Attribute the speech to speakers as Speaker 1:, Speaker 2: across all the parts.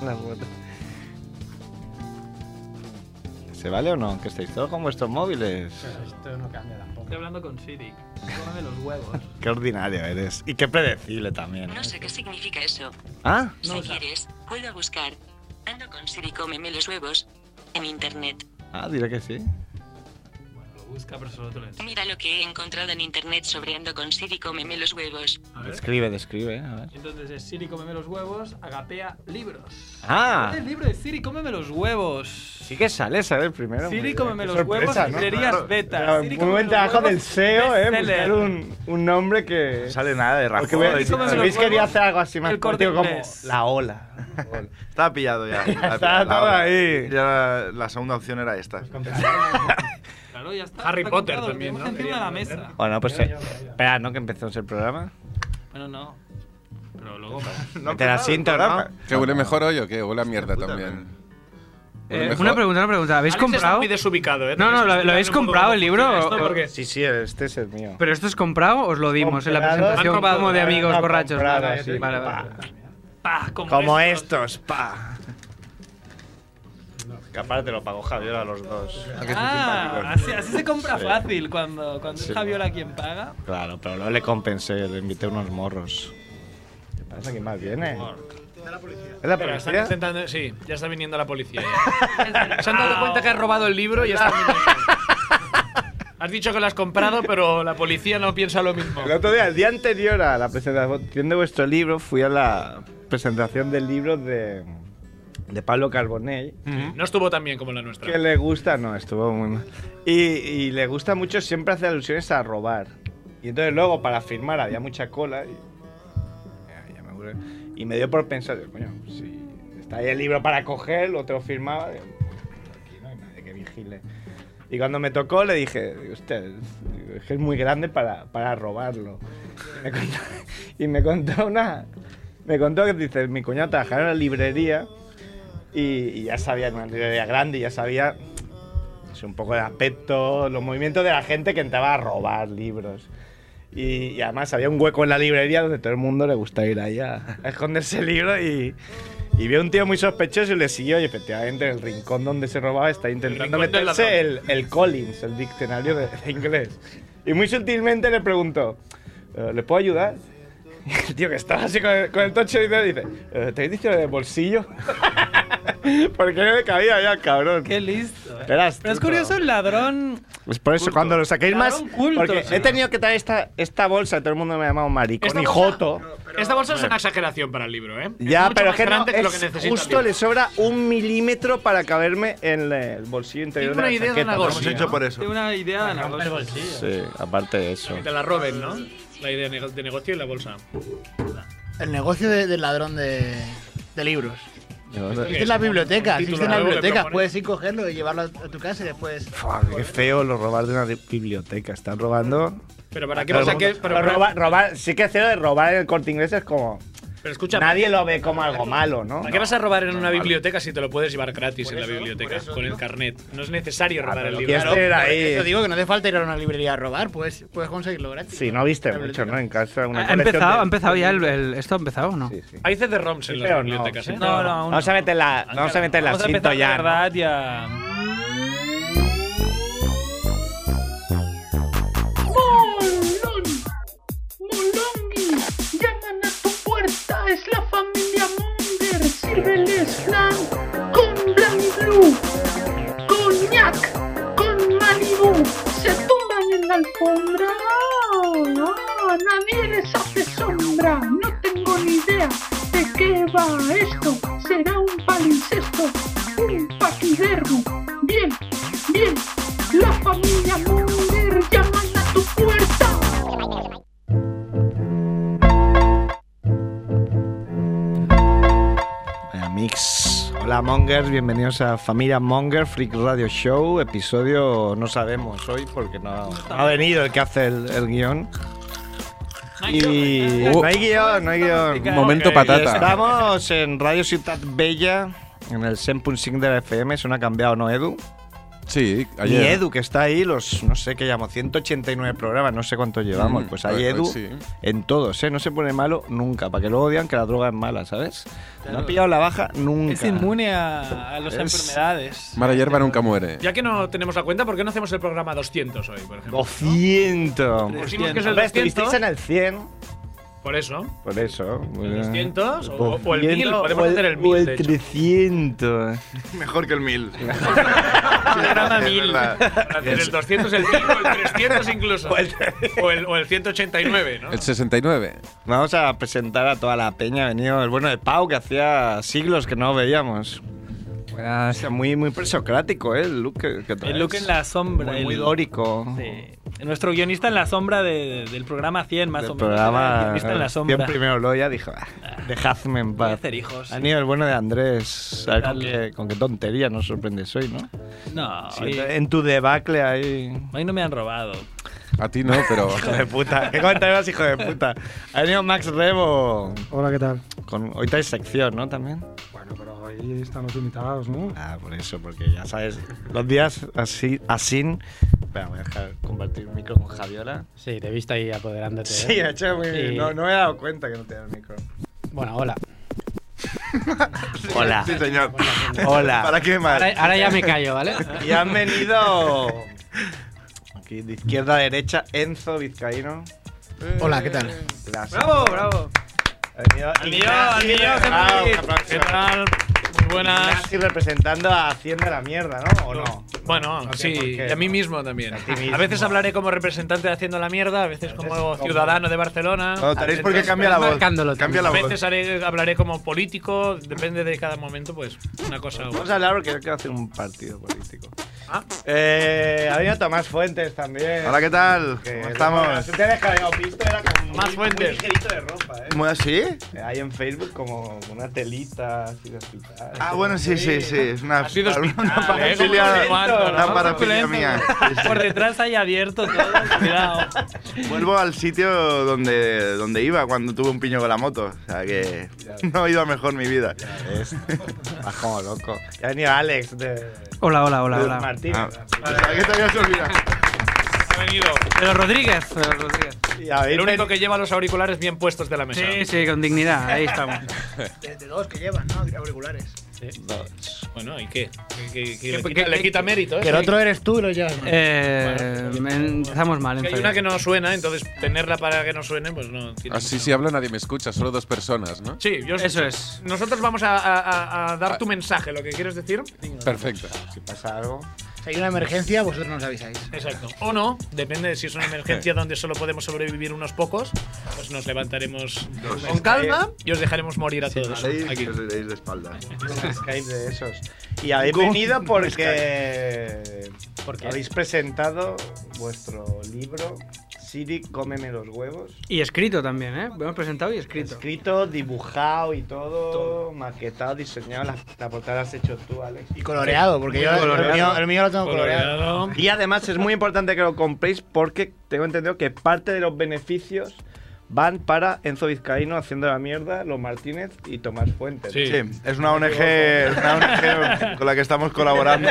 Speaker 1: Una foto.
Speaker 2: ¿Se vale o no? Que estáis todos con vuestros móviles.
Speaker 3: Pero esto no cambia tampoco.
Speaker 4: Estoy hablando con Siri. Cómeme los huevos.
Speaker 2: Qué ordinario eres. Y qué predecible también. ¿eh?
Speaker 5: No sé qué significa eso.
Speaker 2: ¿Ah?
Speaker 4: No lo
Speaker 5: si
Speaker 4: sabe.
Speaker 5: quieres, puedo buscar. Ando con Siri, cómeme los huevos. En internet.
Speaker 2: Ah, diré que sí.
Speaker 4: Bueno, lo busca, pero solo te lo enseño.
Speaker 5: Mira lo que he encontrado en internet sobre Ando con Siri, cómeme los huevos.
Speaker 4: A ver.
Speaker 2: Describe, describe, a ver.
Speaker 4: Entonces es Siri, cómeme los huevos, agapea libros.
Speaker 2: Ah.
Speaker 4: El libro de Siri, cómeme los huevos.
Speaker 2: Sí que sale, ¿sabes? Primero. muy
Speaker 4: Siri,
Speaker 2: bien.
Speaker 4: cómeme
Speaker 2: Qué
Speaker 4: los
Speaker 2: sorpresa,
Speaker 4: huevos,
Speaker 2: ¿no?
Speaker 4: librerías
Speaker 2: Claro.
Speaker 4: beta.
Speaker 1: Claro,
Speaker 4: Siri,
Speaker 1: muy
Speaker 4: cómeme
Speaker 1: buen
Speaker 4: los
Speaker 1: trabajo
Speaker 4: huevos,
Speaker 1: del SEO, eh.
Speaker 4: bestseller.
Speaker 1: Buscar un, un nombre que.
Speaker 2: No sale nada de
Speaker 1: Porque
Speaker 2: Rajoy.
Speaker 1: voy a
Speaker 4: Siri,
Speaker 1: decir,
Speaker 4: cómeme
Speaker 1: si
Speaker 4: los
Speaker 1: Luis quería
Speaker 4: huevos.
Speaker 1: hacer algo así más
Speaker 4: El Corte
Speaker 1: corto, como
Speaker 4: Inglés.
Speaker 1: la ola.
Speaker 6: Estaba pillado ya. Estaba
Speaker 1: Estaba todo ahí.
Speaker 6: Ya la segunda opción era esta.
Speaker 4: Claro, ya está.
Speaker 3: Harry
Speaker 4: está
Speaker 3: Potter
Speaker 4: comprado,
Speaker 3: también,
Speaker 4: lo
Speaker 3: ¿no?
Speaker 4: tenemos encima de la
Speaker 3: Quería
Speaker 4: mesa.
Speaker 2: Bueno, pues.
Speaker 3: Yo, yo,
Speaker 2: eh,
Speaker 3: yo.
Speaker 2: Espera, ¿no? Que empezamos el programa.
Speaker 4: Bueno, no. Pero luego.
Speaker 2: No, Te la siento, ¿no?
Speaker 6: programa.
Speaker 7: ¿Que huele mejor hoy o qué? Huele a mierda
Speaker 6: puta,
Speaker 7: también. Huele
Speaker 8: Eh,
Speaker 7: mejor.
Speaker 8: una pregunta, una pregunta. ¿Habéis
Speaker 3: Alex está
Speaker 8: comprado?
Speaker 3: muy desubicado, ¿eh?
Speaker 8: No, no, ¿lo, lo habéis comprado el libro?
Speaker 3: Esto porque-
Speaker 2: Sí, sí, este es el mío.
Speaker 8: ¿Pero esto es comprado? ¿Os lo dimos en la
Speaker 1: Comprado.
Speaker 8: presentación
Speaker 3: Han comprado.
Speaker 8: como de amigos
Speaker 1: Han
Speaker 8: borrachos?
Speaker 1: comprado,
Speaker 8: Vale,
Speaker 1: sí,
Speaker 8: vale,
Speaker 1: pa.
Speaker 8: vale.
Speaker 4: ¡Pah! Como,
Speaker 2: Como
Speaker 4: estos.
Speaker 2: estos, pa. Que aparte lo pagó Javier a los dos.
Speaker 4: Ah, así, así se compra
Speaker 2: Sí.
Speaker 4: fácil cuando, cuando
Speaker 2: Sí.
Speaker 4: es Javiola quien paga.
Speaker 2: Claro, pero no le compensé, le invité unos morros.
Speaker 1: ¿Qué pasa? ¿Quién más viene? ¿Es la
Speaker 3: Pero están
Speaker 1: policía?
Speaker 3: intentando. Sí, ya está viniendo la policía. ya. Se han dado cuenta que has robado el libro y están viniendo. Has dicho que lo has comprado, pero la policía no piensa lo mismo.
Speaker 1: El otro día, el día anterior a la presentación de vuestro libro, fui a la presentación del libro de, de Pablo Carbonell.
Speaker 3: No estuvo tan bien como la nuestra.
Speaker 1: Que le gusta, no, estuvo muy mal. Y, y le gusta mucho, siempre hace alusiones a robar. Y entonces luego para firmar había mucha cola. Y, ya- ya me aburre. Y me dio por pensar, digo, coño, si está ahí el libro para coger, lo tengo firmado. digo, aquí no hay nadie que vigile. Y cuando me tocó le dije, digo, usted, digo, es que es muy grande para, para robarlo. Y me contó, y me contó una... Me contó que dice, mi cuñado trabajaba en una librería y, y ya sabía, en una librería grande, y ya sabía es un poco el aspecto, los movimientos de la gente que entraba a robar libros. Y, y además había un hueco en la librería donde todo el mundo le gusta ir ahí a, a esconderse el libro y, y vio un tío muy sospechoso y le siguió y efectivamente en el rincón donde se robaba está intentando
Speaker 3: rincón del
Speaker 1: meterse el, el Collins, el diccionario de, de inglés. Y muy sutilmente le preguntó, "Eh, ¿le puedo ayudar? Y el tío que estaba así con el, con el tocho y tal, dice, "Eh, ¿tenéis diccionario de bolsillo? Porque no le cabía ya, cabrón.
Speaker 4: Qué listo. eh.
Speaker 1: Pero es
Speaker 4: Pero es
Speaker 1: truco.
Speaker 4: curioso el ladrón.
Speaker 1: Pues por eso, cuando lo saquéis más.
Speaker 4: Cabrón, culto,
Speaker 1: porque
Speaker 4: sí.
Speaker 1: he tenido que traer esta, esta bolsa, todo el mundo me ha llamado maricón
Speaker 3: Esta
Speaker 1: y
Speaker 3: bolsa-
Speaker 1: joto.
Speaker 3: Esta bolsa es una exageración para el libro, ¿eh?
Speaker 1: Ya,
Speaker 3: mucho
Speaker 1: pero es
Speaker 3: más
Speaker 1: que, no,
Speaker 3: grande que lo
Speaker 1: es
Speaker 3: que necesita el
Speaker 1: justo
Speaker 3: libro.
Speaker 1: le sobra un milímetro para caberme en la- el bolsillo interior de
Speaker 3: Tengo una
Speaker 1: la
Speaker 3: idea de
Speaker 1: chaqueta.
Speaker 3: una
Speaker 6: Lo
Speaker 3: cosa.
Speaker 6: hemos hecho por eso.
Speaker 4: Tengo una idea de
Speaker 3: Rompe el
Speaker 4: negocio.
Speaker 3: bolsillo.
Speaker 2: Sí, aparte de eso.
Speaker 3: Que te la roben, ¿no? La idea de nego- de negocio y la bolsa.
Speaker 9: El negocio de- del ladrón de, de libros.
Speaker 3: ¿Qué
Speaker 9: Existe
Speaker 3: es?
Speaker 9: en la biblioteca,
Speaker 3: Un título
Speaker 9: existe en la
Speaker 3: nuevo que
Speaker 9: biblioteca.
Speaker 3: propones.
Speaker 9: Puedes ir cogerlo y llevarlo a a tu casa y después.
Speaker 1: Fua, Qué feo lo robar de una bi- biblioteca. Están robando.
Speaker 3: Pero para qué lo saques.
Speaker 1: Pero
Speaker 3: Pero, para-
Speaker 1: robar- robar- sí que es cierto de robar en el corte inglés es como.
Speaker 3: pero escucha,
Speaker 1: nadie lo ve como algo malo, ¿no?
Speaker 3: ¿para qué vas a robar en una biblioteca si te lo puedes llevar gratis en la biblioteca con el carnet? No es necesario robar el
Speaker 1: Ah, Lo
Speaker 3: libro.
Speaker 1: quieres tener ahí.
Speaker 9: Yo digo que no hace falta ir a una librería a robar, puedes, puedes conseguirlo gratis.
Speaker 1: Sí, no viste mucho, ¿no? En casa. Una
Speaker 8: ¿Ha
Speaker 1: colección
Speaker 8: empezado,
Speaker 1: de-
Speaker 8: ha empezado ya el, el- esto ha empezado o no?
Speaker 1: Sí, sí.
Speaker 3: Hay CD-ROMs en
Speaker 1: Sí,
Speaker 3: las
Speaker 1: pero no,
Speaker 3: bibliotecas,
Speaker 1: sí,
Speaker 3: ¿eh?
Speaker 1: pero
Speaker 4: No, no, aún
Speaker 1: Vamos a meterla, vamos a meterla
Speaker 4: Vamos a
Speaker 1: cinto
Speaker 4: empezar de
Speaker 1: ya. ¿no?
Speaker 4: verdad y a-
Speaker 10: ¡Molón! ¡Molongi! ¡Llaman a tu puerta! ¡Es la familia Munger! ¡Sírveles flan con Blanc Blue! ¡Coñac! ¡Con Malibu! ¡Se tumban en la alfombra! ¡No! ¡Nadie les hace sombra! ¡No tengo ni idea de qué va esto! ¡Será un palincesto! ¡Un paquidermo! ¡Bien! ¡Bien! ¡La familia Munger llaman a tu puerta!
Speaker 2: Vaya mix.
Speaker 1: Eh, Hola Mongers, bienvenidos a Familia Monger Freak Radio Show, episodio no sabemos hoy porque no, no ha venido el que hace el, el guión. Y
Speaker 7: Uh.
Speaker 1: no hay guión, no hay guión.
Speaker 7: Momento
Speaker 3: Ok,
Speaker 7: patata.
Speaker 1: Estamos en Radio Ciudad Bella, en el 100.5 de la FM, suena cambiado, ¿no, Edu?
Speaker 7: Sí,
Speaker 1: Y
Speaker 7: ayer.
Speaker 1: Edu, que está ahí, los, no sé qué llamo, 189 programas, no sé cuánto llevamos.
Speaker 7: Mm,
Speaker 1: Pues
Speaker 7: pues-
Speaker 1: hay Edu
Speaker 7: pues sí.
Speaker 1: en todos, ¿eh? No se pone malo nunca, para que luego digan que la droga es mala, ¿sabes? No ha pillado la baja nunca.
Speaker 11: Es inmune a, a las
Speaker 1: Es-
Speaker 11: enfermedades.
Speaker 7: Mara Hierba nunca muere.
Speaker 3: Ya que no tenemos la cuenta, ¿por qué no hacemos el programa 200 hoy, por ejemplo?
Speaker 1: 200.
Speaker 3: Pusimos que es el
Speaker 1: Hombre, estuvisteis
Speaker 3: 200.
Speaker 1: en el 100.
Speaker 3: Por eso.
Speaker 1: Por eso.
Speaker 3: ¿El
Speaker 1: eh,
Speaker 3: 200? O, o el
Speaker 1: 200,
Speaker 3: 1000. Podemos
Speaker 1: o
Speaker 3: hacer el
Speaker 1: O
Speaker 3: 1000. de
Speaker 1: el
Speaker 3: hecho.
Speaker 1: 300.
Speaker 6: Mejor que el mil.
Speaker 3: Programa
Speaker 6: Es
Speaker 3: 1000.
Speaker 6: verdad. Pues-
Speaker 3: Para hacer el 200, el 1000, o el 300 incluso. O el, o el 189, ¿no?
Speaker 7: El 69.
Speaker 1: Vamos a presentar a toda la peña. Ha venido el bueno de Pau, que hacía siglos que no veíamos. O sea, muy, muy presocrático, ¿eh? El look que, que traes.
Speaker 11: El look en la sombra.
Speaker 1: Muy,
Speaker 11: el-
Speaker 1: muy dórico.
Speaker 11: Sí. Nuestro guionista en la sombra de- del programa 100, más
Speaker 1: Del
Speaker 11: o menos. era el
Speaker 1: programa.
Speaker 11: guionista en la
Speaker 1: Yo
Speaker 11: sombra.
Speaker 1: primero lo ya dije, "Ah, dejadme en
Speaker 11: Voy a
Speaker 1: paz.
Speaker 11: hacer hijos.
Speaker 1: Ha venido el bueno de Andrés. A ver con
Speaker 11: Dale.
Speaker 1: qué, con qué tontería nos sorprendes hoy, ¿no?
Speaker 11: No,
Speaker 1: Sí,
Speaker 11: hoy,
Speaker 1: en tu debacle ahí.
Speaker 11: hoy no me han robado.
Speaker 7: A ti no, pero.
Speaker 1: Hijo de puta. ¿Qué comentario más, hijo de puta? Ha venido Max Rebo.
Speaker 12: Hola, ¿qué tal?
Speaker 1: Con, hoy traes sección, ¿no? También.
Speaker 12: Bueno, pero hoy están los invitados, ¿no?
Speaker 1: Ah, por eso, porque ya sabes, los días así, así. Espera, voy a dejar compartir el micro con Javiola.
Speaker 13: Sí, te he visto ahí apoderándote.
Speaker 1: Sí,
Speaker 13: ¿eh?
Speaker 1: ha hecho muy bien.
Speaker 13: Y-
Speaker 1: No, no me he dado cuenta que no tenía el micro.
Speaker 13: Bueno, hola.
Speaker 1: Hola.
Speaker 6: Sí, señor.
Speaker 1: Hola.
Speaker 6: ¿Para qué más?
Speaker 13: Ahora, ahora ya me callo, ¿vale?
Speaker 1: Y han venido. Aquí, de izquierda a derecha, Enzo Vizcaíno.
Speaker 9: Hola, ¿qué tal?
Speaker 1: Gracias.
Speaker 3: ¡Bravo, bravo!
Speaker 1: Ha venido
Speaker 3: Al millón, al
Speaker 1: Ignasi
Speaker 3: millón,
Speaker 1: Bravo,
Speaker 3: Madrid.
Speaker 1: un aplauso.
Speaker 3: ¿Qué tal? Muy buenas.
Speaker 1: Ignasi representando a Hacienda la mierda, ¿no? ¿O no?
Speaker 3: Bueno,
Speaker 1: No tiene por
Speaker 3: sí,
Speaker 1: qué,
Speaker 3: y a mí
Speaker 1: ¿no?
Speaker 3: mismo también.
Speaker 1: A ti mismo.
Speaker 3: A veces hablaré como representante de Haciendo la Mierda, a veces como ciudadano de Barcelona.
Speaker 6: No, tenéis por qué
Speaker 3: Entonces,
Speaker 6: cambiar la voz.
Speaker 13: Marcándolo
Speaker 6: Cambia
Speaker 3: A
Speaker 6: la voz.
Speaker 3: veces haré- hablaré como político, depende de cada momento, pues una cosa u
Speaker 1: Vamos
Speaker 3: otra.
Speaker 1: a hablar porque yo quiero hacer un partido político.
Speaker 3: Ah.
Speaker 1: Eh, ha venido Tomás Fuentes también.
Speaker 6: Hola, ¿qué tal?
Speaker 1: Que
Speaker 6: ¿Cómo
Speaker 1: lo-
Speaker 6: estamos?
Speaker 1: Las últimas que habíamos visto era como
Speaker 3: Más
Speaker 1: muy,
Speaker 3: Fuentes.
Speaker 1: muy ligerito de ropa, ¿eh?
Speaker 6: ¿Muy así?
Speaker 1: Hay en Facebook como una telita así de hospital.
Speaker 6: Ah, bueno, sí, sí, sí. Es una,
Speaker 3: Ha sido
Speaker 6: una,
Speaker 3: hospital, ¿eh?
Speaker 6: parafilia-
Speaker 3: Como cuento,
Speaker 6: una
Speaker 3: ¿no?
Speaker 6: parafilia
Speaker 11: Suculento.
Speaker 6: mía. Sí, sí.
Speaker 11: Por detrás hay abierto todo. Cuidado.
Speaker 6: Vuelvo al sitio donde, donde iba cuando tuve un piño con la moto. O sea que no ha ido a mejor mi vida.
Speaker 1: Es, vas como Este, oh, loco. Y ha venido Alex de.
Speaker 8: Hola, hola, hola,
Speaker 1: de
Speaker 8: hola.
Speaker 1: Martín.
Speaker 6: Ah, o sea que todavía se olvida.
Speaker 3: Ha venido.
Speaker 8: Pero Rodríguez, pero Rodríguez.
Speaker 1: Y habéis
Speaker 3: El único
Speaker 1: ven-
Speaker 3: que lleva los auriculares bien puestos de la mesa.
Speaker 8: Sí, sí, con dignidad, ahí estamos.
Speaker 9: De, de dos que llevan, ¿no? Auriculares.
Speaker 3: Bueno, ¿y qué? Que- que- que
Speaker 8: Que-
Speaker 3: le, quita,
Speaker 8: que-
Speaker 3: le quita mérito, ¿eh?
Speaker 9: Que el otro eres tú y lo llevas. mal.
Speaker 8: Eh, empezamos mal,
Speaker 3: Que hay
Speaker 8: empezamos.
Speaker 3: una que no suena, entonces tenerla para que no suene, pues no. tiene
Speaker 7: Así
Speaker 3: mucho-
Speaker 7: si hablo nadie me escucha, solo dos personas, ¿no?
Speaker 3: Sí, yo
Speaker 8: Eso es.
Speaker 3: Nosotros vamos a, a- a dar tu mensaje, lo que quieres decir.
Speaker 7: Perfecto.
Speaker 1: Si pasa algo.
Speaker 9: Si hay una emergencia, vosotros nos avisáis.
Speaker 3: Exacto. O no, depende de si es una emergencia donde solo podemos sobrevivir unos pocos, pues nos levantaremos con calma y os dejaremos morir a todos.
Speaker 6: Ahí
Speaker 3: aquí.
Speaker 6: os deis de espalda.
Speaker 1: Un Skype de esos. Y habéis venido porque habéis presentado vuestro libro Siri, cómeme los huevos.
Speaker 8: Y escrito también, ¿eh? Lo hemos presentado y escrito.
Speaker 1: Escrito, dibujado y todo, maquetado, diseñado. La, la portada la has hecho tú, Alex.
Speaker 9: Y coloreado, porque yo El, mío, el mío lo tengo coloreado.
Speaker 3: Coloreado.
Speaker 1: Y además es muy importante que lo compréis porque tengo entendido que parte de los beneficios van para Enzo Vizcaíno haciendo la mierda, los Martínez y Tomás Fuentes.
Speaker 3: Sí.
Speaker 6: Sí, es una ONG, es una ONG con la que estamos colaborando.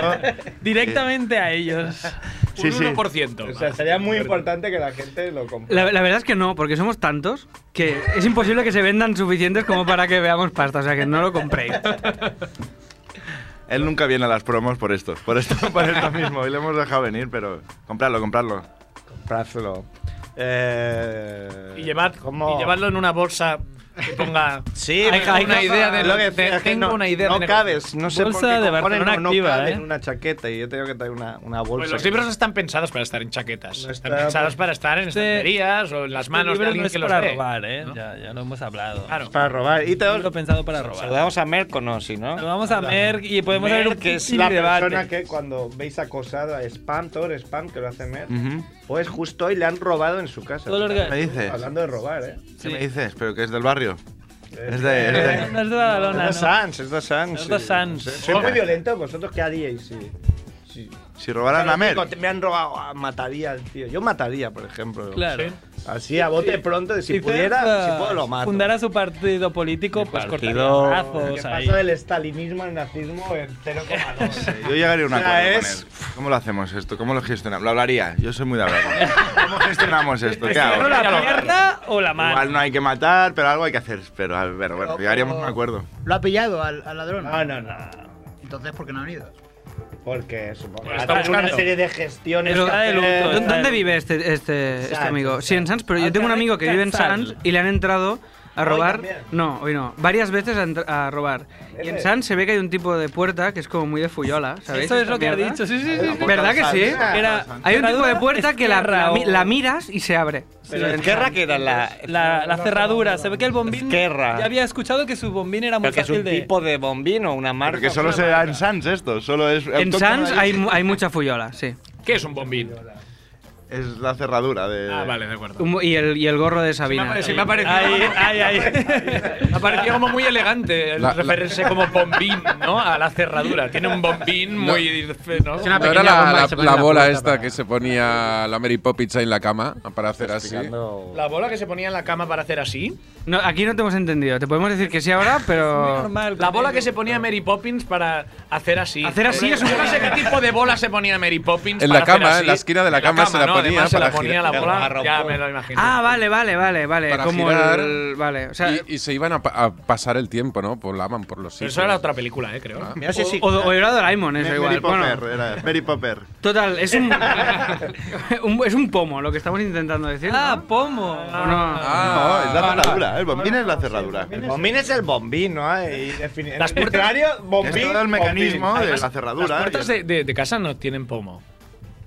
Speaker 11: Directamente a ellos.
Speaker 6: Sí,
Speaker 3: un
Speaker 6: sí.
Speaker 3: 1%.
Speaker 1: O sea, sería muy importante que la gente lo compre.
Speaker 8: La, la verdad es que no, porque somos tantos que es imposible que se vendan suficientes como para que veamos pasta, o sea que no lo compréis.
Speaker 6: Él nunca viene a las promos por esto, por esto, por esto mismo. Hoy le hemos dejado venir, pero comprarlo, comprarlo.
Speaker 1: Comprádlo. Eh,
Speaker 3: y, llevad,
Speaker 1: ¿cómo?
Speaker 3: y llevadlo en una bolsa que ponga.
Speaker 1: Sí,
Speaker 3: Hay-
Speaker 1: pero
Speaker 3: hay
Speaker 1: una
Speaker 3: que-
Speaker 1: idea de
Speaker 3: lo que
Speaker 1: decía,
Speaker 3: te-
Speaker 1: es que
Speaker 3: tengo
Speaker 1: no-
Speaker 3: una idea de
Speaker 1: No
Speaker 3: negocio.
Speaker 1: cabes, no sé por
Speaker 11: Bolsa
Speaker 1: qué
Speaker 11: de
Speaker 1: cojones
Speaker 11: Barcelona
Speaker 1: no, no
Speaker 11: activa,
Speaker 1: cabe
Speaker 11: ¿eh?
Speaker 1: en una chaqueta y yo tengo que traer una, una bolsa.
Speaker 3: Pues los libros no están pensados para estar en chaquetas.
Speaker 1: No
Speaker 3: están
Speaker 1: está-
Speaker 3: pensados para estar en estanterías o en las manos
Speaker 11: Este
Speaker 3: de
Speaker 11: libro
Speaker 3: alguien
Speaker 11: no es
Speaker 3: que los
Speaker 11: para
Speaker 3: ve.
Speaker 11: robar, ¿eh?
Speaker 3: ¿no?
Speaker 11: Ya, ya lo hemos hablado.
Speaker 3: Claro.
Speaker 1: para robar. Y te
Speaker 11: Lo he pensado para robar.
Speaker 1: a Merconosi, ¿no?
Speaker 11: Lo vamos a ver y podemos
Speaker 1: Mer,
Speaker 11: hacer un
Speaker 1: que es
Speaker 11: mini
Speaker 1: la
Speaker 11: debate.
Speaker 1: persona que cuando veis acosada a spam, todo el spam que lo hace Mer, pues justo hoy le han robado en su casa.
Speaker 11: Todo lo orga-
Speaker 6: ¿Qué me dices?
Speaker 1: Hablando de robar, ¿eh?
Speaker 6: ¿Qué me dices? ¿Pero que es del barrio? Es de... es
Speaker 11: Eh,
Speaker 6: de-
Speaker 11: No es de
Speaker 1: Es
Speaker 11: Badalona,
Speaker 1: de
Speaker 11: no.
Speaker 1: Sans, es de Sans.
Speaker 11: Es de
Speaker 1: sí.
Speaker 11: Sans.
Speaker 1: Soy muy violento, vosotros qué haríais, sí.
Speaker 6: Si robaran a Mer.
Speaker 1: Me han robado, ah, mataría al tío. Yo mataría, por ejemplo.
Speaker 11: Claro.
Speaker 3: Sí.
Speaker 1: Así a bote pronto, de si pudiera, si puedo lo mato.
Speaker 11: Fundara su partido político, pues cortaría
Speaker 1: Partido-
Speaker 11: brazos
Speaker 1: que
Speaker 11: ahí.
Speaker 1: pasó del estalinismo al nazismo en 0,2.
Speaker 6: Yo llegaría a un
Speaker 1: O sea,
Speaker 6: acuerdo con
Speaker 1: es-
Speaker 6: él. ¿Cómo lo hacemos esto? ¿Cómo lo gestionamos? Lo hablaría. Yo soy muy de hablar. ¿Cómo gestionamos esto? ¿Qué hago?
Speaker 11: ¿Cierro la pierna o la mano?
Speaker 6: Igual no hay que matar, pero algo hay que hacer. Pero, a ver, bueno, llegaríamos a un acuerdo.
Speaker 9: ¿Lo ha pillado al, al ladrón?
Speaker 1: No, no, no.
Speaker 9: Entonces, ¿por qué no ha venido?
Speaker 1: Porque supongo que
Speaker 9: Está
Speaker 1: habrá una
Speaker 9: buscando.
Speaker 1: serie de gestiones.
Speaker 9: Pero
Speaker 1: que
Speaker 9: está de
Speaker 1: hacer. eh,
Speaker 9: luto,
Speaker 8: ¿Dó- ¿Dónde vive este, este, este
Speaker 1: Sans,
Speaker 8: amigo? Sí, en Sans, pero yo tengo un amigo que vive en Sans y le han entrado a
Speaker 1: Hoy
Speaker 8: robar.
Speaker 1: también. Eh.
Speaker 8: No, hoy no. Varias veces a, entr- a robar. Y en
Speaker 1: Ese.
Speaker 8: Sans se ve que hay un tipo de puerta que es como muy de fuyola, ¿sabéis?
Speaker 11: Eso es lo que ha
Speaker 8: Mierda.
Speaker 11: dicho, sí, sí, sí. sí.
Speaker 8: ¿Verdad que sí?
Speaker 11: Era,
Speaker 8: hay un tipo de puerta que la, la, mi-
Speaker 11: o-
Speaker 8: la miras y se abre.
Speaker 11: Pero
Speaker 8: En
Speaker 11: Esquerra
Speaker 8: Sans.
Speaker 11: que era la- La, la cerradura, se ve que el bombín.
Speaker 2: Esquerra.
Speaker 11: Ya había escuchado que su bombín era muy
Speaker 2: Pero que es
Speaker 11: fácil
Speaker 2: un
Speaker 11: de.
Speaker 2: tipo de bombín o una marca.
Speaker 6: Porque solo se da en Sans esto. Solo es
Speaker 8: En Sans hay, mu- hay mucha fuyola, sí.
Speaker 3: ¿Qué es un bombín?
Speaker 6: Es la cerradura de.
Speaker 3: Ah, vale, de acuerdo.
Speaker 8: Un- y, el, y el gorro de
Speaker 3: Me ha
Speaker 8: Sabina.
Speaker 3: pare- sí, me ha parecido.
Speaker 11: Ay, ay,
Speaker 3: Me ha parecido como muy elegante el
Speaker 8: La- la-
Speaker 3: referirse como bombín, ¿no? A la cerradura. Tiene un bombín muy. ¿no?
Speaker 7: ¿No era la, la- la bola esta que se ponía la Mary Poppins ahí en la cama para hacer así.
Speaker 3: La bola que se ponía en la cama para hacer así.
Speaker 8: No, aquí no te hemos entendido. Te podemos decir que sí ahora,
Speaker 7: Ah.
Speaker 8: pero.
Speaker 3: La bola que se ponía Mary Poppins para hacer así.
Speaker 8: Hacer así es un-
Speaker 3: Yo No sé qué tipo de bola se ponía Mary Poppins.
Speaker 7: En
Speaker 3: para
Speaker 7: la
Speaker 3: hacer
Speaker 7: cama,
Speaker 3: así.
Speaker 7: en la esquina de la cama se la
Speaker 3: ¿no?
Speaker 7: ponía
Speaker 3: Además, se la
Speaker 7: para
Speaker 3: ponía
Speaker 7: girar.
Speaker 3: la bola.
Speaker 7: Garrafón.
Speaker 3: Ya me lo imagino.
Speaker 8: Ah, vale, vale, vale, vale.
Speaker 7: Para
Speaker 8: como
Speaker 7: girar.
Speaker 8: el. Vale, o sea.
Speaker 7: y, y se iban a, pa- a pasar el tiempo, ¿no? Por la man, por los
Speaker 3: Pero
Speaker 7: sitios.
Speaker 3: eso era otra película, eh, creo.
Speaker 6: Ah,
Speaker 1: Mira si sí.
Speaker 8: O, o era Doraemon, eso
Speaker 6: Mary
Speaker 8: igual.
Speaker 6: Popper,
Speaker 8: Bueno,
Speaker 6: era Mary Popper.
Speaker 8: total, es un, un- Es un pomo lo que estamos intentando decir.
Speaker 11: Ah,
Speaker 8: ¿no? Ah,
Speaker 11: pomo.
Speaker 8: ¿O no?
Speaker 6: no, Ah, es la cerradura. El bombín es la cerradura.
Speaker 1: El bombín es el bombín, ¿no? Hay defini-
Speaker 3: Las
Speaker 1: en
Speaker 3: puertas-
Speaker 1: contrario, bombín.
Speaker 6: Es todo el mecanismo
Speaker 1: bombín.
Speaker 6: de la cerradura. ¿eh?
Speaker 3: Las puertas de, de- de casa no tienen pomo.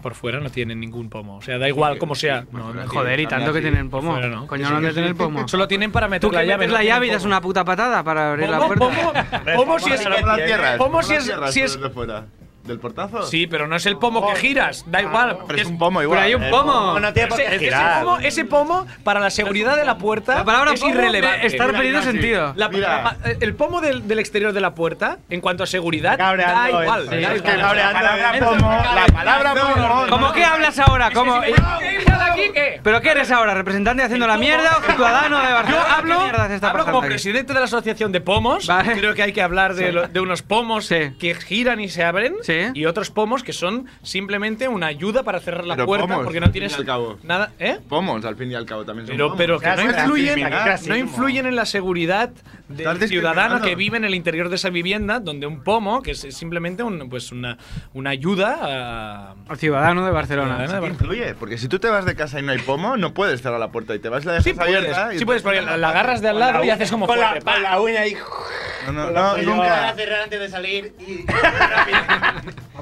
Speaker 3: Por fuera no tienen ningún pomo. O sea, da igual como sea. No, no
Speaker 8: Joder, y
Speaker 3: tienen.
Speaker 8: tanto que tienen pomo.
Speaker 3: Fuera no.
Speaker 8: Coño, no han de tener pomo.
Speaker 3: Solo tienen para meter
Speaker 8: Tú que
Speaker 3: la llave.
Speaker 8: metes
Speaker 3: no
Speaker 8: la
Speaker 3: tienen
Speaker 8: llave y das
Speaker 3: pomo.
Speaker 8: una puta patada para abrir la
Speaker 3: Pomo,
Speaker 8: puerta.
Speaker 3: pomo, pomo si es.
Speaker 6: Como las tierras.
Speaker 3: Pomo
Speaker 6: como
Speaker 3: si
Speaker 6: las
Speaker 3: es.
Speaker 6: tierras,
Speaker 3: si
Speaker 6: pero
Speaker 3: es-
Speaker 6: de fuera. ¿Del portazo?
Speaker 3: Sí, pero no es el pomo que giras, da igual.
Speaker 6: Pero es un pomo igual.
Speaker 8: hay un
Speaker 6: El
Speaker 8: pomo.
Speaker 1: No tiene por
Speaker 3: Ese,
Speaker 1: qué
Speaker 3: ese
Speaker 1: girar.
Speaker 3: pomo, ese pomo, para la seguridad de la puerta,
Speaker 8: La palabra
Speaker 3: es
Speaker 8: pomo
Speaker 3: irrelevante.
Speaker 8: está perdiendo
Speaker 6: mira, sí.
Speaker 8: sentido.
Speaker 3: La-
Speaker 6: Mira.
Speaker 3: la- el pomo del, del exterior de la puerta, en cuanto a seguridad, da
Speaker 1: Cabreando
Speaker 3: igual.
Speaker 1: esto.
Speaker 3: da
Speaker 1: Es que
Speaker 3: igual.
Speaker 1: cabreando
Speaker 3: La
Speaker 1: esto.
Speaker 3: palabra pomo-
Speaker 1: La palabra pomo.
Speaker 8: ¿Cómo que hablas ahora? ¿Cómo?
Speaker 3: aquí qué?
Speaker 8: ¿Pero qué eres ahora? ¿Representante haciendo la mierda o ciudadano de
Speaker 3: Yo
Speaker 8: Barcelona?
Speaker 3: hablo,
Speaker 8: ¿Qué mierda haces esta
Speaker 3: hablo como
Speaker 8: pasando aquí?
Speaker 3: presidente de la asociación de pomos.
Speaker 8: Vale.
Speaker 3: Creo que hay que hablar de,
Speaker 8: Sí.
Speaker 3: lo- de unos pomos
Speaker 8: Sí.
Speaker 3: que giran y se abren
Speaker 8: Sí.
Speaker 3: y otros pomos que son simplemente una ayuda para cerrar la
Speaker 6: Pero
Speaker 3: puerta
Speaker 6: pomos,
Speaker 3: porque
Speaker 6: al
Speaker 3: no
Speaker 6: fin y
Speaker 3: tienes
Speaker 6: al cabo.
Speaker 3: nada, ¿eh?
Speaker 6: Pomos, al fin y al cabo, también son
Speaker 3: Pero,
Speaker 6: pomos.
Speaker 3: pero que no
Speaker 1: Clasismo.
Speaker 3: influyen,
Speaker 1: Clasismo.
Speaker 3: no influyen en la seguridad
Speaker 6: Estás
Speaker 3: del
Speaker 6: discriminando.
Speaker 3: ciudadano que vive en el interior de esa vivienda, donde un pomo, que es simplemente un- pues una, una ayuda a.
Speaker 8: Al ciudadano de Barcelona.
Speaker 3: ciudadano de Barcelona.
Speaker 6: Influye, porque si tú te vas de casa y no hay pomo, no puedes cerrar la puerta y te vas la dejas
Speaker 3: Sí puedes,
Speaker 6: abierta. y-
Speaker 3: sí puedes, pero la la agarras de al lado y haces como
Speaker 1: con la,
Speaker 3: fuerte,
Speaker 1: con
Speaker 3: ¡pa!
Speaker 1: la uña ahí.
Speaker 6: No, no,
Speaker 1: con la
Speaker 6: no,
Speaker 1: polla.
Speaker 6: nunca.
Speaker 9: cerrar antes de salir y.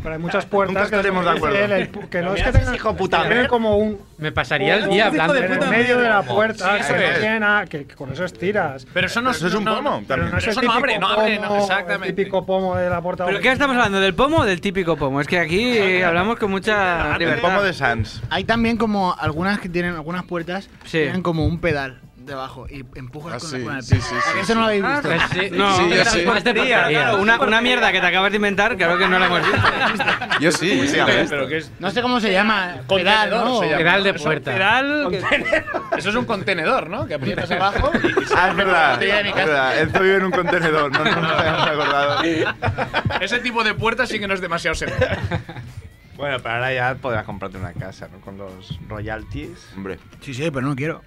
Speaker 12: Pero hay muchas puertas que,
Speaker 6: estaremos de acuerdo.
Speaker 12: el- el- que no es que
Speaker 1: Mira,
Speaker 12: tengan
Speaker 1: hijo puta,
Speaker 12: tienen
Speaker 1: ¿eh?
Speaker 12: como un
Speaker 13: Me pasaría el día
Speaker 12: un hijo
Speaker 13: hablando.
Speaker 12: de puta en medio de la puerta
Speaker 3: Sí,
Speaker 12: que, no
Speaker 3: eso es.
Speaker 12: tiene nada- Ah, que- que con eso estiras.
Speaker 3: Pero eso no
Speaker 6: Eso es un
Speaker 3: no-
Speaker 6: pomo,
Speaker 3: no-
Speaker 6: también.
Speaker 3: pero
Speaker 12: es el
Speaker 3: eso no abre, no
Speaker 12: típico
Speaker 3: abre, no,
Speaker 12: pomo- El
Speaker 3: exactamente.
Speaker 12: típico pomo de la puerta.
Speaker 8: ¿Pero qué estamos hablando? ¿Del pomo o del típico pomo? Es que aquí eh, hablamos con mucha
Speaker 6: El pomo
Speaker 8: libertad.
Speaker 6: de Sans.
Speaker 9: Hay también como algunas que tienen, algunas puertas
Speaker 8: Sí.
Speaker 9: tienen como un pedal debajo y empujas
Speaker 7: Ah,
Speaker 9: con,
Speaker 7: sí,
Speaker 9: con el
Speaker 7: sí,
Speaker 9: pie.
Speaker 7: sí,
Speaker 9: ¿A
Speaker 7: sí, Ah, pues
Speaker 9: que Eso no lo habéis visto.
Speaker 8: No,
Speaker 7: Sí, yo sí.
Speaker 8: Más de portería, claro, una, una mierda que te acabas de inventar, claro que no la hemos visto.
Speaker 7: Yo sí, yo sí.
Speaker 6: Pero-
Speaker 7: había
Speaker 3: Pero
Speaker 7: visto.
Speaker 3: que es-
Speaker 9: No sé cómo se llama. Pedal, ¿no?
Speaker 3: se llama.
Speaker 13: Pedal de
Speaker 3: Eso-
Speaker 13: puerta.
Speaker 3: pedal que- Eso es un contenedor, ¿no? Que aprietas abajo.
Speaker 6: Ah, es verdad.
Speaker 9: botella de mi
Speaker 6: Es
Speaker 9: casa.
Speaker 6: verdad. Enzo vive en un contenedor, no no nos habíamos acordado.
Speaker 3: Ese tipo de puerta sí que no es demasiado seguro.
Speaker 1: Bueno, pero ahora ya podrás comprarte una casa, ¿no? Con los royalties.
Speaker 6: Hombre,
Speaker 9: Sí, sí, pero no quiero.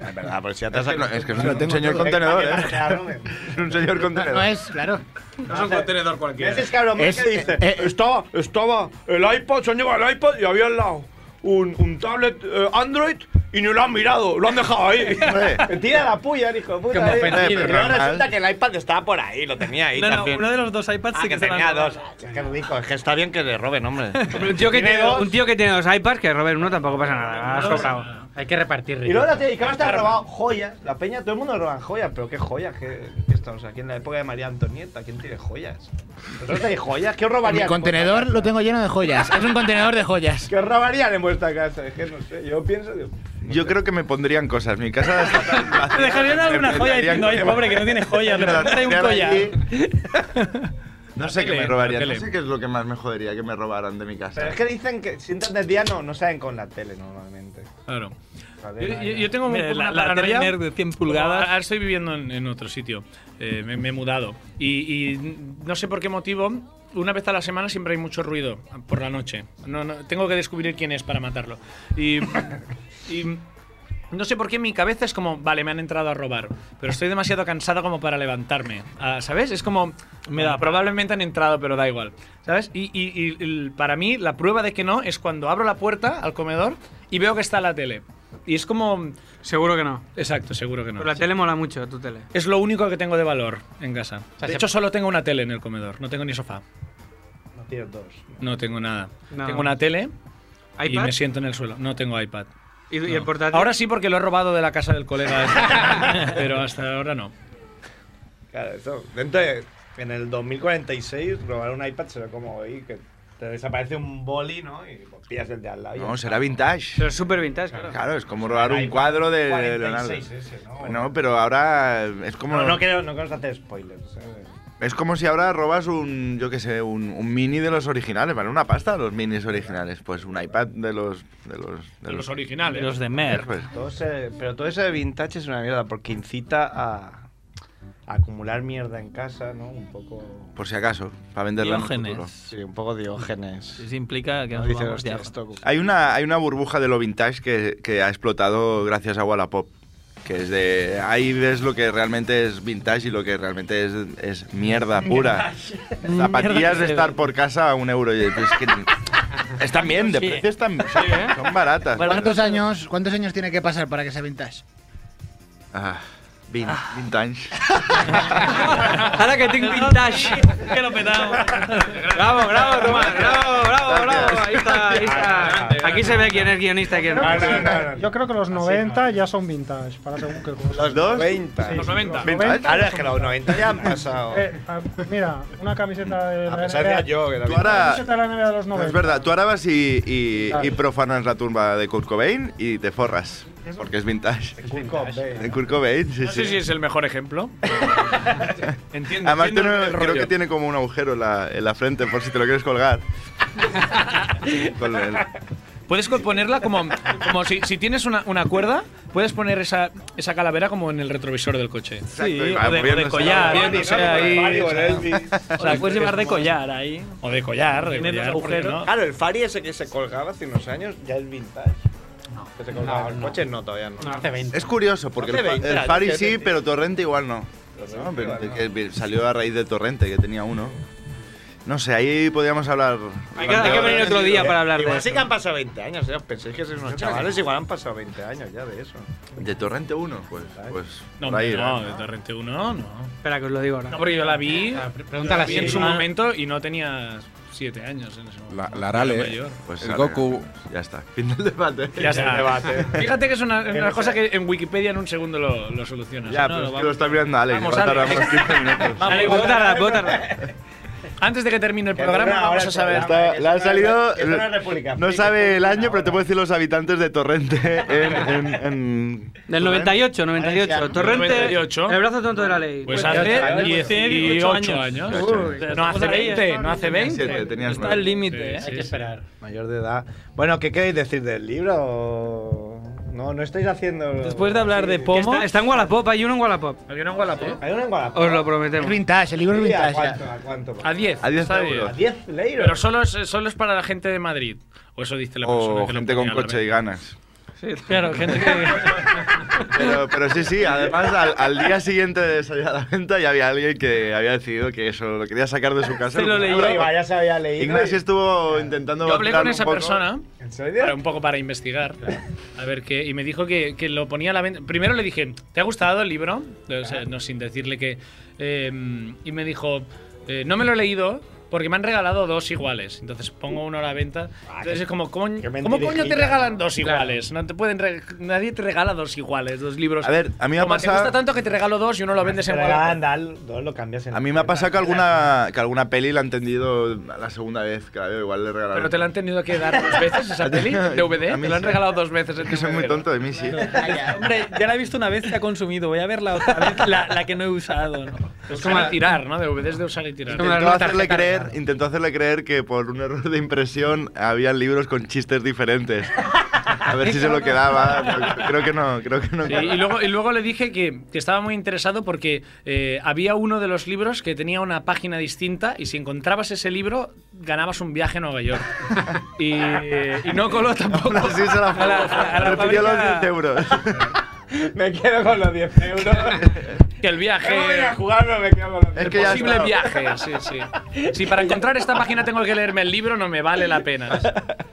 Speaker 1: Es verdad, pues ya te
Speaker 6: es
Speaker 1: has
Speaker 6: que, no- es que es
Speaker 9: Lo
Speaker 6: un,
Speaker 9: tengo
Speaker 6: señor
Speaker 9: todo.
Speaker 6: contenedor, ¿eh? Es un señor contenedor.
Speaker 9: No es, claro.
Speaker 3: No
Speaker 9: Ah,
Speaker 3: es un contenedor cualquiera.
Speaker 1: Ese es cabrón
Speaker 9: Es-
Speaker 1: que dice,
Speaker 9: eh, eh,
Speaker 1: estaba, estaba el iPod, se han llevado el iPod y había al lado un, un tablet eh, Android y ni lo han mirado, lo han dejado ahí. Tira la puya, el hijo de puta. eh.
Speaker 6: ofendido.
Speaker 1: Pero luego resulta que el iPad estaba por ahí, lo tenía ahí
Speaker 11: No, no,
Speaker 1: también.
Speaker 11: uno de los dos iPads
Speaker 1: Ah,
Speaker 11: sí que,
Speaker 1: que
Speaker 11: se lo han
Speaker 1: tenía
Speaker 11: robado.
Speaker 1: dos. Es que rico, es que está bien que le roben, hombre.
Speaker 8: Un tío, que
Speaker 1: Tiene
Speaker 8: tiene,
Speaker 1: dos.
Speaker 8: un tío que tiene dos iPads, que roben uno tampoco pasa nada. has tocado.
Speaker 13: Hay que repartir.
Speaker 1: Y luego la tía, y claro, te han robado joyas. La peña, todo el mundo roban joyas, pero qué joyas que, que estamos aquí en la época de María Antonieta. ¿Quién tiene joyas? ¿Vosotros tenéis joyas? ¿Qué os
Speaker 9: Mi
Speaker 1: robarían?
Speaker 9: contenedor lo tengo lleno de joyas. Es un contenedor de joyas.
Speaker 1: ¿Qué os robarían en vuestra casa? Es que no sé, yo pienso. digo, no
Speaker 6: Yo
Speaker 1: sé.
Speaker 6: creo que me pondrían cosas. Mi casa está tan
Speaker 11: Te
Speaker 6: vacía.
Speaker 11: dejarían alguna
Speaker 6: Me
Speaker 11: joya
Speaker 6: meterían
Speaker 11: diciendo, ay,
Speaker 6: cosas.
Speaker 11: pobre, que no tiene joyas,
Speaker 6: Me
Speaker 11: le
Speaker 6: las
Speaker 11: pondré un
Speaker 6: tirarían
Speaker 11: collar.
Speaker 6: allí. No sé qué
Speaker 1: tele,
Speaker 6: me
Speaker 1: la
Speaker 6: robarían. No
Speaker 1: tele.
Speaker 6: sé qué es lo que más me jodería que me robaran de mi casa.
Speaker 1: Pero es que dicen que si entran de día no, no salen con la tele normalmente.
Speaker 3: Claro.
Speaker 1: Joder,
Speaker 3: Yo,
Speaker 1: vaya.
Speaker 3: yo- yo tengo un
Speaker 1: Mira,
Speaker 3: poco
Speaker 1: la-
Speaker 3: una
Speaker 1: la
Speaker 3: paranoia.
Speaker 1: tele nerd de 100
Speaker 3: Como
Speaker 1: pulgadas.
Speaker 3: Ahora estoy viviendo en, en otro sitio. Eh, me, me he mudado. Y, y no sé por qué motivo. Una vez a la semana siempre hay mucho ruido por la noche. No, no, tengo que descubrir quién es para matarlo. Y, y no sé por qué mi cabeza es como, vale, me han entrado a robar, pero estoy demasiado cansado como para levantarme. Ah, ¿Sabes? Es como, me da, probablemente han entrado, pero da igual. ¿Sabes? Y, y- y el- para mí la prueba de que no es cuando abro la puerta al comedor y veo que está la tele. Y es como...
Speaker 8: Seguro que no.
Speaker 3: Exacto, seguro que no.
Speaker 8: Pero la tele mola mucho, tu tele.
Speaker 3: Es lo único que tengo de valor en casa.
Speaker 8: sea,
Speaker 3: de
Speaker 8: se-
Speaker 3: hecho, solo tengo una tele en el comedor, no tengo ni sofá.
Speaker 1: No tienes dos.
Speaker 3: No tengo nada.
Speaker 1: No.
Speaker 3: Tengo una tele y
Speaker 1: ¿iPad?
Speaker 3: me siento en el suelo. No tengo iPad.
Speaker 8: ¿Y,
Speaker 3: el portátil? Ahora sí porque lo he robado de la casa del colega. este, pero hasta ahora no.
Speaker 1: Claro, eso. Dentro de- en el 2046, robar un iPad será como hoy, que te desaparece un boli, ¿no? Y pues, pillas el de al lado. y ya
Speaker 6: No,
Speaker 1: está.
Speaker 6: será vintage.
Speaker 8: Pero es súper vintage, claro.
Speaker 6: Claro, es como robar un
Speaker 1: iPhone
Speaker 6: cuadro de
Speaker 1: 46
Speaker 6: Leonardo.
Speaker 1: ese, ¿no?
Speaker 6: Bueno, pero ahora es como.
Speaker 1: No, no quiero, no quiero hacer spoilers. ¿eh? o sea,
Speaker 6: Es como si ahora robas un, yo qué sé, un, un mini de los originales, ¿vale? Una pasta de los minis originales. Pues un iPad de los. De los,
Speaker 3: De los originales.
Speaker 1: Los
Speaker 11: de
Speaker 1: Mer.
Speaker 6: Pues,
Speaker 1: todo ese- pero todo ese de vintage es una mierda porque incita a, a acumular mierda en casa, ¿no? Un poco.
Speaker 6: por si acaso, para venderla en el
Speaker 11: Diógenes.
Speaker 6: futuro.
Speaker 1: Sí, un poco diógenes.
Speaker 11: Eso implica que
Speaker 1: No
Speaker 11: nos
Speaker 1: dice,
Speaker 11: vamos
Speaker 1: hostia,
Speaker 11: de
Speaker 1: esto-
Speaker 6: Hay una, hay una burbuja de lo vintage que, que ha explotado gracias a Wallapop. Que es de. Ahí ves lo que realmente es vintage y lo que realmente es, es mierda pura. Zapatillas de estar por casa a un euro. Y, pues, que- están bien, de
Speaker 9: Sí.
Speaker 6: precio están. Son baratas.
Speaker 9: ¿Cuántos años, ¿Cuántos años tiene que pasar para que sea vintage?
Speaker 6: Ah, vin- vintage.
Speaker 8: Ahora que tengo vintage.
Speaker 3: que lo petamos.
Speaker 8: bravo, bravo, Tomás. Bravo, bravo, bravo. Ahí está, ahí está. Aquí se ve quién es guionista y quién no.
Speaker 12: Ah, Yo creo que los 90 ya son vintage, para según qué cosa.
Speaker 1: ¿Los dos? 90.
Speaker 12: Los 90.
Speaker 1: Ahora es que los 90 ya han pasado.
Speaker 12: Eh, a- mira, una camiseta de la
Speaker 1: pesar de
Speaker 12: NBA.
Speaker 1: yo, que
Speaker 6: Tú
Speaker 12: Una
Speaker 6: ahora-
Speaker 12: camiseta de la NBA de los 90.
Speaker 6: Es verdad, tú ahora vas y, y-
Speaker 12: Claro.
Speaker 6: y profanas la tumba de Kurt Cobain y te forras. Porque es vintage. De Kurt Cobain, sí,
Speaker 3: Eh. No sé
Speaker 6: sí.
Speaker 3: si es el mejor ejemplo. entiendo.
Speaker 6: Además,
Speaker 3: entiendo
Speaker 6: tiene-
Speaker 3: el
Speaker 6: creo
Speaker 3: rollo.
Speaker 6: que tiene como un agujero en la, en la frente por si te lo quieres colgar. Con el-
Speaker 3: Puedes co- ponerla como, como si, si tienes una, una cuerda, puedes poner esa, esa calavera como en el retrovisor del coche.
Speaker 6: y
Speaker 3: o, de,
Speaker 6: va
Speaker 3: o de
Speaker 6: moviéndose.
Speaker 3: collar,
Speaker 6: Moviéndose,
Speaker 3: no sé, ahí,
Speaker 1: Mario,
Speaker 3: o sea,
Speaker 1: Elvis.
Speaker 11: O la puedes llevar de collar ahí.
Speaker 3: o de collar, de
Speaker 11: Tiene dos
Speaker 3: collar, ¿por qué
Speaker 11: agujeros.
Speaker 3: no?
Speaker 1: Claro, el Fari ese que se colgaba hace unos años ya es vintage. No. Que se colgaba en coches no, todavía no.
Speaker 6: Es curioso, porque
Speaker 1: Hace
Speaker 6: el, fa-
Speaker 1: 20,
Speaker 6: el Fari
Speaker 1: hace
Speaker 6: sí,
Speaker 1: 20.
Speaker 6: pero Torrente igual no. No, pero que- que salió a raíz de Torrente, que tenía uno. No sé, ahí podríamos hablar.
Speaker 1: Hay
Speaker 6: durante horas.
Speaker 1: igual sí que han pasado 20 años, ¿eh? Os pensáis que sois unos chavales, igual han pasado 20 años ya de eso. ¿eh?
Speaker 6: ¿De Torrente 1? Pues, pues
Speaker 3: No,
Speaker 6: por ahí,
Speaker 3: no,
Speaker 6: ¿no?
Speaker 3: de Torrente 1 no.
Speaker 8: Espera, que os lo digo ahora.
Speaker 3: No, porque yo la vi,
Speaker 6: Ah,
Speaker 8: Ah, pregunta
Speaker 3: yo
Speaker 8: a
Speaker 3: la
Speaker 8: la
Speaker 3: vi en
Speaker 8: Siri.
Speaker 3: su momento y no tenía 7 años en ese momento.
Speaker 7: La, la
Speaker 3: Era
Speaker 7: Arale, eh.
Speaker 3: mayor.
Speaker 6: Pues
Speaker 7: el
Speaker 6: sale.
Speaker 7: Goku.
Speaker 6: Ya está. Fin del debate.
Speaker 3: Ya está. Fíjate que es una,
Speaker 6: Que
Speaker 3: una
Speaker 6: no sé.
Speaker 3: cosa que en Wikipedia en un segundo lo, lo solucionas.
Speaker 6: Ya,
Speaker 3: No,
Speaker 6: pero es
Speaker 3: vamos.
Speaker 6: que lo está mirando Alex.
Speaker 3: Vamos,
Speaker 6: va a tardar
Speaker 3: Alex.
Speaker 6: unos 15 minutos.
Speaker 3: Vale,
Speaker 8: Vamos,
Speaker 3: voy a tardar,
Speaker 8: voy a
Speaker 3: Antes de que termine el
Speaker 1: Que
Speaker 3: programa,
Speaker 1: dura
Speaker 3: vamos
Speaker 1: ahora
Speaker 3: a saber.
Speaker 1: el
Speaker 6: Está- le ha salido.
Speaker 1: que es una república.
Speaker 6: No sabe el año, pero te puedo decir los habitantes de Torrente en. en, en-
Speaker 8: Del 98, 98. Torrente.
Speaker 3: 98.
Speaker 8: El brazo tonto de la ley.
Speaker 3: Pues hace 18 años.
Speaker 8: Uy,
Speaker 3: No
Speaker 8: estamos
Speaker 3: hace
Speaker 8: Pues ahí,
Speaker 3: 20,
Speaker 8: estamos
Speaker 3: no hace
Speaker 8: ahí.
Speaker 3: 20.
Speaker 6: tenías
Speaker 8: Está
Speaker 6: nueve.
Speaker 8: el límite, ¿eh?
Speaker 3: Sí,
Speaker 8: hay que
Speaker 3: sí.
Speaker 8: esperar.
Speaker 1: Mayor de edad. Bueno, ¿qué queréis decir del libro? No, no estáis haciendo.
Speaker 8: Después de hablar de pomo. Está, está en Wallapop, hay uno en Wallapop.
Speaker 3: Había una en Wallapop.
Speaker 1: Hay una en Wallapop.
Speaker 8: Os lo prometemos.
Speaker 9: Vintage, el libro es
Speaker 1: Sí, ¿A
Speaker 9: vintage.
Speaker 1: cuánto?
Speaker 9: ya.
Speaker 1: ¿A cuánto?
Speaker 3: Oh. A 10.
Speaker 6: A 10
Speaker 3: está
Speaker 6: euros.
Speaker 3: bien.
Speaker 6: A
Speaker 1: 10 leiros.
Speaker 3: Pero solo es, solo es para la gente de Madrid. O eso dice la persona.
Speaker 6: O
Speaker 3: que lo
Speaker 6: gente con
Speaker 3: ponía a la
Speaker 6: coche y
Speaker 3: venta.
Speaker 6: ganas.
Speaker 8: Sí, claro, gente que.
Speaker 6: Pero, pero sí, sí, además al, al día siguiente de salir a la venta ya había alguien que había decidido que eso lo quería sacar de su casa.
Speaker 8: Se lo leyó.
Speaker 1: Iba, ya se había leído.
Speaker 6: Ignacio estuvo intentando.
Speaker 3: Yo hablé
Speaker 6: bajar
Speaker 3: con
Speaker 6: un
Speaker 3: esa
Speaker 6: poco.
Speaker 3: persona
Speaker 1: ¿En serio?
Speaker 3: para- un poco para investigar. A ver qué. Y me dijo que, que lo ponía a la venta. Primero le dije, ¿te ha gustado el em, libro? O sea, no sin decirle que. eh, y me dijo, eh, no me lo he leído. Porque me han regalado dos iguales. Entonces pongo uno a la venta. Entonces es como, coño- ¿cómo coño te
Speaker 11: mentirijilla.
Speaker 3: regalan dos iguales? No te pueden re- nadie te regala dos iguales, dos libros.
Speaker 6: A ver, a mí me ha
Speaker 3: Toma, Te
Speaker 6: pasado-
Speaker 3: gusta tanto que te regalo dos y uno lo vendes en
Speaker 6: Te
Speaker 3: Wallapop.
Speaker 6: regalan
Speaker 1: dos, lo cambias en
Speaker 6: A mí me ha pasado que alguna, que alguna peli la he entendido la segunda vez, que la veo, igual le regalaron.
Speaker 3: Pero te la han tenido que dar dos veces esa peli DVD.
Speaker 6: A mí
Speaker 3: Te la han
Speaker 6: sí.
Speaker 3: regalado dos veces.
Speaker 6: Es que soy muy tonto de mí, sí.
Speaker 11: Hombre, ya la he visto una vez y se ha consumido. Voy a ver la otra vez, la, la que no he usado. ¿no?
Speaker 3: Es como tirar, ¿no? DVDs de usar y tirar.
Speaker 6: Intentó hacerle, creer, intentó hacerle creer que por un error de impresión había libros con chistes diferentes. A ver si se lo quedaba. pero Creo que no, creo que no.
Speaker 3: Sí, y, luego, y luego le dije que, que estaba muy interesado porque eh, había uno de los libros que tenía una página distinta y si encontrabas ese libro ganabas un viaje a Nueva York. Y, y no coló tampoco.
Speaker 6: Así se la
Speaker 3: A la- a la
Speaker 6: Repitió los
Speaker 3: fábrica.
Speaker 6: 10 euros.
Speaker 1: Me quedo con los 10 euros.
Speaker 3: Que el viaje.
Speaker 1: No voy a jugar, pero me quedo con los 10
Speaker 3: el posible viaje, sí, sí. Si para encontrar esta página tengo que leerme el libro, no me vale la pena.
Speaker 6: A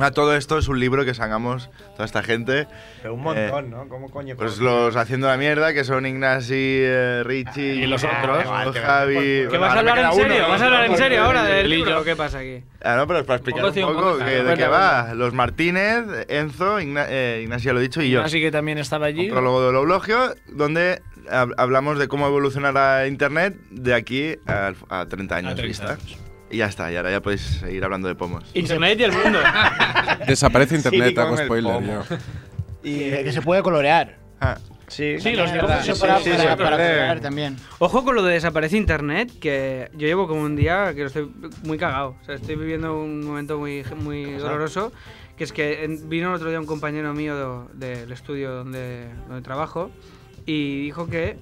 Speaker 6: Ah, todo esto es un libro que sacamos toda esta gente.
Speaker 1: Pero un
Speaker 6: Eh,
Speaker 1: montón, ¿no? ¿Cómo coño?
Speaker 6: Pues los haciendo la mierda, que son Ignasi, eh, Richie pues,
Speaker 1: Y los otros.
Speaker 6: Javi.
Speaker 8: ¿Que vas a hablar en serio? ¿Vas a hablar en serio ahora del libro? ¿Qué pasa aquí?
Speaker 6: Ah, no, pero es para explicar
Speaker 8: Poco
Speaker 6: un
Speaker 8: tío,
Speaker 6: poco
Speaker 8: poco
Speaker 6: que-
Speaker 8: tío.
Speaker 6: de
Speaker 8: Bueno,
Speaker 6: qué
Speaker 8: bueno.
Speaker 6: va. Los Martínez, Enzo, Igna- eh, Ignacio lo he dicho, y yo.
Speaker 3: Así que también estaba allí.
Speaker 6: prólogo del Oblogio, donde hab- hablamos de cómo evolucionará Internet de aquí al- a, 30 años. vista. Y ya está, y ahora ya podéis seguir hablando de pomos.
Speaker 8: Internet y el mundo.
Speaker 7: Desaparece internet,
Speaker 6: Sí, con
Speaker 7: hago
Speaker 6: el
Speaker 7: spoiler
Speaker 6: pomo.
Speaker 7: yo. Ah.
Speaker 1: Y
Speaker 9: eh, que se puede colorear.
Speaker 1: Sí,
Speaker 9: Sí, los dibujos se
Speaker 1: para-
Speaker 9: sí, para- sí, para puede. colorear también.
Speaker 8: Ojo con lo de desaparece internet, que yo llevo como un día que lo estoy muy cagado. O sea, estoy viviendo un momento muy, muy
Speaker 13: pasa?
Speaker 8: doloroso. Que es que en- vino el otro día un compañero mío do- del estudio donde, donde trabajo y dijo que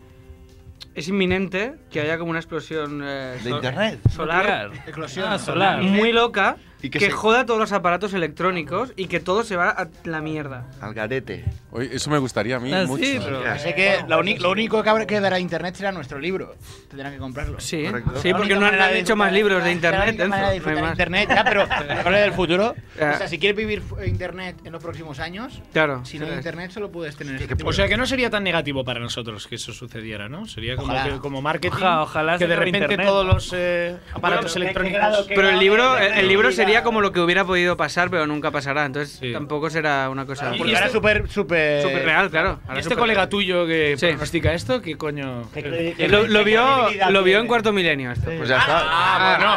Speaker 8: es inminente que haya como una explosión eh,
Speaker 6: ¿De internet?
Speaker 8: solar,
Speaker 6: Nuclear.
Speaker 9: Eclosión. Ah, solar.
Speaker 8: muy loca
Speaker 6: Y que
Speaker 8: que,
Speaker 6: se-
Speaker 8: joda todos los aparatos electrónicos y que todo se va a la mierda.
Speaker 6: Al garete.
Speaker 7: Oye, eso me gustaría a mí mucho. ¿eh?
Speaker 9: Así que lo, uni- lo único que habrá que dará internet será nuestro libro. Tendrán que comprarlo.
Speaker 8: Sí,
Speaker 9: Correcto.
Speaker 8: sí, porque
Speaker 9: La única
Speaker 8: no han
Speaker 9: manera de
Speaker 8: hecho
Speaker 9: disfrutar-
Speaker 8: más libros de
Speaker 9: la única
Speaker 8: internet. Enzo,
Speaker 9: manera de
Speaker 8: no hay
Speaker 9: disfrutar
Speaker 8: más.
Speaker 9: internet, ya, Ah, pero habla del futuro.
Speaker 8: Ya.
Speaker 9: O sea, si quieres vivir eh, internet en los próximos años,
Speaker 8: Claro.
Speaker 9: si no hay internet solo puedes tener ese tipo
Speaker 3: O
Speaker 9: de-
Speaker 3: sea que no sería tan negativo para nosotros que eso sucediera, ¿no? Sería como,
Speaker 9: Ojalá.
Speaker 3: que- como marketing.
Speaker 9: Ojalá, ojalá
Speaker 3: que de
Speaker 9: sea por
Speaker 3: repente
Speaker 9: internet.
Speaker 3: todos los eh, aparatos
Speaker 9: Bueno, pero ¿qué- qué
Speaker 3: electrónicos.
Speaker 9: grado- qué
Speaker 8: Pero el libro, el, el libro sería como lo que hubiera podido pasar, pero nunca pasará. Entonces tampoco será una cosa.
Speaker 9: Porque
Speaker 14: este
Speaker 9: ahora es súper,
Speaker 14: Eh,
Speaker 9: súper.
Speaker 8: súper real, claro.
Speaker 3: ¿Y
Speaker 8: Ahora
Speaker 3: este
Speaker 8: súper
Speaker 3: colega
Speaker 8: real.
Speaker 3: tuyo que pronostica esto? ¿Qué coño?
Speaker 8: Eh, Lo, lo vio, lo vio en cuarto milenio. Esto.
Speaker 6: Pues ya está.
Speaker 8: Ah,
Speaker 6: bueno,
Speaker 8: ah,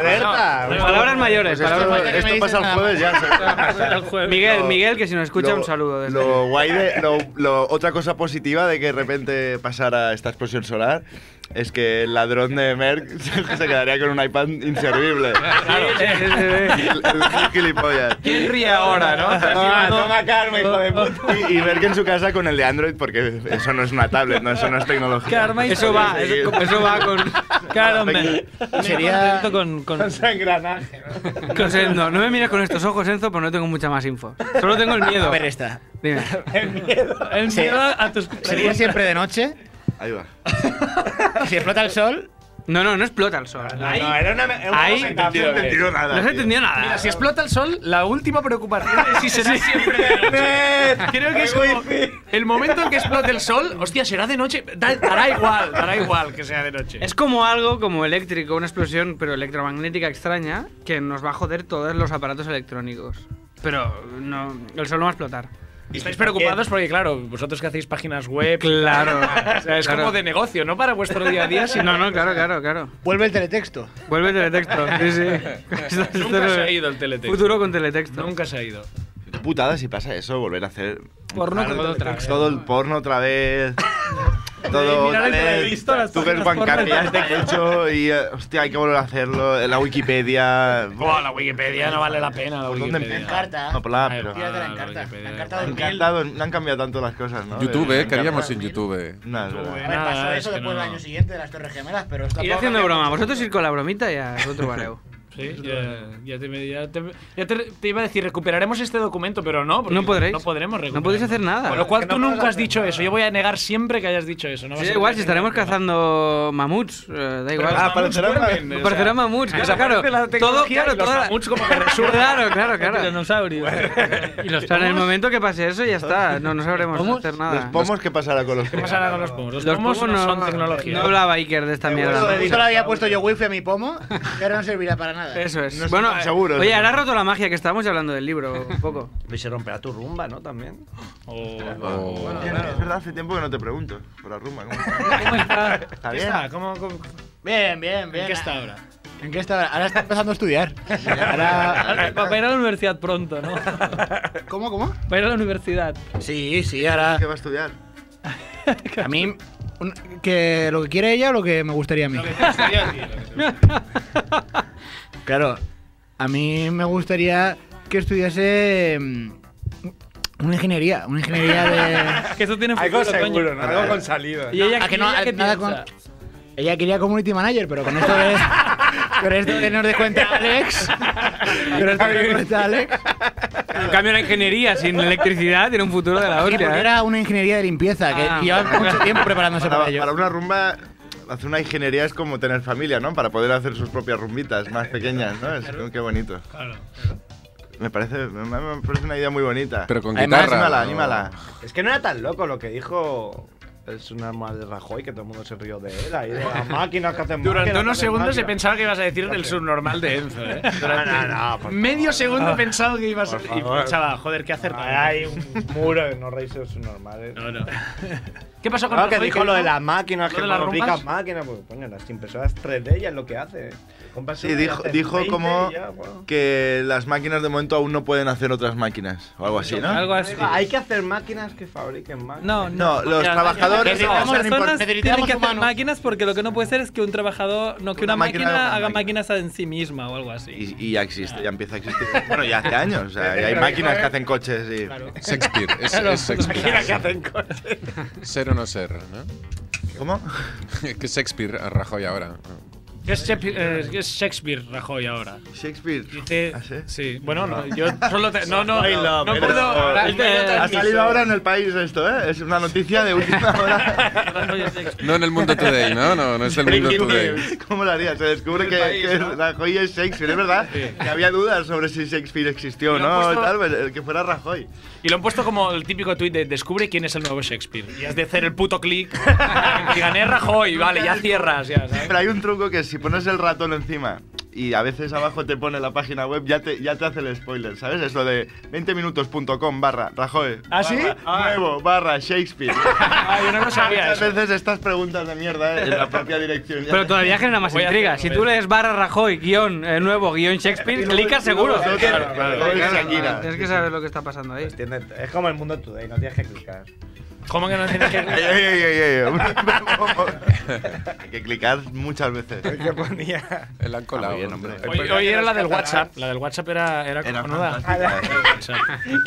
Speaker 6: alerta.
Speaker 8: Palabras mayores.
Speaker 6: Pues esto-
Speaker 8: palabras mayores.
Speaker 6: esto pasa el jueves ya,
Speaker 8: Miguel,
Speaker 6: Lo-
Speaker 8: Miguel, que si nos escucha,
Speaker 6: lo-
Speaker 8: un saludo. desde-
Speaker 6: Lo guay de. Lo, lo- otra cosa positiva de que de repente pasara esta explosión solar es que el ladrón de Merck se quedaría con un iPad inservible. El, el gilipollas.
Speaker 3: ¿Quién ríe ahora, no?
Speaker 1: Toma, toma calma, hijo de puta.
Speaker 6: Y, y Merck en su casa con el de Android, porque eso no es una tablet, no, eso no es tecnología.
Speaker 11: Eso va, eso, eso va con. Claro, hombre.
Speaker 9: Sería-
Speaker 11: Con, con,
Speaker 1: Con su engranaje.
Speaker 8: Con Enzo, no me mires con estos ojos, Enzo, porque no tengo mucha más info. Solo tengo el miedo.
Speaker 9: A ver esta.
Speaker 8: Dime.
Speaker 11: El
Speaker 9: Sí.
Speaker 11: miedo a tus.
Speaker 9: Sería siempre de noche.
Speaker 6: Ahí va.
Speaker 9: Si explota el sol.
Speaker 8: No, no, no explota el sol. Ahí-
Speaker 1: No, era una. era una
Speaker 8: Ahí.
Speaker 1: presentación
Speaker 6: No he
Speaker 1: de-
Speaker 6: entendido nada.
Speaker 8: No se
Speaker 6: tío.
Speaker 8: entendió nada.
Speaker 3: Mira, si explota el sol, la última preocupación es si será siempre de noche. Creo que es como el momento en que explote el sol, hostia, será de noche. Da- dará igual, dará igual que sea de noche.
Speaker 8: Es como algo como eléctrico, una explosión pero electromagnética extraña que nos va a joder todos los aparatos electrónicos. Pero no, el sol no va a explotar.
Speaker 3: Estáis preocupados porque, claro, vosotros que hacéis páginas web.
Speaker 8: Claro.
Speaker 3: O sea, es
Speaker 8: Claro.
Speaker 3: como de negocio, no para vuestro día a día, sino.
Speaker 8: No, no, claro, claro, claro.
Speaker 9: Vuelve el teletexto.
Speaker 8: Vuelve el teletexto. Sí, sí. Esto- esto
Speaker 3: Nunca
Speaker 8: no-
Speaker 3: se ha ido el teletexto.
Speaker 8: Futuro con teletexto.
Speaker 3: Nunca se ha ido.
Speaker 6: Qué putada si pasa eso, volver a hacer.
Speaker 8: Porno
Speaker 6: Claro,
Speaker 8: con otra vez.
Speaker 6: Todo el porno otra vez. Todo
Speaker 11: Mirar
Speaker 6: otra
Speaker 11: el
Speaker 6: vez.
Speaker 11: televisto, las
Speaker 6: Tú ves
Speaker 11: páginas
Speaker 6: Juan
Speaker 11: porno
Speaker 6: Capia,
Speaker 11: y
Speaker 6: este que he hecho y. eh, Hostia, hay que volver a hacerlo. La Wikipedia.
Speaker 3: Buah, la Wikipedia no vale la pena. La
Speaker 6: ¿Por dónde
Speaker 3: Wikipedia.
Speaker 6: empieza?
Speaker 9: Carta.
Speaker 6: No, por la app,
Speaker 3: Ahí
Speaker 6: pero-
Speaker 3: va,
Speaker 9: Tírate la
Speaker 3: la
Speaker 9: encarta.
Speaker 3: Wikipedia.
Speaker 9: La encarta del
Speaker 6: Me
Speaker 9: miel.
Speaker 6: han dado- me han cambiado tanto las cosas, ¿no?
Speaker 7: YouTube, ¿eh? ¿Qué haríamos
Speaker 6: haríamos
Speaker 7: sin YouTube? ¿eh?
Speaker 6: No, es
Speaker 9: A
Speaker 7: Pues
Speaker 6: verdad.
Speaker 9: ver, pasó
Speaker 3: Nada, es
Speaker 9: eso
Speaker 3: que
Speaker 9: después del
Speaker 3: no.
Speaker 9: año siguiente de las Torres Gemelas, pero esto
Speaker 8: Ir
Speaker 9: tampoco
Speaker 8: haciendo
Speaker 9: cambia
Speaker 8: broma.
Speaker 9: mucho.
Speaker 8: Vosotros ir con la bromita y a otro bareo.
Speaker 3: Sí, ya, ya te, ya te- ya te- te iba a decir, recuperaremos este documento, pero no. porque
Speaker 8: No podréis.
Speaker 3: No podremos recuperarlo.
Speaker 8: No podéis hacer nada.
Speaker 3: Con lo cual
Speaker 8: Es que no
Speaker 3: tú
Speaker 8: podemos
Speaker 3: nunca has
Speaker 8: hacer
Speaker 3: dicho eso. Yo voy a negar siempre que hayas dicho eso. No va a
Speaker 8: Sí, da
Speaker 3: ser
Speaker 8: igual,
Speaker 3: que
Speaker 8: si
Speaker 3: tenga
Speaker 8: estaremos cazando mamuts, eh, da igual.
Speaker 3: los Ah, mamuts aparecerán duermen, mamuts. o sea,
Speaker 8: Aparecerán mamuts,
Speaker 3: desaparece
Speaker 8: claro.
Speaker 3: la
Speaker 8: Todo,
Speaker 3: tecnología
Speaker 8: claro,
Speaker 3: y los
Speaker 8: toda la-
Speaker 3: mamuts como que resurgen.
Speaker 8: Claro, claro, claro.
Speaker 3: Los
Speaker 11: dinosaurios.
Speaker 8: O sea, en el momento que pase eso ya está, no, no sabremos hacer nada.
Speaker 6: ¿Los pomos qué pasará con los
Speaker 3: ¿Qué pasará con los pomos? Los,
Speaker 8: Los
Speaker 3: pomos,
Speaker 8: pomos
Speaker 3: no
Speaker 8: no-
Speaker 3: son tecnología.
Speaker 8: No hablaba Iker de esta mierda.
Speaker 9: Yo le había puesto yo wifi a mi pomo y ahora no servirá para nada.
Speaker 8: Eso es.
Speaker 9: No estoy
Speaker 8: bueno,
Speaker 9: tan
Speaker 8: eh,
Speaker 9: seguro.
Speaker 8: oye, ahora ha roto la magia que estábamos ya hablando del libro un poco.
Speaker 14: Y Pues se romperá tu rumba, ¿no? También.
Speaker 1: Oh,
Speaker 14: Oh,
Speaker 6: Bueno, Es verdad, hace tiempo que no te pregunto. Por la rumba, ¿cómo está? ¿Está bien?
Speaker 3: ¿Cómo, cómo?
Speaker 9: Bien, bien, bien.
Speaker 3: ¿En qué está ahora?
Speaker 9: ¿En qué está ahora? Ahora está empezando a estudiar.
Speaker 11: Ahora- Para ir a la universidad pronto, ¿no?
Speaker 9: ¿Cómo, cómo?
Speaker 11: Para ir a la universidad.
Speaker 9: Sí, sí, ahora.
Speaker 6: ¿Qué va a estudiar?
Speaker 9: A mí, un- que lo que quiere ella o lo que me gustaría a mí. Claro, a mí me gustaría que estudiase mm, una ingeniería, una ingeniería de...
Speaker 11: que eso tiene
Speaker 1: Algo
Speaker 11: futuro, coño.
Speaker 1: seguro, ¿no? Algo con salida.
Speaker 11: Y ella,
Speaker 9: Ah, que no,
Speaker 11: y ella
Speaker 9: eh,
Speaker 11: qué
Speaker 9: nada
Speaker 11: piensa?
Speaker 9: Ella quería community manager, pero con esto de, con esto de nos descuenta Alex, con esto que nos descuenta Alex,
Speaker 8: En cambio, la ingeniería sin electricidad tiene un futuro de la
Speaker 9: que porque
Speaker 8: hostia. ¿eh?
Speaker 9: era una ingeniería de limpieza, que
Speaker 8: Ah.
Speaker 9: lleva mucho tiempo preparándose para,
Speaker 6: Para,
Speaker 9: ello.
Speaker 6: para una rumba, hacer una ingeniería es como tener familia, ¿no? Para poder hacer sus propias rumbitas más pequeñas, ¿no? Es, Qué bonito.
Speaker 3: Claro.
Speaker 6: Me parece, me, me parece una idea muy bonita.
Speaker 7: Pero con
Speaker 6: Además,
Speaker 7: guitarra,
Speaker 6: Anímala,
Speaker 7: ¿no?
Speaker 6: anímala.
Speaker 1: Es que no era tan loco lo que dijo. Es un arma de Rajoy que todo el mundo se rió de él. Ahí de las máquinas que hacen
Speaker 3: Durante
Speaker 1: máquinas,
Speaker 3: unos
Speaker 1: que hacen
Speaker 3: segundos se
Speaker 1: máquinas.
Speaker 3: pensaba que ibas a decir del subnormal de Enzo, ¿eh? Durante
Speaker 1: No, no, no, por
Speaker 3: medio
Speaker 1: favor. Ah.
Speaker 3: segundo he pensado que ibas a...
Speaker 1: Por
Speaker 3: Y
Speaker 1: favor.
Speaker 3: pensaba, joder, ¿qué hacer?
Speaker 1: Hay un muro de no reírse de sus normales.
Speaker 3: No, no. ¿Qué pasó con
Speaker 1: Claro, Ah, que
Speaker 3: Rajoy,
Speaker 1: dijo
Speaker 3: que
Speaker 1: lo
Speaker 3: no?
Speaker 1: de las máquinas,
Speaker 3: ¿Lo
Speaker 1: que
Speaker 3: de las
Speaker 1: fabrica
Speaker 3: rumbas?
Speaker 1: máquinas. Pues coño, las impresoras 3D ya es lo que hace. Compras
Speaker 6: Sí,
Speaker 1: una y
Speaker 6: dijo,
Speaker 1: haces
Speaker 6: dijo
Speaker 1: 20
Speaker 6: como
Speaker 1: y ya, bueno.
Speaker 6: que las máquinas de momento aún no pueden hacer otras máquinas, o algo así, ¿no?
Speaker 1: Hay que hacer máquinas que fabriquen máquinas.
Speaker 11: No,
Speaker 6: No, los trabajadores
Speaker 11: no,
Speaker 6: no
Speaker 11: las
Speaker 6: son
Speaker 11: personas
Speaker 6: importantes.
Speaker 11: tienen que hacer máquinas porque lo que no puede ser es que un trabajador, no, que
Speaker 6: Una
Speaker 11: una,
Speaker 6: máquina
Speaker 11: máquina,
Speaker 6: haga una
Speaker 11: haga
Speaker 6: máquina.
Speaker 11: máquinas en sí misma o algo así.
Speaker 6: Y, y ya existe, ya empieza a existir. Bueno, ya hace años, o sea, ya hay máquinas que hacen coches y...
Speaker 7: Shakespeare, es,
Speaker 6: Claro,
Speaker 7: es Shakespeare.
Speaker 6: máquinas que hacen
Speaker 7: Ser o no ser, ¿no?
Speaker 6: ¿Cómo?
Speaker 7: que Shakespeare a Rajoy ahora.
Speaker 3: ¿Qué es, Shakespeare- eh, qué es Shakespeare Rajoy ahora?
Speaker 6: Shakespeare. Ah.
Speaker 3: Dice, sí. Bueno, no, yo solo te, no, no,
Speaker 6: Ay,
Speaker 3: no,
Speaker 6: la
Speaker 3: no
Speaker 6: verdad.
Speaker 3: puedo.
Speaker 6: este Ha salido ahora en el país esto, ¿eh? Es una noticia de última hora.
Speaker 7: No en el mundo today, ¿no? No, no es el mundo
Speaker 6: Breaking
Speaker 7: today.
Speaker 6: news. ¿Cómo lo haría? Se descubre que,
Speaker 7: país,
Speaker 6: que
Speaker 7: ¿no?
Speaker 6: Rajoy es Shakespeare, es verdad. Que había dudas sobre si Shakespeare existió o
Speaker 3: Lo han
Speaker 6: no,
Speaker 3: puesto-
Speaker 6: tal, pues, el que fuera Rajoy.
Speaker 3: Y lo han puesto como el típico tuit de descubre quién es el nuevo Shakespeare. Y has de hacer el puto clic. Y gané Rajoy, vale, ya cierras. Ya, ¿sabes?
Speaker 6: Pero hay un truco que si pones el ratón encima y a veces abajo te pone la página web, ya te, ya te hace el spoiler, ¿sabes? Es lo de 20minutos.com barra Rajoy.
Speaker 3: ¿Ah, sí?
Speaker 6: barra Nuevo barra Shakespeare.
Speaker 3: Ah, yo no lo sabía
Speaker 6: Muchas
Speaker 3: eso.
Speaker 6: veces estas preguntas de mierda ¿eh? en la propia dirección. ya
Speaker 8: Pero
Speaker 6: te-
Speaker 8: todavía genera más
Speaker 6: Voy a
Speaker 8: intriga.
Speaker 6: hacerlo,
Speaker 8: Si tú
Speaker 6: ¿ves?
Speaker 8: lees barra Rajoy, guión, eh, nuevo, guión Shakespeare, clicas seguro.
Speaker 6: Claro, claro, claro.
Speaker 8: Tienes que saber lo que está pasando
Speaker 1: Pues
Speaker 8: ahí. Es como el mundo today, no tienes que clicar.
Speaker 3: ¿Cómo que no tienes que
Speaker 6: Ey, ey, ey, ey, ey. Hay que clicar muchas veces.
Speaker 1: ¿Qué ponía?
Speaker 7: El han
Speaker 6: colado. bien, hombre.
Speaker 3: Hoy, hoy era la del WhatsApp. La del WhatsApp era, era, cojonuda.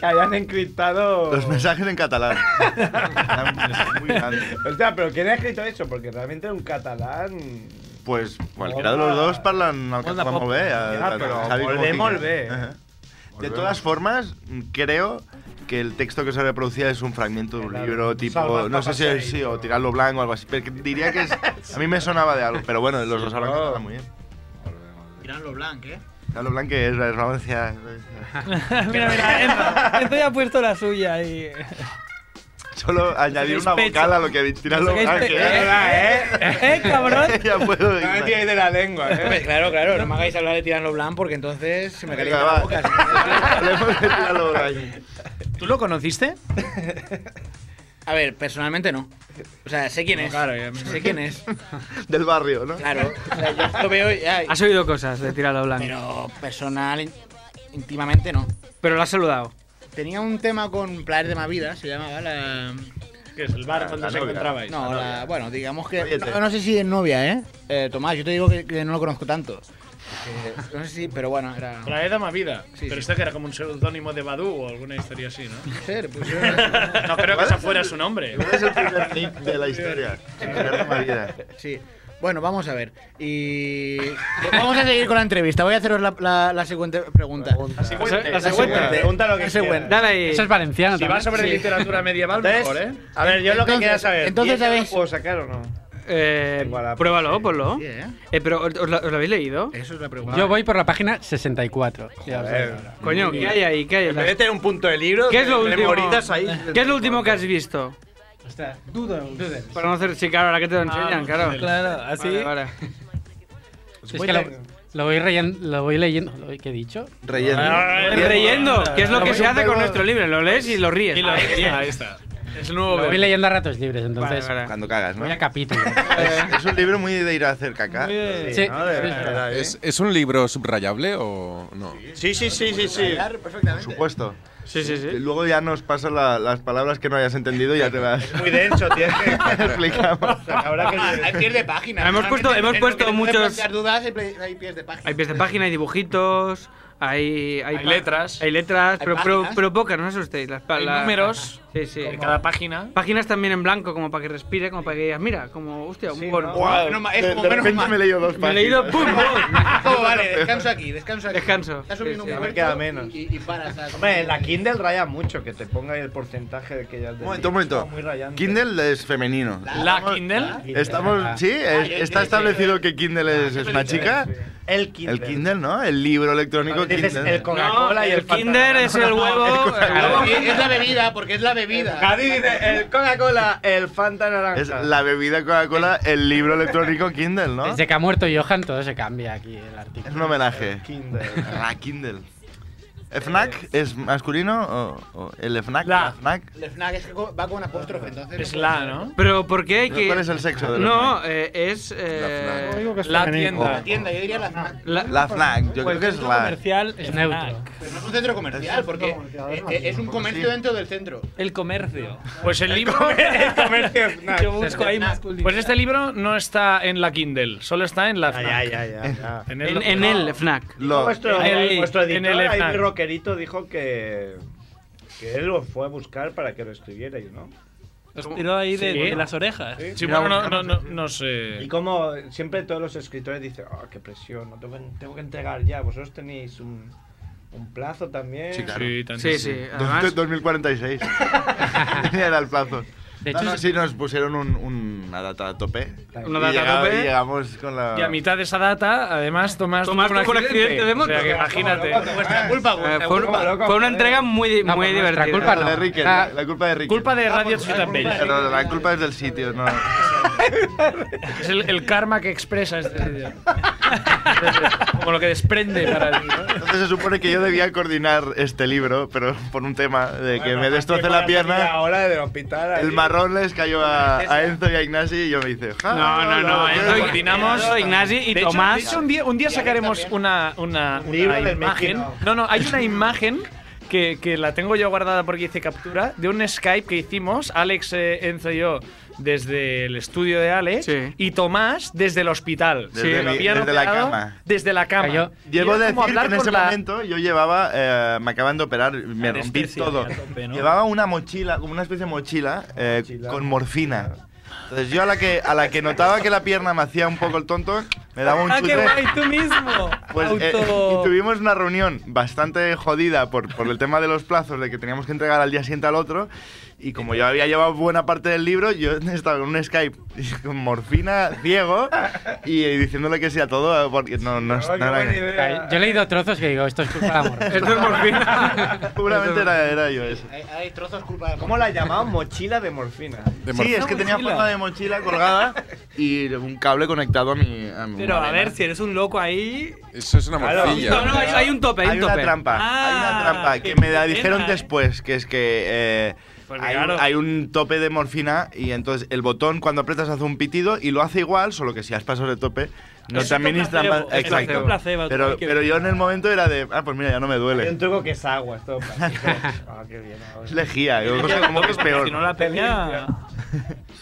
Speaker 1: que hayan encriptado.
Speaker 6: Los mensajes en catalán.
Speaker 1: O sea, pero ¿quién ha escrito eso? Porque realmente un catalán.
Speaker 6: Pues cualquiera de los dos parlan al catalán molt bé. a-
Speaker 1: Ya,
Speaker 6: a-
Speaker 1: Ah, pero
Speaker 6: Javi
Speaker 1: molt
Speaker 6: com
Speaker 1: bé,
Speaker 6: ho
Speaker 1: molt
Speaker 6: fica.
Speaker 1: bé.
Speaker 6: Ajá. De
Speaker 1: bé.
Speaker 6: todas formas, creo que el texto que se reproducía es un fragmento de un libro tipo,
Speaker 1: Salvat
Speaker 6: no sé si
Speaker 1: Papasseit,
Speaker 6: es sí, o Tirarlo Blanco o algo así, pero que diría que es, a mí me sonaba de algo, pero bueno, los dos hablan catalán muy bien.
Speaker 9: Tirarlo blanco, ¿eh?
Speaker 6: Tirarlo Blanco es la Valencia.
Speaker 11: mira, mira, Enzo, Enzo ya ha puesto la suya y.
Speaker 6: Solo añadir una
Speaker 11: Sospecho.
Speaker 6: vocal a lo que Tirarlo
Speaker 11: Sospecho.
Speaker 6: Blanco.
Speaker 11: ¡Eh, cabrón!
Speaker 6: ya puedo ir.
Speaker 1: de la lengua,
Speaker 6: ¿eh?
Speaker 14: Hombre, claro, claro, no me hagáis hablar de Tirano Blanc porque entonces se me
Speaker 6: Venga,
Speaker 14: calienta
Speaker 6: va.
Speaker 14: la boca.
Speaker 6: Hablemos de Tirarlo Blanc.
Speaker 3: ¿Tú lo conociste?
Speaker 14: A ver, personalmente no. O sea, sé quién
Speaker 3: No,
Speaker 14: es.
Speaker 3: claro, ya me-
Speaker 14: Sé quién es.
Speaker 6: Del barrio, ¿no?
Speaker 14: Claro. O sea, yo lo veo ya.
Speaker 8: Has oído cosas de tirado blanco.
Speaker 14: Pero personal, in- íntimamente no.
Speaker 8: Pero lo has saludado.
Speaker 9: Tenía un tema con Player de Mavida, se llamaba la...
Speaker 3: Que es el bar donde se encontrabais.
Speaker 14: No, la- bueno, digamos que.
Speaker 9: No, no sé si es novia, ¿eh? Eh, Tomás, yo te digo que, que no lo conozco tanto.
Speaker 14: Que- no sé si, pero bueno, era.
Speaker 3: La Edama Vida. pero
Speaker 14: sí.
Speaker 3: esta que era como un seudónimo de Badu o alguna historia así, ¿no?
Speaker 14: Ser, pues, yo-
Speaker 3: no creo que esa fuera su nombre.
Speaker 6: Es el primer link de la historia. Sin querer, María.
Speaker 14: Sí. Bueno, vamos a ver. Y. Vamos a seguir con la entrevista. Voy a haceros la, la- la siguiente pregunta. La
Speaker 3: siguiente, la siguiente. Pregunta lo que quieras. Dale ahí. Eso es valenciano Si va también. sobre literatura medieval, mejor, ¿eh?
Speaker 1: A ver, yo lo que
Speaker 3: Entonces-
Speaker 1: quería saber.
Speaker 3: entonces
Speaker 1: ¿y esto lo
Speaker 3: habéis-
Speaker 1: puedo sacar o no?
Speaker 8: Eh, pruébalo, ponlo. Eh, pero ¿os, os la- os lo habéis leído?
Speaker 9: Eso es la
Speaker 8: pregunta.
Speaker 13: Yo voy por la página 64. Ya os
Speaker 8: Joder.
Speaker 13: digo ahora.
Speaker 8: Coño, ¿qué hay ahí? ¿Qué hay?
Speaker 13: En vez de
Speaker 1: tener un punto de libro,
Speaker 8: ¿Qué es lo
Speaker 1: te
Speaker 8: último?
Speaker 1: memoritas ahí.
Speaker 8: ¿Qué es lo último que has visto?
Speaker 11: Doodles.
Speaker 8: Para no hacer, sí, claro, ahora que te lo
Speaker 11: Ah,
Speaker 8: enseñan,
Speaker 11: los
Speaker 8: claro.
Speaker 11: doodles. Claro, así.
Speaker 8: Vale, vale.
Speaker 13: Es que lo, lo voy reyen- lo voy leyendo. ¿lo- ¿Qué he dicho?
Speaker 6: Reyendo.
Speaker 8: Reyendo, que es lo que se hace con nuestro
Speaker 13: libro.
Speaker 8: libro, lo lees y lo ríes.
Speaker 13: Y lo ríes, ahí
Speaker 3: está.
Speaker 8: Es
Speaker 13: Lo voy leyendo a ratos libres, entonces.
Speaker 6: Cuando cagas, ¿no?
Speaker 13: Voy a capítulo.
Speaker 6: Es, es un libro muy de ir a hacer caca.
Speaker 13: bien. Sí, ¿no? ¿eh? De sí,
Speaker 6: ¿eh?
Speaker 13: verdad,
Speaker 7: ¿Es, es un libro subrayable o no?
Speaker 1: Sí, sí, sí, sí, sí.
Speaker 6: Por supuesto.
Speaker 8: Sí, sí, sí.
Speaker 6: Luego ya nos pasan la- las palabras que no hayas entendido y ya te las
Speaker 1: Muy denso, tienes que
Speaker 6: explicamos.
Speaker 1: Habrá que-
Speaker 14: Ah, Hay pies de página.
Speaker 8: Hemos puesto-
Speaker 14: Realmente,
Speaker 8: hemos
Speaker 14: en lo
Speaker 8: puesto
Speaker 14: que te puede
Speaker 8: muchos-
Speaker 14: plantear dudas, hay pie- hay pies de página.
Speaker 8: Hay pies de página, hay dibujitos, hay,
Speaker 3: Hay
Speaker 8: pa-
Speaker 3: letras.
Speaker 8: Hay letras,
Speaker 3: Hay
Speaker 8: pero, pero,
Speaker 3: páginas.
Speaker 8: pero pocas, no os asustéis. Las, pa-
Speaker 3: Hay
Speaker 8: la-
Speaker 3: números
Speaker 8: sí, sí.
Speaker 3: de cada página.
Speaker 8: Páginas también en blanco, como para que respire, como para que digas, mira, como, hostia, un
Speaker 14: ¿no? Guau, Menos mal, es de- como de menos repente mal. me he leído dos
Speaker 8: Me he leído,
Speaker 14: páginas.
Speaker 8: ¡pum!
Speaker 14: Oh, vale, descanso aquí, descanso aquí.
Speaker 8: Descanso.
Speaker 14: Estás subiendo
Speaker 1: Sí, sí,
Speaker 14: un
Speaker 1: a ver,
Speaker 14: muerto
Speaker 1: queda menos.
Speaker 14: Y, y paras. ¿sabes?
Speaker 1: Hombre, en la Kindle raya mucho, que te ponga ahí el porcentaje de que ya...
Speaker 6: Un momento, un momento.
Speaker 1: Muy rayante.
Speaker 6: Kindle es femenino.
Speaker 3: La Kindle.
Speaker 1: Ah.
Speaker 6: Estamos, sí, es- está establecido que Kindle es, es una chica.
Speaker 1: El
Speaker 6: El Kindle, ¿no? El libro electrónico
Speaker 1: Dices
Speaker 6: Kindle.
Speaker 1: el Coca-Cola
Speaker 8: No,
Speaker 1: y el,
Speaker 8: el Kinder es el huevo-
Speaker 14: Claro, es es la bebida, porque es la bebida.
Speaker 1: Cádiz dice el Coca-Cola, el Fanta naranja.
Speaker 6: Es la bebida Coca-Cola, el libro electrónico Kindle, ¿no?
Speaker 13: Desde que ha muerto Johan, todo se cambia aquí el artículo.
Speaker 6: Es un homenaje.
Speaker 1: Kindle.
Speaker 6: La Kindle. ¿FNAC es masculino o, o el FNAC? La. FNAC?
Speaker 14: El FNAC es que co- va con apóstrofe, entonces.
Speaker 3: Es
Speaker 14: puede
Speaker 3: la,
Speaker 14: ser.
Speaker 3: ¿no?
Speaker 8: Pero ¿por qué hay que...?
Speaker 6: ¿Cuál es el sexo de la
Speaker 8: No, eh, es... eh,
Speaker 6: Yo digo que es
Speaker 8: la
Speaker 6: femenino.
Speaker 8: tienda.
Speaker 6: La
Speaker 14: Tienda, yo diría la FNAC.
Speaker 8: La,
Speaker 6: La FNAC, yo
Speaker 14: Pues
Speaker 6: creo que es
Speaker 14: centro
Speaker 6: la.
Speaker 11: comercial es neutro.
Speaker 14: Pero no es un centro comercial, porque eh, eh, es un comercio dentro del centro.
Speaker 11: El comercio.
Speaker 3: Pues el libro.
Speaker 14: Yo busco ahí masculino.
Speaker 3: Pues este libro no está en la Kindle, solo está en la FNAC. En, el,
Speaker 8: En- en el FNAC.
Speaker 6: Lo-
Speaker 1: Vuestro,
Speaker 3: El-
Speaker 1: vuestro
Speaker 3: en el
Speaker 1: editor, ahí
Speaker 3: FNAC.
Speaker 1: mi rockerito, dijo que, que él lo fue a buscar para que lo escribierais, ¿no?
Speaker 11: Los tiró ahí de,
Speaker 3: Sí.
Speaker 11: de las orejas.
Speaker 1: Sí,
Speaker 3: Sí, bueno, no, no, no, no sé.
Speaker 1: Y como siempre todos los escritores dicen, oh, qué presión, no tengo, tengo que entregar ya. Vosotros tenéis un, un plazo también.
Speaker 6: Sí, claro.
Speaker 8: Sí, sí, además-
Speaker 6: 2046. Era el plazo.
Speaker 13: De
Speaker 6: no,
Speaker 13: hecho,
Speaker 6: no,
Speaker 13: es-
Speaker 6: sí, nos pusieron un- un- una data a tope.
Speaker 8: Una
Speaker 6: Y
Speaker 8: data a
Speaker 6: llegaba-
Speaker 8: tope.
Speaker 6: y llegamos con la.
Speaker 3: Y a mitad de esa data, además, Tomás,
Speaker 8: Tomás
Speaker 3: tuvo
Speaker 8: tuvo un accidente de
Speaker 3: O sea,
Speaker 8: moto.
Speaker 3: que imagínate. pues,
Speaker 8: Como loco,
Speaker 3: Vuestra culpa,
Speaker 8: Eh, fue, fue una entrega muy,
Speaker 13: No,
Speaker 8: muy
Speaker 6: pues,
Speaker 13: por nuestra
Speaker 8: divertida.
Speaker 13: culpa
Speaker 6: La
Speaker 13: no.
Speaker 6: de Ricker,
Speaker 13: Ah,
Speaker 6: la culpa de Ricker.
Speaker 3: Culpa de Radio Ciudad Bella.
Speaker 6: Pero la culpa es del sitio, no.
Speaker 3: Es el, el karma que expresa este vídeo. Como lo que desprende para el.
Speaker 6: Entonces se supone que yo debía coordinar este libro, pero por un tema de que me destroce la pierna.
Speaker 1: Ahora del hospital.
Speaker 6: El
Speaker 1: ahí.
Speaker 6: marrón les cayó a, a Enzo y a Ignasi y yo me hice. "Ja,
Speaker 8: No, eh, no, no. Enzo, Enzo, Ignasi y
Speaker 3: De hecho-
Speaker 8: Tomás.
Speaker 3: de hecho, un día, un día sacaremos una, una, una
Speaker 1: libro del
Speaker 3: imagen.
Speaker 1: Mejino.
Speaker 3: No, no, hay una imagen. Que, que la tengo yo guardada porque hice captura de un Skype que hicimos, Alex, eh, Enzo y yo, desde el estudio de Alex,
Speaker 8: Sí.
Speaker 3: y Tomás desde el hospital.
Speaker 6: Desde
Speaker 3: que lo
Speaker 6: mi-
Speaker 3: habían
Speaker 6: desde la
Speaker 3: operado
Speaker 6: cama.
Speaker 3: Desde la cama.
Speaker 13: Cayó.
Speaker 3: Y
Speaker 6: Llevo
Speaker 3: era
Speaker 6: de
Speaker 3: como
Speaker 6: decir que en
Speaker 3: con
Speaker 6: ese
Speaker 3: la-
Speaker 6: momento yo llevaba, eh, me acaban de operar, me rompí
Speaker 11: Anestesia,
Speaker 6: todo.
Speaker 11: a tope, ¿no?
Speaker 6: Llevaba una mochila, como una especie de mochila, eh, con morfina. Entonces yo a la que a la que notaba que la pierna me hacía un poco el tonto, me daba un
Speaker 11: ah, qué
Speaker 6: chute.
Speaker 11: guay, tú mismo.
Speaker 6: Pues, eh, y
Speaker 11: Auto.
Speaker 6: tuvimos una reunión bastante jodida por, por el tema de los plazos, de que teníamos que entregar al día siguiente al otro. Y como yo había llevado buena parte del libro, yo estaba en un Skype con morfina, ciego, y eh, diciéndole que sí a todo, porque no, no, no era.
Speaker 13: Ca- Yo he leído trozos que digo, esto es culpa de amor.
Speaker 8: Esto es morfina.
Speaker 6: Seguramente era, era yo eso.
Speaker 14: Hay, hay trozos culpa de
Speaker 1: ¿Cómo la llamaban? Mochila de morfina.
Speaker 6: Sí, es que tenía forma de mochila colgada y un cable conectado a mi. a mi
Speaker 11: Pero a
Speaker 6: morfina.
Speaker 11: ver, si eres un loco ahí.
Speaker 7: Eso es una
Speaker 6: Claro.
Speaker 7: morcilla.
Speaker 8: No, no, hay, hay un tope, hay,
Speaker 6: Hay
Speaker 8: un
Speaker 6: una
Speaker 8: tope.
Speaker 6: trampa, hay
Speaker 11: Ah,
Speaker 6: una trampa que
Speaker 11: qué
Speaker 6: me la
Speaker 11: pena,
Speaker 6: dijeron
Speaker 11: eh.
Speaker 6: después, que es que eh,
Speaker 13: Pues
Speaker 11: Porque
Speaker 6: hay,
Speaker 11: claro.
Speaker 6: hay un tope de morfina y entonces el botón cuando apretas hace un pitido y lo hace igual, solo que si has pasado el tope no
Speaker 11: Es
Speaker 6: te
Speaker 11: otro
Speaker 6: administran
Speaker 11: placebo,
Speaker 6: más-
Speaker 11: es
Speaker 6: Exacto.
Speaker 11: otro placebo,
Speaker 6: pero,
Speaker 11: hay que
Speaker 6: pero yo en el momento era de, ah, pues mira, ya no me
Speaker 1: Hay
Speaker 6: duele.
Speaker 1: un truco que es agua, esto. Ah, qué bien. ahora.
Speaker 6: Es lejía, yo no sé cómo que es
Speaker 11: Si no
Speaker 6: peor.
Speaker 11: la peña.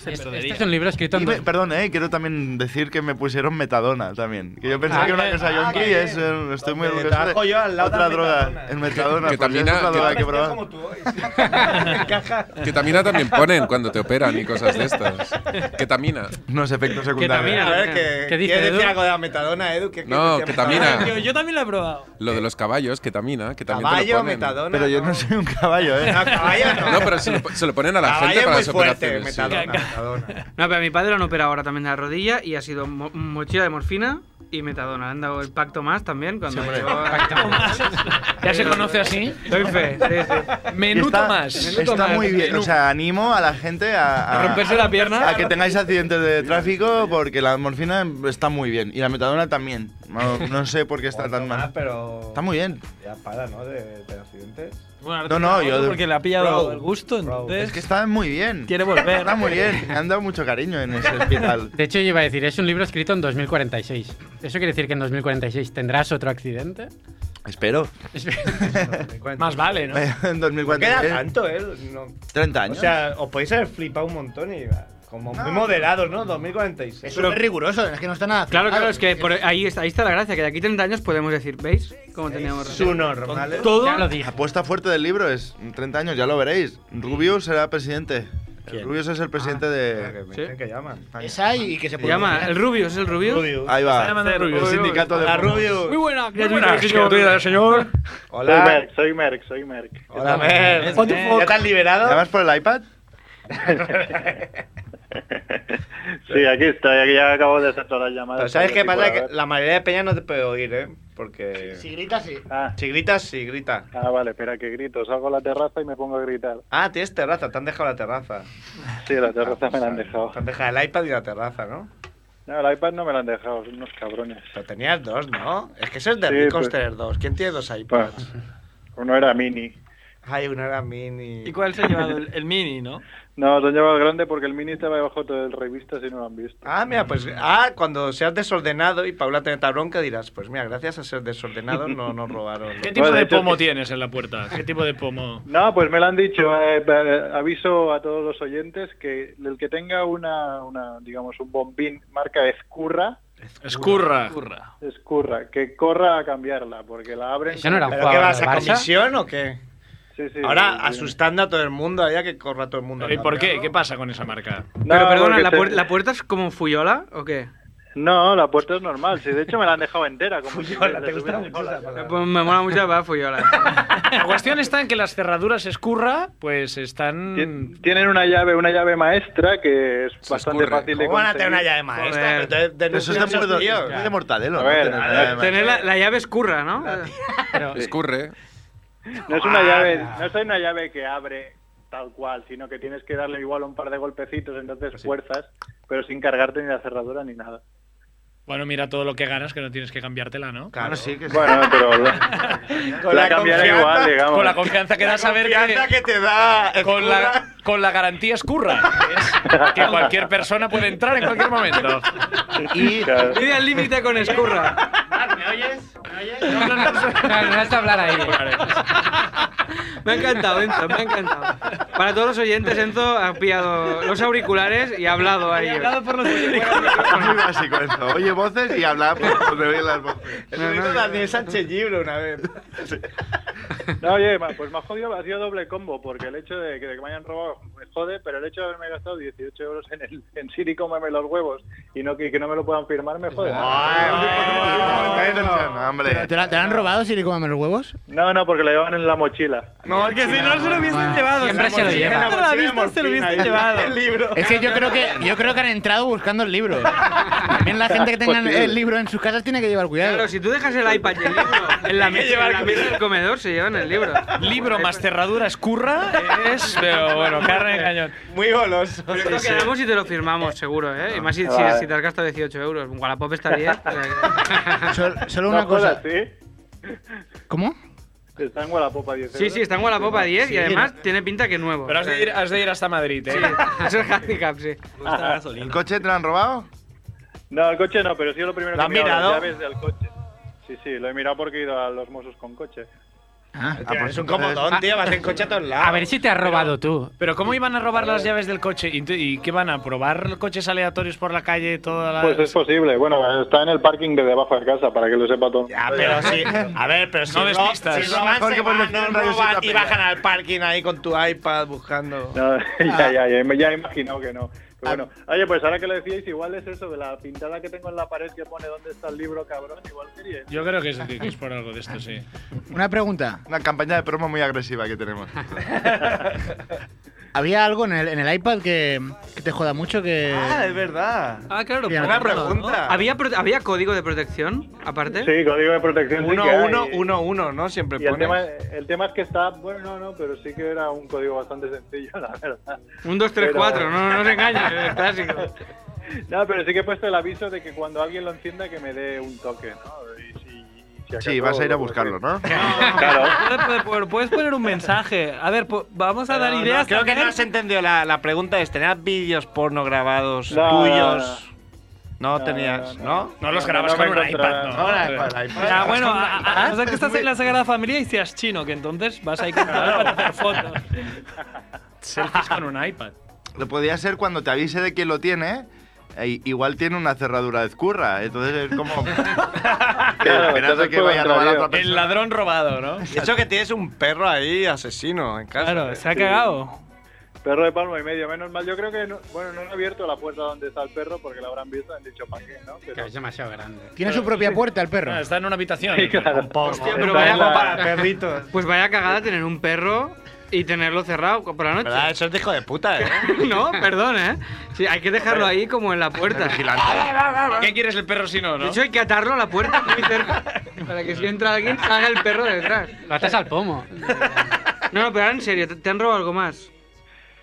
Speaker 11: Se
Speaker 13: Este es un libro escrito en
Speaker 6: Y
Speaker 13: dos-
Speaker 6: me- Perdón, eh, quiero también decir que me pusieron metadona también. Que yo pensaba
Speaker 13: Ah,
Speaker 6: que era una
Speaker 13: que-
Speaker 6: cosa
Speaker 13: ah,
Speaker 6: yonki
Speaker 13: que-
Speaker 6: es. eh, Estoy muy
Speaker 13: que
Speaker 6: orgulloso. de-
Speaker 13: trabajo yo al lado de
Speaker 6: Otra
Speaker 13: la
Speaker 6: droga,
Speaker 13: metadona.
Speaker 6: el metadona.
Speaker 7: Que
Speaker 6: pues
Speaker 7: también
Speaker 6: es
Speaker 7: ha-
Speaker 6: otra
Speaker 7: que-
Speaker 1: este
Speaker 6: droga que he
Speaker 7: Parecía
Speaker 6: probado.
Speaker 1: ¿eh?
Speaker 7: Ketamina también ponen cuando te operan y cosas de estas. Ketamina.
Speaker 6: Unos efectos
Speaker 1: A ver, que,
Speaker 7: ¿Qué dice,
Speaker 1: ¿quieres
Speaker 7: Edu?
Speaker 1: decir algo de la metadona, Edu? ¿Qué- qué
Speaker 7: No,
Speaker 1: decía
Speaker 7: ketamina.
Speaker 1: metadona?
Speaker 7: Yo-
Speaker 11: también lo he probado.
Speaker 7: Lo de los caballos, ketamina, que también te
Speaker 1: Caballo,
Speaker 7: lo ponen.
Speaker 1: metadona,
Speaker 7: Pero
Speaker 6: yo no soy un caballo, ¿eh?
Speaker 1: No, caballo
Speaker 7: no. pero se lo, se lo ponen a la
Speaker 1: Caballo
Speaker 7: gente para
Speaker 1: muy
Speaker 7: las
Speaker 1: fuerte,
Speaker 7: operaciones. sí.
Speaker 1: metadona,
Speaker 8: No, pero a mi padre lo han operado ahora también de la rodilla y ha sido mo- mochila de morfina y metadona. Le han dado el pacto más también cuando
Speaker 3: hombre.
Speaker 8: llegó-
Speaker 3: ¿Ya se conoce así?
Speaker 8: Doy fe. sí, sí.
Speaker 3: Menuto
Speaker 6: está,
Speaker 3: más.
Speaker 6: Está muy bien. O sea, animo a la gente a, a-
Speaker 3: A romperse la pierna.
Speaker 6: A que tengáis accidentes de tráfico porque la morfina está muy bien. Y la metadona también. No, no sé por qué está tan
Speaker 11: ah,
Speaker 6: mal.
Speaker 1: pero.
Speaker 6: Está muy bien.
Speaker 1: Ya para, ¿no? De, de accidentes.
Speaker 11: Bueno,
Speaker 6: No, no, yo.
Speaker 11: Porque le ha pillado
Speaker 6: Bro.
Speaker 11: el gusto, entonces.
Speaker 6: Es que está muy bien.
Speaker 11: Quiere volver.
Speaker 6: Está muy bien. Me han dado mucho cariño en ese hospital.
Speaker 13: De hecho, yo iba a decir, es un libro escrito en 2046. ¿Eso quiere decir que en 2046 tendrás otro accidente?
Speaker 6: Espero.
Speaker 3: Más vale, ¿no?
Speaker 6: En 2004.
Speaker 1: Queda
Speaker 6: ¿eh?
Speaker 1: tanto, ¿eh? No.
Speaker 6: 30
Speaker 1: O
Speaker 6: años.
Speaker 1: sea, os podéis haber flipado un montón y. Como muy
Speaker 14: No.
Speaker 1: moderados, ¿no? 2046.
Speaker 14: Es súper riguroso, es que no está nada.
Speaker 8: Claro, claro,
Speaker 14: aceptado.
Speaker 8: es que por ahí, está, ahí está la gracia, que de aquí 30 años podemos decir, ¿veis? Cómo teníamos razón.
Speaker 6: normal.
Speaker 8: Con todo- Ya lo
Speaker 13: dije.
Speaker 6: Apuesta fuerte del libro es 30 años, ya lo veréis. Rubius será presidente. Rubius es el presidente
Speaker 11: Ah,
Speaker 6: de.
Speaker 1: ¿Sí? que llaman.
Speaker 14: Esa y que se
Speaker 8: Se llama el Rubio, es el Rubio.
Speaker 6: Ahí va. El sindicato de.
Speaker 8: Muy buena, muy
Speaker 1: buena,
Speaker 8: buena,
Speaker 1: señor.
Speaker 8: señor.
Speaker 1: Hola.
Speaker 15: Soy Merck, soy Merck, soy Merck.
Speaker 1: Hola, Mer. ¿Ya te has liberado?
Speaker 6: ¿Llamas por el iPad?
Speaker 15: Sí, aquí estoy, aquí ya acabo de hacer todas las llamadas.
Speaker 1: Pero ¿sabes qué
Speaker 15: Por
Speaker 1: pasa? Que
Speaker 15: ahora.
Speaker 1: la mayoría de Peña no te puede oír, ¿eh? Porque.
Speaker 14: Si gritas, sí.
Speaker 1: Si gritas, sí, grita.
Speaker 15: Ah, vale, espera que grito. Salgo a la terraza y me pongo a gritar.
Speaker 1: Ah, tienes terraza, te han dejado la terraza.
Speaker 15: Sí, la terraza me la han dejado.
Speaker 1: Te han dejado el iPad y la terraza, ¿no?
Speaker 15: No, el iPad no me lo han dejado, son unos cabrones.
Speaker 1: Pero tenías dos, ¿no? Es que eso es de
Speaker 15: Sí,
Speaker 1: ricos
Speaker 15: pues.
Speaker 1: tener dos. ¿Quién tiene dos iPads?
Speaker 15: Uno era mini.
Speaker 1: Ay, una era mini.
Speaker 11: ¿Y cuál se ha llevado? El, el mini, ¿no?
Speaker 15: No, se han llevado el grande porque el mini estaba debajo todo el revista si no lo han visto.
Speaker 1: Ah, mira, pues ah, cuando seas desordenado y Paula te meta bronca dirás, pues mira, gracias a ser desordenado no nos robaron.
Speaker 3: ¿Qué tipo
Speaker 15: Bueno,
Speaker 3: de
Speaker 15: entonces-
Speaker 3: pomo tienes en la puerta? ¿Qué tipo de pomo?
Speaker 15: No, pues me lo han dicho. eh, eh, aviso a todos los oyentes que el que tenga una, una digamos, un bombín marca Escurra,
Speaker 3: Escurra.
Speaker 15: Escurra, que corra a cambiarla porque la abren.
Speaker 1: Eso no era un ¿Pero qué jugador vas, del a Barça? comisión o qué?
Speaker 15: Sí, sí.
Speaker 1: Ahora
Speaker 15: sí, sí.
Speaker 1: asustando a todo el mundo allá que corra todo el mundo.
Speaker 15: ¿Y por
Speaker 1: qué? ¿Qué pasa con esa marca?
Speaker 8: Pero perdona,
Speaker 15: porque
Speaker 8: ¿la,
Speaker 15: se-
Speaker 8: puer- ¿la puerta es como fuyola o qué?
Speaker 15: No, la puerta es normal. Sí, de hecho me la han dejado entera. Como si
Speaker 8: Fuyola,
Speaker 15: le
Speaker 8: ¿te gusta
Speaker 15: subiera
Speaker 8: mucho
Speaker 15: sola.
Speaker 8: Pues me mola mucho la fuyola.
Speaker 3: La cuestión está en que las cerraduras escurra, pues están.
Speaker 15: Tienen una llave, una llave maestra que es bastante
Speaker 3: escurre.
Speaker 15: fácil de
Speaker 3: ¿Cómo van a
Speaker 15: conseguir.
Speaker 3: tener una llave maestra? Joder. Pero entonces
Speaker 6: Eso es de,
Speaker 3: denuncias,
Speaker 6: mordo-
Speaker 3: tío.
Speaker 6: es de mortadelo.
Speaker 15: A
Speaker 6: ¿no?
Speaker 15: ver,
Speaker 6: Tener-
Speaker 15: a ver,
Speaker 6: además.
Speaker 8: Tener la, la llave escurra, ¿no?
Speaker 7: Escurre.
Speaker 15: No es una llave, no es una llave que abre tal cual, sino que tienes que darle igual un par de golpecitos, entonces fuerzas, pero sin cargarte ni la cerradura ni nada.
Speaker 3: Bueno, mira todo lo que ganas que no tienes que cambiártela, ¿no?
Speaker 1: Claro, sí que
Speaker 15: Bueno, pero
Speaker 3: Con
Speaker 15: la
Speaker 3: la
Speaker 15: cambiaré
Speaker 3: confianza-
Speaker 15: igual, digamos.
Speaker 3: Con la confianza que da saber
Speaker 1: confianza que te da
Speaker 3: con la, con la garantía escurra. que es que cualquier persona puede entrar en cualquier momento.
Speaker 6: Y
Speaker 8: Vive al límite con escurra.
Speaker 5: ¿Me oyes? ¿Me oyes?
Speaker 13: No, no, no, no, no has de hablar ahí.
Speaker 8: Me ha encantado, Enzo, me ha encantado. Para todos los oyentes, Enzo ha pillado los auriculares y ha hablado ahí.
Speaker 11: por los
Speaker 6: Muy básico eso. Oye voces y hablar por por oír las voces.
Speaker 1: Eso hizo Daniel Sánchez Gibro una vez.
Speaker 15: No, oye, ma- pues me ha jodido, ha sido doble combo, porque el hecho de que, de que me hayan robado me jode, pero el hecho de haberme gastado 18 euros en, el, en Siri cómeme los huevos y no que, que no me lo puedan firmar me jode.
Speaker 6: Hombre.
Speaker 14: ¿Te, la, te la han robado si le comen los huevos?
Speaker 15: No, no, porque lo llevan en la mochila.
Speaker 11: No, que si no se lo hubiesen llevado.
Speaker 14: Siempre se lo lleva.
Speaker 11: Si no la vista, se lo hubiesen llevado.
Speaker 14: Es que yo creo que yo creo que han entrado buscando el libro. También la gente que tenga
Speaker 8: Posible.
Speaker 14: el libro en sus casas tiene que llevar cuidado.
Speaker 8: Claro, si tú dejas el iPad y el libro en la mesa, en la mesa del comedor, se llevan el libro.
Speaker 3: Libro más cerradura escurra es. Pero bueno, carne de cañón.
Speaker 1: Muy goloso. Ah,
Speaker 8: Pero esto quedamos y te lo firmamos, seguro, ¿eh? Y más si, si-
Speaker 14: Vale.
Speaker 8: si te has gastado 18 euros. Wallapop está 10.
Speaker 14: Sol- solo una cosa. ¿Cómo?
Speaker 15: Está en Guadapopa 10
Speaker 8: Sí, sí, está en Wallapop a 10 y
Speaker 15: Sí.
Speaker 8: además tiene pinta que nuevo.
Speaker 3: Pero has de ir, has de ir hasta Madrid, ¿eh?
Speaker 8: Sí, es el handicap, sí.
Speaker 6: ¿El coche te lo han robado?
Speaker 15: No, el coche no, pero sí lo primero
Speaker 6: ¿Lo
Speaker 15: que
Speaker 6: han
Speaker 15: he mirado,
Speaker 6: mirado?
Speaker 15: las llaves del coche. Sí, sí, lo he mirado porque he ido a los Mossos con coche.
Speaker 1: Ah,
Speaker 6: pues
Speaker 1: es un comodón, tío. Vas en coche a todos lados.
Speaker 13: Ah, A ver si te has robado tú.
Speaker 3: Pero ¿cómo iban a robar las llaves del coche? ¿Y, y qué van a probar coches aleatorios por la calle toda la
Speaker 15: Pues es posible. Bueno, está en el parking de debajo de casa, para que lo sepa todo.
Speaker 1: Ah, pero sí. A ver, pero si
Speaker 3: No
Speaker 1: ro-
Speaker 3: despistas.
Speaker 1: si
Speaker 3: Es
Speaker 1: roban,
Speaker 3: mejor
Speaker 1: se
Speaker 3: que
Speaker 1: van,
Speaker 3: pones
Speaker 1: no
Speaker 3: un radio
Speaker 1: roban
Speaker 3: sin
Speaker 1: y
Speaker 3: tapela.
Speaker 1: bajan al parking ahí con tu iPad buscando.
Speaker 15: No, ya, ya, ya, ya he imaginado que
Speaker 1: Ah.
Speaker 15: no. Pero bueno, oye, pues ahora que lo decíais, igual es eso de la pintada que tengo en la pared que pone dónde está el libro, cabrón, igual sería.
Speaker 3: Yo creo que es, que es por algo de esto, sí.
Speaker 9: Una pregunta.
Speaker 6: Una campaña de promo muy agresiva que tenemos.
Speaker 9: ¿Había algo en el, en el iPad que, que te joda mucho? Que...
Speaker 1: Ah, es verdad.
Speaker 8: Ah, claro.
Speaker 9: Bien,
Speaker 8: por-
Speaker 9: buena pregunta.
Speaker 8: ¿no? ¿Había, pro- ¿Había código de protección, aparte?
Speaker 15: Sí, código de protección.
Speaker 1: Uno,
Speaker 15: que hay.
Speaker 1: uno, uno, uno, ¿no? Siempre
Speaker 15: Y el
Speaker 1: pones.
Speaker 15: tema, el tema es que está, bueno, no, no, pero sí que era un código bastante sencillo, la verdad.
Speaker 8: Un 2, 3,
Speaker 15: Pero-
Speaker 8: 4, no, no te engañes, es clásico.
Speaker 15: No, pero sí que he puesto el aviso de que cuando alguien lo encienda que me dé un toque, ¿no? Y si, y si
Speaker 6: Sí,
Speaker 15: acaso
Speaker 6: vas a ir a
Speaker 15: lo-
Speaker 6: buscarlo, ¿no?
Speaker 11: Puedes poner- Puedes poner un mensaje. A ver, po- vamos a dar
Speaker 1: No, no,
Speaker 11: ideas.
Speaker 1: creo que
Speaker 11: también.
Speaker 1: no has entendido la, la pregunta es, ¿tenías vídeos porno grabados
Speaker 11: No,
Speaker 1: tuyos? No,
Speaker 11: No,
Speaker 1: tenías,
Speaker 11: no,
Speaker 1: ¿no?
Speaker 11: no. No los No, grabas no me con un encontrarás. iPad, no. Ah, bueno, a- a, a no ser que estás en la Sagrada Familia y seas chino, que entonces vas ahí con tu iPad a hacer fotos. Selfies con un iPad.
Speaker 6: Lo podría ser cuando te avise de quién lo tiene. e igual tiene una cerradura de escurra, entonces es como. esperando que vaya a robar a otra persona.
Speaker 1: El
Speaker 11: ladrón robado, ¿no?
Speaker 1: De hecho que tienes un perro ahí asesino en casa.
Speaker 15: Claro, se ha Sí.
Speaker 11: cagado.
Speaker 15: Perro de palmo y medio, menos mal. Yo creo que, no- bueno, no han abierto la puerta donde está el perro porque la habrán visto, han dicho para qué, ¿no? Pero...
Speaker 13: Es demasiado grande.
Speaker 9: Tiene su propia puerta el Ah. perro.
Speaker 3: Está en una habitación.
Speaker 15: Hostia,
Speaker 8: pero
Speaker 15: Está
Speaker 8: vaya
Speaker 15: en la-
Speaker 8: para perritos. Pues vaya cagada tener un perro y tenerlo cerrado por la noche.
Speaker 1: ¿Verdad? Eso es de hijo de puta, ¿eh?
Speaker 8: no, perdón, ¿eh? Sí, hay que dejarlo ahí como en la puerta.
Speaker 3: ¿Qué quieres el perro si no,
Speaker 8: De
Speaker 3: no?
Speaker 8: hecho, hay que atarlo a la puerta muy cerca para que si entra alguien salga el perro de detrás.
Speaker 13: Lo atas al pomo.
Speaker 8: No, no, pero ahora en serio, ¿te- ¿te han robado algo más?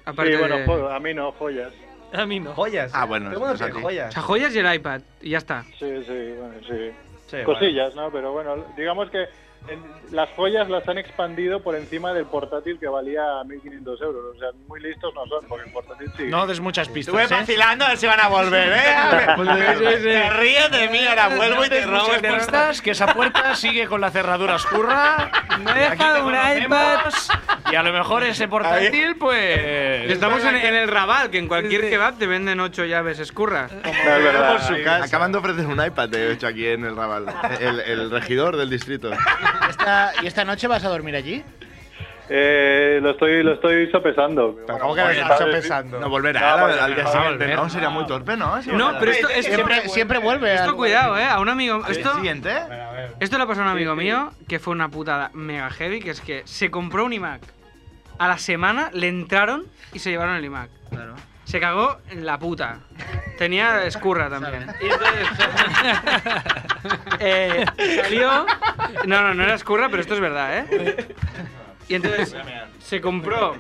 Speaker 8: Aparte
Speaker 15: Sí, bueno, pues,
Speaker 8: de-
Speaker 15: jo- a mí no, joyas.
Speaker 11: A mí no.
Speaker 1: Joyas.
Speaker 6: Ah, bueno,
Speaker 15: Todo el mundo es tiene así. joyas.
Speaker 8: O sea, joyas y el iPad, y ya está.
Speaker 15: Sí, sí, bueno, sí.
Speaker 1: Sí,
Speaker 15: Cosillas, ¿no? Pero bueno, digamos que en- las joyas las han expandido por encima del portátil que valía 1.500 euros. O sea, muy listos no son porque el portátil sigue.
Speaker 3: No des muchas pistas. ¿eh? Pues,
Speaker 1: Estuve vacilando a ver si van a volver, ¿eh? Te ríes de mí, ahora vuelvo y te
Speaker 3: No des
Speaker 1: robo
Speaker 3: muchas
Speaker 1: el perro.
Speaker 3: pistas, que esa puerta sigue con la cerradura oscura. Me deja un iPad. Y a lo mejor ese portátil, pues.
Speaker 8: Estamos en, en el Raval, que en cualquier kebab te venden ocho llaves, escurra.
Speaker 6: No, es verdad.
Speaker 8: Por su casa.
Speaker 6: Acaban de ofrecer un iPad, de hecho, aquí en el Raval. El, el regidor del distrito.
Speaker 9: Esta- ¿Y esta noche vas a dormir allí?
Speaker 15: Eh, lo estoy, lo estoy sopesando. Pero
Speaker 6: ¿cómo que lo estás sopesando? No volverá al- al día siguiente, ¿no? Sería muy torpe, ¿no? Sí,
Speaker 8: No,
Speaker 6: volverá.
Speaker 8: pero esto, esto-
Speaker 9: Siempre, siempre vuelve.
Speaker 8: esto
Speaker 9: al-
Speaker 8: cuidado, eh, a un amigo.
Speaker 6: ¿Al
Speaker 8: Esto,
Speaker 6: día siguiente?
Speaker 8: esto le pasó a un amigo mío que fue una putada mega heavy, que es que se compró un iMac. A la semana le entraron y se llevaron el iMac. Se cagó en la puta. Tenía escurra también. Y entonces, eh, salió. No, no, no era escurra, pero esto es verdad, ¿eh? Y entonces se compró.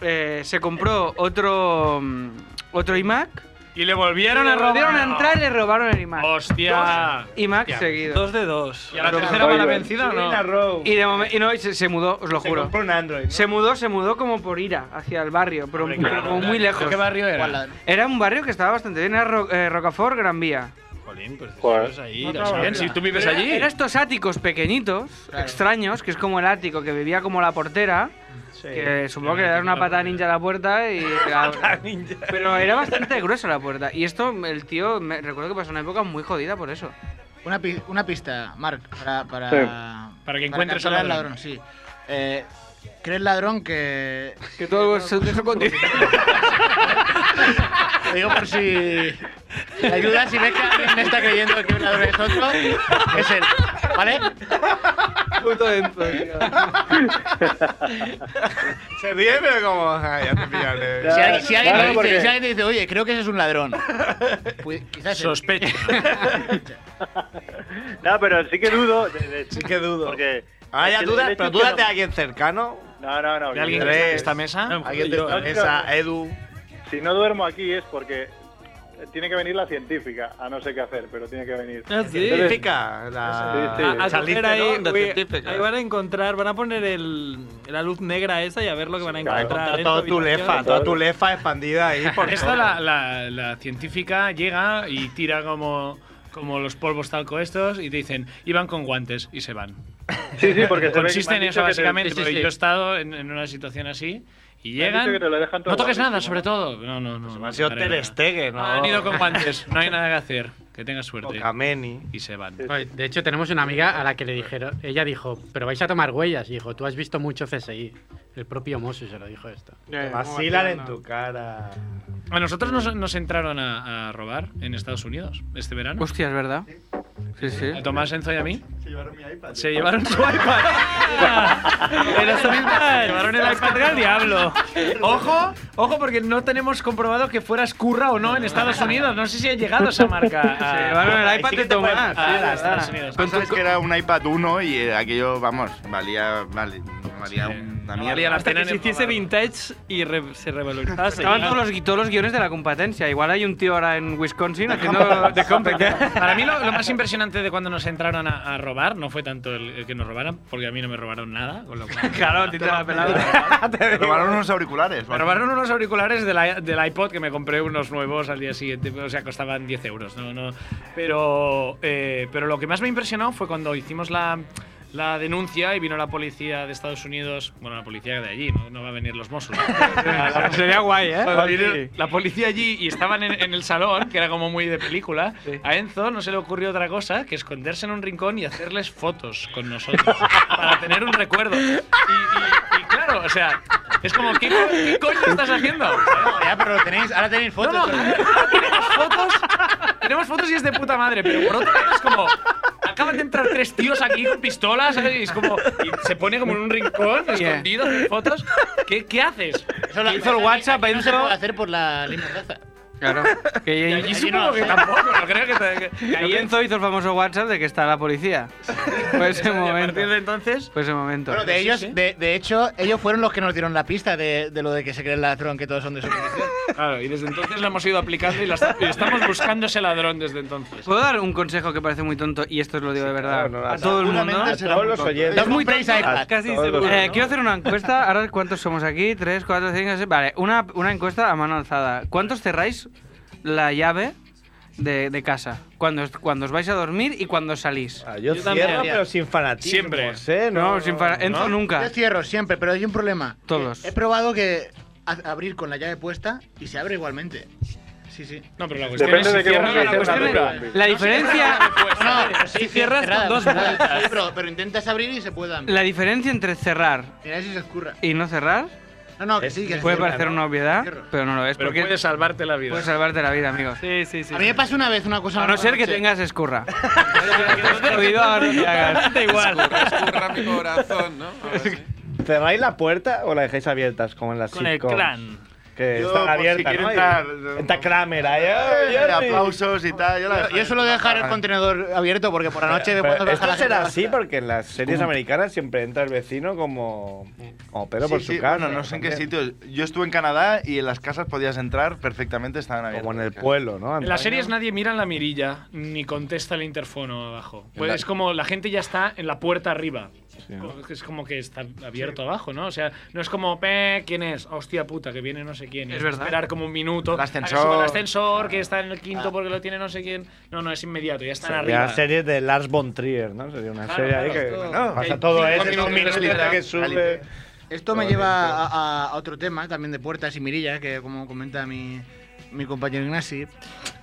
Speaker 8: eh, se compró otro. mm, Otro iMac.
Speaker 3: Y le volvieron a
Speaker 8: Le
Speaker 3: robar.
Speaker 8: volvieron a entrar y le robaron el iMac.
Speaker 3: Hostia.
Speaker 8: Y Mac
Speaker 3: Hostia.
Speaker 8: seguido.
Speaker 11: Dos de dos.
Speaker 3: ¿Y a la tercera va la vencida o no?
Speaker 8: Y de momento, y no, y se, se mudó, os lo juro. Se mudó, se mudó como por ira hacia el barrio, pero, pero
Speaker 3: claro.
Speaker 8: como muy lejos.
Speaker 3: ¿Qué barrio era? ¿Cuál?
Speaker 8: Era un barrio que estaba bastante bien, era Ro- eh, Rocafort, Gran Vía.
Speaker 3: Jolín, pues
Speaker 15: Joder.
Speaker 3: estás ahí. la sabes. Si tú vives
Speaker 8: Era-
Speaker 3: allí.
Speaker 8: Era estos áticos pequeñitos, extraños, que es como el ático que vivía como la portera. Que supongo que le das una patada ninja a la puerta y. Pero era bastante gruesa la puerta. Y esto, el tío, me, recuerdo que pasó una época muy jodida por eso.
Speaker 9: Una, pi- una pista, Mark, para, para,
Speaker 8: Sí.
Speaker 3: Para que encuentres al
Speaker 9: capturar al
Speaker 3: ladrón.
Speaker 9: ladrón. sí. Eh, ¿Crees ladrón que.?
Speaker 8: Que todo se deja contigo.
Speaker 9: Lo digo por si. Le ayuda si ves que alguien me está creyendo que un ladrón es otro, es él. ¿Vale?
Speaker 8: Puto dentro,
Speaker 15: eh,
Speaker 1: Se ríe, pero como. "Ah, ya te pillaré".
Speaker 9: Si alguien, si alguien
Speaker 1: Claro,
Speaker 9: te dice,
Speaker 1: porque-
Speaker 9: si alguien te dice, oye, creo que ese es un ladrón. pues quizás.
Speaker 3: Sospecho.
Speaker 15: No, pero sí que dudo. sí que dudo. Porque
Speaker 1: Ah, ya
Speaker 15: es que
Speaker 1: dudas,
Speaker 15: el hecho
Speaker 1: pero
Speaker 15: es que
Speaker 1: dúdate
Speaker 15: no-
Speaker 1: a alguien cercano.
Speaker 15: No, no, no.
Speaker 1: ¿De alguien
Speaker 15: yo-
Speaker 1: que está en esta mesa?
Speaker 15: No, pues,
Speaker 1: ¿Alguien de
Speaker 15: yo-
Speaker 1: esta
Speaker 15: no, no.
Speaker 1: mesa? Edu.
Speaker 15: Si no duermo aquí es porque tiene que venir la científica, a no sé qué hacer, pero tiene que venir.
Speaker 11: Ah, sí.
Speaker 1: Científica, la-
Speaker 15: Sí, sí.
Speaker 11: A- a
Speaker 1: Charlize
Speaker 11: Ah, coger ahí,
Speaker 1: Theron, de
Speaker 11: uy,
Speaker 1: científica.
Speaker 11: ahí van a encontrar, van a poner el, la luz negra esa y a ver lo que van a encontrar. en
Speaker 1: toda
Speaker 11: su
Speaker 1: tu
Speaker 11: habitación.
Speaker 1: lefa, toda tu lefa expandida ahí. Por
Speaker 3: Esta la, la- la científica llega y tira como, como los polvos talco estos, y te dicen, iban con guantes y se van.
Speaker 15: Sí, sí, porque se ve que
Speaker 3: consiste
Speaker 15: me
Speaker 3: en eso
Speaker 15: han dicho que te-
Speaker 3: básicamente,
Speaker 15: sí, sí,
Speaker 3: porque
Speaker 15: sí.
Speaker 3: yo he estado en, en una situación así y
Speaker 15: Me han
Speaker 3: llegan.
Speaker 15: dicho que te lo dejan todo
Speaker 3: no toques
Speaker 15: guapo,
Speaker 3: nada, sobre todo. No, no, no.
Speaker 16: Pues ha sido Ter Stegen, ¿no?
Speaker 3: Han ido con guantes, no hay nada que hacer. Que tengas suerte. Y se van.
Speaker 13: Oye, De hecho, tenemos una amiga a la que le dijeron, ella dijo, pero vais a tomar huellas. Y dijo, tú has visto mucho CSI. El propio Mosu se lo dijo esto.
Speaker 15: Eh,
Speaker 1: Vacilan en tu cara.
Speaker 3: A nosotros nos, nos entraron a, a robar en Estados Unidos este verano.
Speaker 8: Hostia, es verdad. Sí, sí.
Speaker 3: A Tomás Enzo y a mí.
Speaker 8: Se llevaron mi iPad. ¿eh?
Speaker 3: Se llevaron tu iPad. Pero se llevaron el iPad al diablo. Ojo, ojo, porque no tenemos comprobado que fueras curra o no en Estados Unidos. No sé si ha llegado esa marca.
Speaker 8: Se llevaron el
Speaker 3: Ahí
Speaker 8: iPad
Speaker 3: sí
Speaker 8: de
Speaker 3: que te puede
Speaker 8: Tomás.
Speaker 3: pasar a
Speaker 8: Sí,
Speaker 3: Ah, Estados
Speaker 8: verdad.
Speaker 3: Unidos.
Speaker 6: Tú sabes que era un iPad 1 y eh, aquello, vamos, valía, vale, valía una mierda.
Speaker 11: Valía la pena que se hiciese vintage y re- se revalorizase.
Speaker 8: Estaban todos los, gui- todos los guiones de la competencia. Igual hay un tío ahora en Wisconsin haciendo
Speaker 3: de Para mí lo, lo más impresionante de cuando nos entraron a, a robar no fue tanto el, el que nos robaran, porque a mí no me robaron nada. Con lo cual,
Speaker 8: claro, a ti te la
Speaker 6: Me robaron unos auriculares.
Speaker 3: Me robaron unos auriculares del, i- del iPod que me compré unos nuevos al día siguiente, o sea, costaban 10 euros. No, no. Pero, eh, pero lo que más me impresionó fue cuando hicimos la, la denuncia y vino la policía de Estados Unidos, bueno, la policía de allí, no, no va a venir los Mossos.
Speaker 8: Sería guay, ¿eh?
Speaker 3: Cuando vinieron la policía allí y estaban en, en el salón, que era como muy de película, a Enzo no se le ocurrió otra cosa que esconderse en un rincón y hacerles fotos con nosotros para tener un recuerdo. Y, y- y claro, o sea, es como, ¿qué, co- qué coño estás haciendo?
Speaker 14: Ya, pero lo tenéis, ahora tenéis fotos. ¿eh?
Speaker 3: No, no,
Speaker 14: pero-
Speaker 3: ahora tenemos fotos. Tenemos fotos y es de puta madre, pero por otro lado es como. Acaban de entrar tres tíos aquí con pistolas ¿sabes? y es como. y se pone como en un rincón,
Speaker 8: Yeah.
Speaker 3: escondido, haciendo fotos. ¿Qué, qué haces?
Speaker 14: Eso lo hizo el WhatsApp, ahí no se puede hacer por la línea roja.
Speaker 8: Claro. Que,
Speaker 3: Y Eh, supongo que tampoco, no creo que. te- que-
Speaker 8: que ahí Enzo hizo el famoso WhatsApp de que está la policía. Fue ese momento.
Speaker 3: entonces?
Speaker 8: Fue ese momento.
Speaker 14: Bueno, de ellos, De, de hecho, ellos fueron los que nos dieron la pista de, de lo de que se creen ladrón, que todos son de su condición.
Speaker 3: Claro, y desde entonces la hemos ido aplicando y, la esta- y estamos buscando ese ladrón desde entonces.
Speaker 8: ¿Puedo dar un consejo que parece muy tonto? Y esto os lo digo de verdad. a todo el mundo.
Speaker 3: Seguramente será A todos muy los tonto. oyentes.
Speaker 8: Es muy
Speaker 3: Compréis
Speaker 8: tonto.
Speaker 3: iPad.
Speaker 8: Casi
Speaker 3: Todos
Speaker 8: seguro.
Speaker 3: los-
Speaker 8: Eh, quiero hacer una encuesta. Ahora, ¿cuántos somos aquí? Tres, cuatro, cinco, seis. Vale, una, una encuesta a mano alzada. ¿Cuántos cerráis la llave de, de casa? Cuando, os- cuando os vais a dormir y cuando salís.
Speaker 1: yo Yo también. cierro, pero sin fanatismo.
Speaker 8: Siempre.
Speaker 1: ¿eh?
Speaker 8: No,
Speaker 1: No,
Speaker 8: sin fana- Enzo
Speaker 1: ¿no?
Speaker 8: nunca.
Speaker 14: Yo cierro siempre, pero hay un problema.
Speaker 8: Todos.
Speaker 14: He probado que a- abrir con la llave puesta y se abre igualmente. Sí, sí.
Speaker 3: No, pero la
Speaker 14: cuestión
Speaker 8: Depende es si de qué
Speaker 14: que
Speaker 8: cierras- momento la se
Speaker 14: ¿eh?
Speaker 8: cuestión cierra. es- la diferencia-
Speaker 14: No,
Speaker 8: Si cierras con
Speaker 14: cerrada,
Speaker 8: dos
Speaker 14: cerrada.
Speaker 8: vueltas.
Speaker 14: Sí, pero, pero intentas abrir y se puede abrir.
Speaker 8: La diferencia entre cerrar
Speaker 14: Mira si se escurra.
Speaker 8: y no cerrar
Speaker 14: No, no, que sí, que
Speaker 8: puede
Speaker 14: cierra,
Speaker 8: parecer
Speaker 14: ¿no?
Speaker 8: una obviedad, pero no lo es.
Speaker 3: Pero
Speaker 8: porque
Speaker 3: puede salvarte la vida.
Speaker 8: puede salvarte la vida, amigos. Sí, sí,
Speaker 14: A mí me pasó una vez una cosa.
Speaker 8: A no ser que
Speaker 14: Sí.
Speaker 8: tengas escurra. Jodido a lo que hagas.
Speaker 7: corazón, ¿no?
Speaker 1: ¿Cerráis la puerta o la dejáis abiertas como en las
Speaker 7: Con el
Speaker 1: sitcoms?
Speaker 7: clan.
Speaker 1: Que
Speaker 6: Yo,
Speaker 1: están
Speaker 6: por si
Speaker 1: abiertas,
Speaker 6: quiere
Speaker 1: ¿no?
Speaker 6: entrar, Eh,
Speaker 1: Entra Kramer
Speaker 14: Eh,
Speaker 1: ahí. ¡ay,
Speaker 6: De
Speaker 1: Jordi!
Speaker 6: aplausos y tal. Yo, la
Speaker 14: Yo,
Speaker 6: dejaba-
Speaker 14: yo suelo dejar el contenedor abierto porque por la noche
Speaker 1: Pero
Speaker 14: después nos baja
Speaker 1: esto
Speaker 14: la
Speaker 1: será
Speaker 14: gente.
Speaker 1: así porque en las series
Speaker 6: Pum.
Speaker 1: americanas siempre entra el vecino como, como
Speaker 6: Sí,
Speaker 1: Pedro por su
Speaker 6: sí,
Speaker 1: casa.
Speaker 6: Bueno, no sé en qué
Speaker 1: también.
Speaker 6: sitio. Yo estuve en Canadá y en las casas podías entrar perfectamente, estaban abiertas. Como en el
Speaker 1: pueblo, ¿no?
Speaker 3: En las series nadie mira en la mirilla ni contesta el interfono abajo. Pues
Speaker 6: la-
Speaker 3: Es como la gente ya está en la puerta arriba. Co- Es como que está abierto abajo, ¿no? O sea, no es como, "Pe, ¿quién es? Hostia puta, que viene no sé quién. Y
Speaker 8: Es
Speaker 3: hay que
Speaker 8: verdad. Ah.
Speaker 3: Esperar como un minuto.
Speaker 8: El
Speaker 3: a que suba
Speaker 8: ascensor.
Speaker 3: El ascensor, que está en el quinto porque lo tiene no sé quién. No, no, es inmediato, ya están
Speaker 1: Sería
Speaker 3: arriba.
Speaker 1: una serie de Lars von Trier, ¿no? Sería una
Speaker 3: Claro,
Speaker 1: serie ahí
Speaker 3: claro,
Speaker 1: que
Speaker 3: todo.
Speaker 1: bueno,
Speaker 3: Que hay
Speaker 1: pasa todo
Speaker 3: cinco
Speaker 1: eso,
Speaker 3: minutos
Speaker 1: un
Speaker 3: de
Speaker 1: minuto
Speaker 3: espera.
Speaker 1: que sube.
Speaker 14: Esto me lleva a, a- a otro tema también de puertas y mirillas, que como comenta mi, mi compañero Ignasi,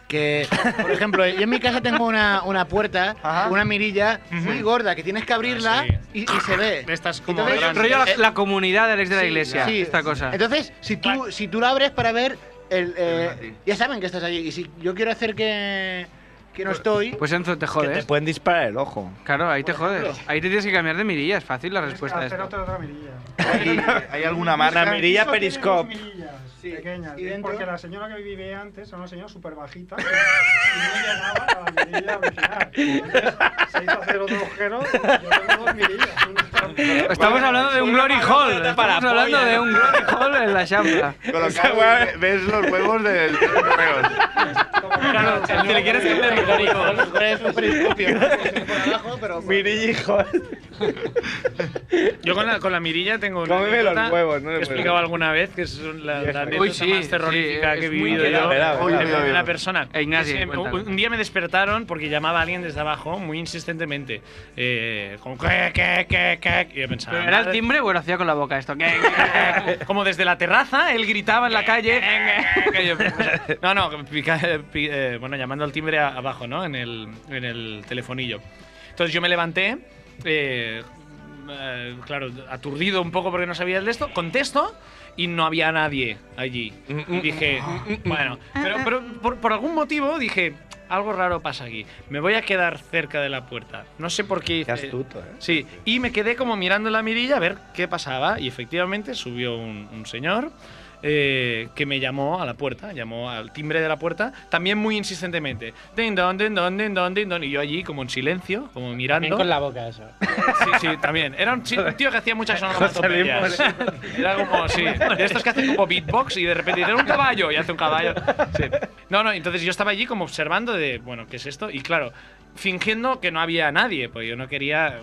Speaker 14: que, por ejemplo, yo en mi casa tengo una, una puerta, una mirilla muy gorda, que tienes que abrirla
Speaker 8: Ah,
Speaker 14: y, y se ve.
Speaker 3: Estás
Speaker 14: como
Speaker 8: Rollo la, la comunidad de Alex de la
Speaker 14: Sí,
Speaker 8: Iglesia.
Speaker 14: sí.
Speaker 8: Esta cosa.
Speaker 14: Entonces, si tú, si tú la abres para ver, el, eh, ya saben que estás allí. Y si yo quiero hacer que, que no estoy,
Speaker 8: Pues Enzo, te jodes.
Speaker 1: te pueden disparar el ojo.
Speaker 8: Claro, ahí te jodes. Ahí te tienes que cambiar de mirilla. Es fácil la
Speaker 1: Pues,
Speaker 8: respuesta a
Speaker 12: Hacer
Speaker 8: esto.
Speaker 12: otra, otra mirilla.
Speaker 6: ¿Hay alguna marca?
Speaker 1: Una mirilla
Speaker 12: Eso tiene dos
Speaker 1: Periscope.
Speaker 12: mirillas pequeñas,
Speaker 14: ¿Y dentro?
Speaker 12: porque la señora que vivía antes era una señora súper bajita y no llegaba a la mirilla original. Entonces, se hizo hacer otro agujero y yo tengo dos mirillas. una para
Speaker 8: Estamos hablando de un glory hall. Estamos hablando de un glory hall en la chamba.
Speaker 6: ves los huevos del
Speaker 11: Claro, si le quieres meter el glory
Speaker 1: Mirilla hall.
Speaker 3: Yo con la, con la mirilla tengo una
Speaker 1: Cómeme los
Speaker 3: anécdota
Speaker 1: huevos, no
Speaker 3: que
Speaker 1: le
Speaker 3: he explicado alguna vez, que es la, la anécdota
Speaker 8: Uy, sí,
Speaker 3: más terrorífica
Speaker 8: sí,
Speaker 3: que he
Speaker 8: es muy
Speaker 3: vivido
Speaker 8: grave,
Speaker 3: yo
Speaker 8: grave,
Speaker 3: de-
Speaker 8: grave.
Speaker 3: de una persona.
Speaker 8: Eh, Ignacio,
Speaker 3: Es, eh, un,
Speaker 8: cuéntalo.
Speaker 3: un día me despertaron porque llamaba a alguien desde abajo muy insistentemente. Eh, como, ¿qué, qué, qué, qué? Y yo pensaba,
Speaker 8: ¿Pero era el
Speaker 3: "Madre
Speaker 8: timbre o lo hacía con la boca esto? ¿Qué?
Speaker 3: como desde la terraza, él gritaba en la calle. que yo- no, no, pica- pi- eh, bueno, llamando al timbre a- abajo, ¿no? En el, en el telefonillo. Entonces yo me levanté, eh, eh, claro, aturdido un poco porque no sabía el de esto, contesto y no había nadie allí. Y dije, bueno, pero, pero por, por algún motivo dije, algo raro pasa aquí. Me voy a quedar cerca de la puerta. No sé por qué hice.
Speaker 1: astuto, ¿eh?
Speaker 3: Sí, y me quedé como mirando la mirilla a ver qué pasaba. Y efectivamente subió un, un señor eh, que me llamó a la puerta, llamó al timbre de la puerta, también muy insistentemente. Ding don, ding don, ding don, ding don. Y yo allí, como en silencio, como mirando.
Speaker 13: Bien con la boca eso.
Speaker 3: Sí, sí, también. Era un, chi- un tío que hacía muchas onomatopeyas.
Speaker 13: José
Speaker 3: Era como, sí, de estos que hacen como beatbox y de repente dicen un caballo y hace un caballo. Sí. No, no, entonces yo estaba allí como observando de, bueno, ¿qué es esto? Y claro, fingiendo que no había nadie, pues yo no quería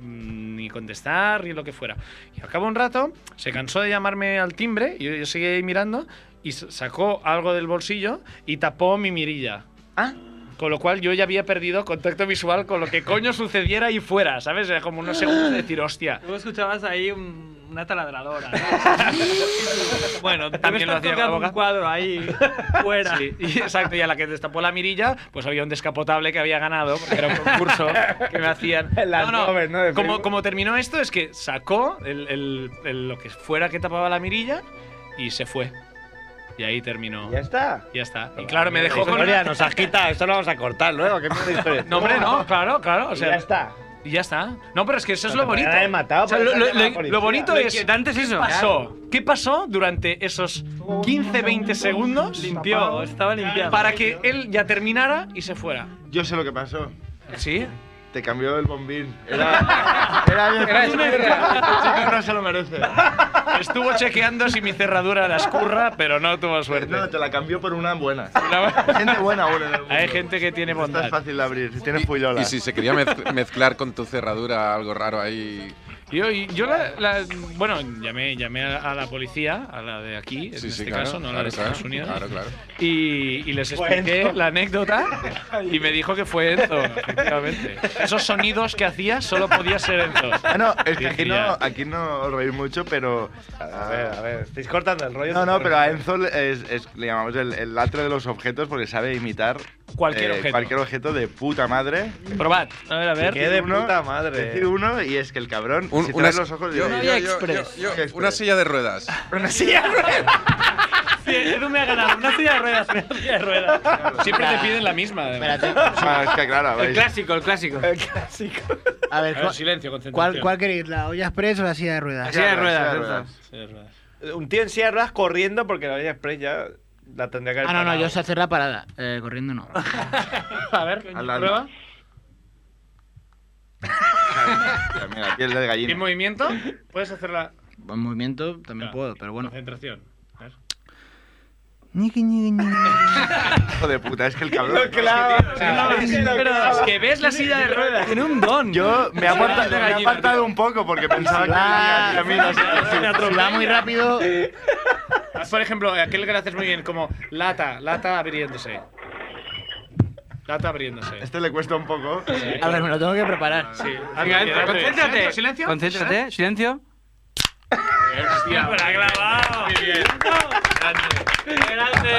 Speaker 3: mm, ni contestar ni lo que fuera. Y al cabo de un rato se cansó de llamarme al timbre, y yo, yo seguí ahí mirando y s- sacó algo del bolsillo y tapó mi mirilla. ¿Ah? Con lo cual yo ya había perdido contacto visual con lo que coño sucediera ahí fuera, ¿sabes? Era como unos segundos de decir, hostia.
Speaker 11: Luego escuchabas ahí un- una taladradora. ¿no?
Speaker 3: Bueno, también lo hacía con la
Speaker 11: colgando un
Speaker 3: boca.
Speaker 11: cuadro ahí fuera.
Speaker 3: Sí, y exacto, y a la que destapó la mirilla, pues había un descapotable que había ganado, porque era un concurso que me hacían. No, no,
Speaker 1: covers, ¿no? De
Speaker 3: Como,
Speaker 1: Facebook.
Speaker 3: como terminó esto, es que sacó el- el- el- lo que fuera que tapaba la mirilla y se fue. Y ahí terminó.
Speaker 1: Ya está.
Speaker 3: Ya está. Y claro, me dejó con.
Speaker 1: Gloria, nos has quitado. Esto lo vamos a cortar luego. ¿Qué mierda de historia?
Speaker 3: No, hombre, no, claro, claro. O
Speaker 1: Y
Speaker 3: sea,
Speaker 1: ya está.
Speaker 3: Y ya está. No, pero es que eso es
Speaker 1: Pero
Speaker 3: lo
Speaker 1: te
Speaker 3: bonito.
Speaker 1: podrían haber matado
Speaker 3: O sea,
Speaker 1: por
Speaker 3: lo,
Speaker 1: estar
Speaker 3: lo-
Speaker 1: llamando
Speaker 3: lo-
Speaker 1: a la
Speaker 3: lo bonito
Speaker 1: policía. Lo
Speaker 3: es.
Speaker 1: inquietante es
Speaker 3: ¿qué
Speaker 1: eso.
Speaker 3: Pasó? ¿Qué pasó durante esos 15, 20 segundos?
Speaker 11: Limpió, estaba limpiando.
Speaker 3: Para que él ya terminara y se fuera.
Speaker 6: Yo sé lo que pasó.
Speaker 3: ¿Sí?
Speaker 6: Te cambió el bombín. Era. Era.
Speaker 3: Era Escurra.
Speaker 6: Chico, no se lo merece.
Speaker 3: Estuvo chequeando si mi cerradura era escurra, pero no tuvo suerte.
Speaker 6: No, te la cambió por una buena. gente buena aún en el mundo.
Speaker 3: Hay gente que tiene bondad.
Speaker 6: Esta es fácil de abrir. Si tienes fuilola.
Speaker 7: Y si se quería mez- mezclar con tu cerradura algo raro ahí.
Speaker 3: Yo, y- yo la, la- bueno, llamé, llamé a a la policía, a la de aquí, en
Speaker 7: Sí, sí,
Speaker 3: este
Speaker 7: claro,
Speaker 3: caso, no a la
Speaker 7: claro,
Speaker 3: de Estados
Speaker 7: claro,
Speaker 3: Unidos.
Speaker 7: claro, claro.
Speaker 3: Y, y les expliqué
Speaker 7: Bueno.
Speaker 3: la anécdota y me dijo que fue Enzo, efectivamente. Esos sonidos que hacía solo podía ser Enzo.
Speaker 6: Bueno, es que
Speaker 3: Dije
Speaker 6: aquí
Speaker 3: ya.
Speaker 6: no, aquí no os reís mucho, pero. A
Speaker 1: ver, a ver, estáis cortando el rollo.
Speaker 6: No, no, pero a Enzo le- es- es- le llamamos el, el latre de los objetos porque sabe imitar. eh,
Speaker 3: Cualquier objeto.
Speaker 6: Cualquier objeto de puta madre.
Speaker 3: Probad. A ver, a ver.
Speaker 6: Decir uno- Decir uno y es que el cabrón.
Speaker 7: Un-
Speaker 6: si te
Speaker 7: una-
Speaker 6: ves los ojos,
Speaker 7: yo-
Speaker 6: digo,
Speaker 7: yo- yo- yo- yo- una silla de ruedas.
Speaker 3: Una silla de ruedas.
Speaker 11: Sí, Edu me ha ganado. Una silla de ruedas, una silla de ruedas.
Speaker 3: Siempre te piden la misma. además.
Speaker 6: Ah, es que claro,
Speaker 8: El clásico, el clásico. El clásico.
Speaker 14: A ver,
Speaker 3: A ver, silencio,
Speaker 14: ¿cuál,
Speaker 3: concentración.
Speaker 14: cuál queréis? ¿La olla express o la silla de ruedas?
Speaker 1: La silla de ruedas, silla de ruedas. Un tío en silla de ruedas corriendo porque la Villa Express ya la tendría que haber
Speaker 14: Ah, no, no,
Speaker 1: parado.
Speaker 14: yo sé hacer la parada. Eh, corriendo no.
Speaker 3: A ver, prueba.
Speaker 6: Mira, piel de
Speaker 3: ¿Y
Speaker 6: gallina.
Speaker 3: en movimiento? Puedes hacerla.
Speaker 14: En movimiento también puedo, pero bueno.
Speaker 3: Concentración. A ver.
Speaker 14: Ñiqui, ñiqui, ñiqui.
Speaker 6: Hijo de puta, es que el cabrón.
Speaker 14: Lo clava.
Speaker 6: Es que, tío,
Speaker 14: No,
Speaker 6: es que-
Speaker 11: Pero es que ves la silla de ruedas. Tiene un don.
Speaker 6: Yo me ha faltado, me ha faltado un poco porque pensaba que venía a mí la silla de ruedas.
Speaker 14: va muy rápido.
Speaker 3: Por ejemplo, aquel que lo haces muy bien, como lata, lata abriéndose. Lata abriéndose.
Speaker 6: Este le cuesta un poco.
Speaker 14: A ver, me lo tengo que preparar.
Speaker 3: Sí.
Speaker 8: Venga, entra,
Speaker 3: Silencio,
Speaker 8: concéntrate.
Speaker 3: silencio.
Speaker 8: Concéntrate, silencio.
Speaker 3: Hostia, me la ha clavado. Muy bien. Grande. Grande.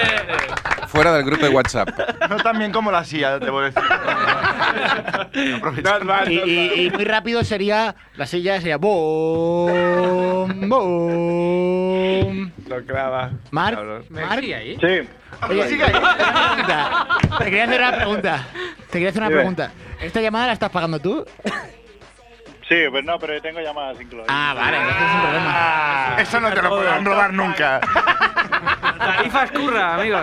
Speaker 7: Fuera del grupo de WhatsApp.
Speaker 6: No tan bien como la silla, te voy a decir.
Speaker 14: Y, y- y muy rápido sería. La silla sería. ¡Boom! ¡Boom!
Speaker 1: Lo clava.
Speaker 14: Marc,
Speaker 1: Cabrón.
Speaker 14: Marc.
Speaker 1: ¿Sigue Ah, pues
Speaker 14: ahí?
Speaker 15: Sí.
Speaker 14: Oye,
Speaker 1: Sigue
Speaker 14: sigue
Speaker 1: ahí.
Speaker 14: Te quería hacer una pregunta. Te quería hacer una
Speaker 15: Dime.
Speaker 14: pregunta. ¿Esta llamada la estás pagando tú?
Speaker 15: Sí, pues no, pero tengo llamadas incluidas. Ah.
Speaker 14: Ah, vale, entonces es un problema.
Speaker 6: Eso no te lo podrán robar nunca.
Speaker 8: Tarifa escurra, amigos.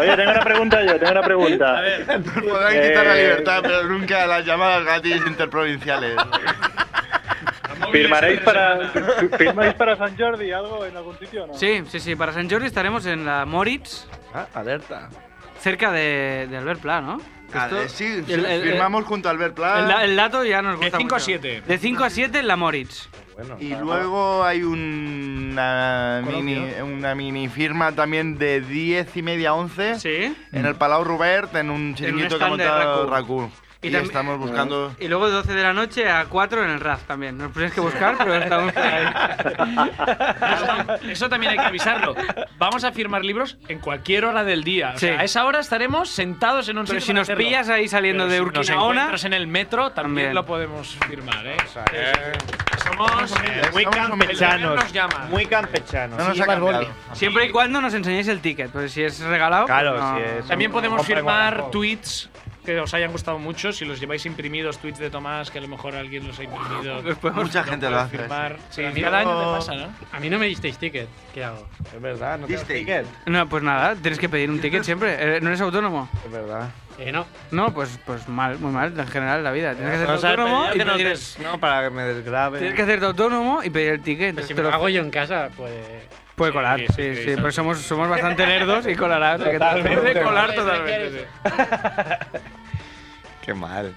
Speaker 15: Oye, tengo una pregunta yo, tengo una pregunta.
Speaker 6: Podrán quitar la
Speaker 15: Eh,
Speaker 6: libertad, pero nunca las llamadas gratis interprovinciales.
Speaker 15: ¿Firmaréis para, ¿Firmáis para San Jordi algo en algún sitio o no?
Speaker 8: Sí, sí, sí. Para San Jordi estaremos en la Moritz.
Speaker 6: Ah, alerta.
Speaker 8: Cerca de, de Albert Pla, ¿no?
Speaker 6: Ah,
Speaker 8: Esto-
Speaker 6: eh, sí, sí,
Speaker 8: el- el-
Speaker 6: firmamos junto a Albert Pla.
Speaker 8: El, da- el dato ya nos
Speaker 6: De
Speaker 8: gusta.
Speaker 6: cinco a
Speaker 8: mucho.
Speaker 6: siete.
Speaker 8: De 5 a 7 en la Moritz.
Speaker 6: Y luego hay una mini, una mini firma también de 10 y media a 11 en el Palau Robert, en un chiringuito que ha
Speaker 8: stand de
Speaker 6: montado
Speaker 8: Raku.
Speaker 6: Raku. Y,
Speaker 8: también-
Speaker 6: estamos buscando...
Speaker 8: Y luego de 12 de la noche a 4 en el RAF también. Nos tienes que buscar, pero estamos ahí.
Speaker 3: Eso también hay que avisarlo. Vamos a firmar libros en cualquier hora del día. O sea,
Speaker 8: Sí.
Speaker 3: a esa hora estaremos sentados en un sitio
Speaker 8: Pero si
Speaker 3: para
Speaker 8: nos
Speaker 3: hacerlo.
Speaker 8: pillas ahí saliendo
Speaker 3: Pero
Speaker 8: de
Speaker 3: si nos
Speaker 8: Urquinaona-
Speaker 3: encuentras en el metro, también,
Speaker 8: También.
Speaker 3: lo podemos firmar, ¿eh? Somos
Speaker 1: muy
Speaker 3: campechanos,
Speaker 1: campechanos. Muy campechanos. Sí, lleva el boli.
Speaker 8: Siempre y cuando nos enseñéis el ticket, porque si es regalado.
Speaker 1: Claro,
Speaker 8: pues no-
Speaker 1: si es-
Speaker 3: También podemos
Speaker 8: Compra igual,
Speaker 3: firmar
Speaker 8: tampoco.
Speaker 3: tweets que os hayan gustado mucho. Si los lleváis imprimidos, tweets de Tomás, que a lo mejor alguien los ha imprimido.
Speaker 6: Mucha gente lo
Speaker 3: puedes
Speaker 6: hace,
Speaker 3: Firmar.
Speaker 6: sí.
Speaker 3: Sí,
Speaker 6: Pero a mí
Speaker 3: cada
Speaker 6: no-
Speaker 3: año te pasa, ¿no?
Speaker 13: A mí no me disteis ticket. ¿Qué hago?
Speaker 1: Es verdad, no
Speaker 6: tengo
Speaker 1: ticket.
Speaker 8: No, pues nada, tienes que pedir un ticket siempre. Eh, ¿No eres autónomo?
Speaker 1: Es verdad.
Speaker 13: Eh, no.
Speaker 8: No, pues, pues mal, muy mal en general la vida. Tienes que
Speaker 1: Nos
Speaker 8: hacerte
Speaker 1: has
Speaker 8: autónomo
Speaker 1: pedido
Speaker 8: y
Speaker 1: que nos
Speaker 8: pedir-
Speaker 1: des- no, para que me desgrabe.
Speaker 8: Tienes que hacerte autónomo y pedir el ticket.
Speaker 13: Pues si me
Speaker 8: entonces te
Speaker 13: lo
Speaker 8: lo-
Speaker 13: hago yo en casa, pues.
Speaker 8: Puede colar, sí, sí,
Speaker 13: sí, sí.
Speaker 8: pero somos, somos bastante nerdos y colará. así que
Speaker 13: Totalmente.
Speaker 8: Puede colar
Speaker 13: ¿Qué
Speaker 8: totalmente.
Speaker 13: quieres?
Speaker 8: sí.
Speaker 2: Qué mal.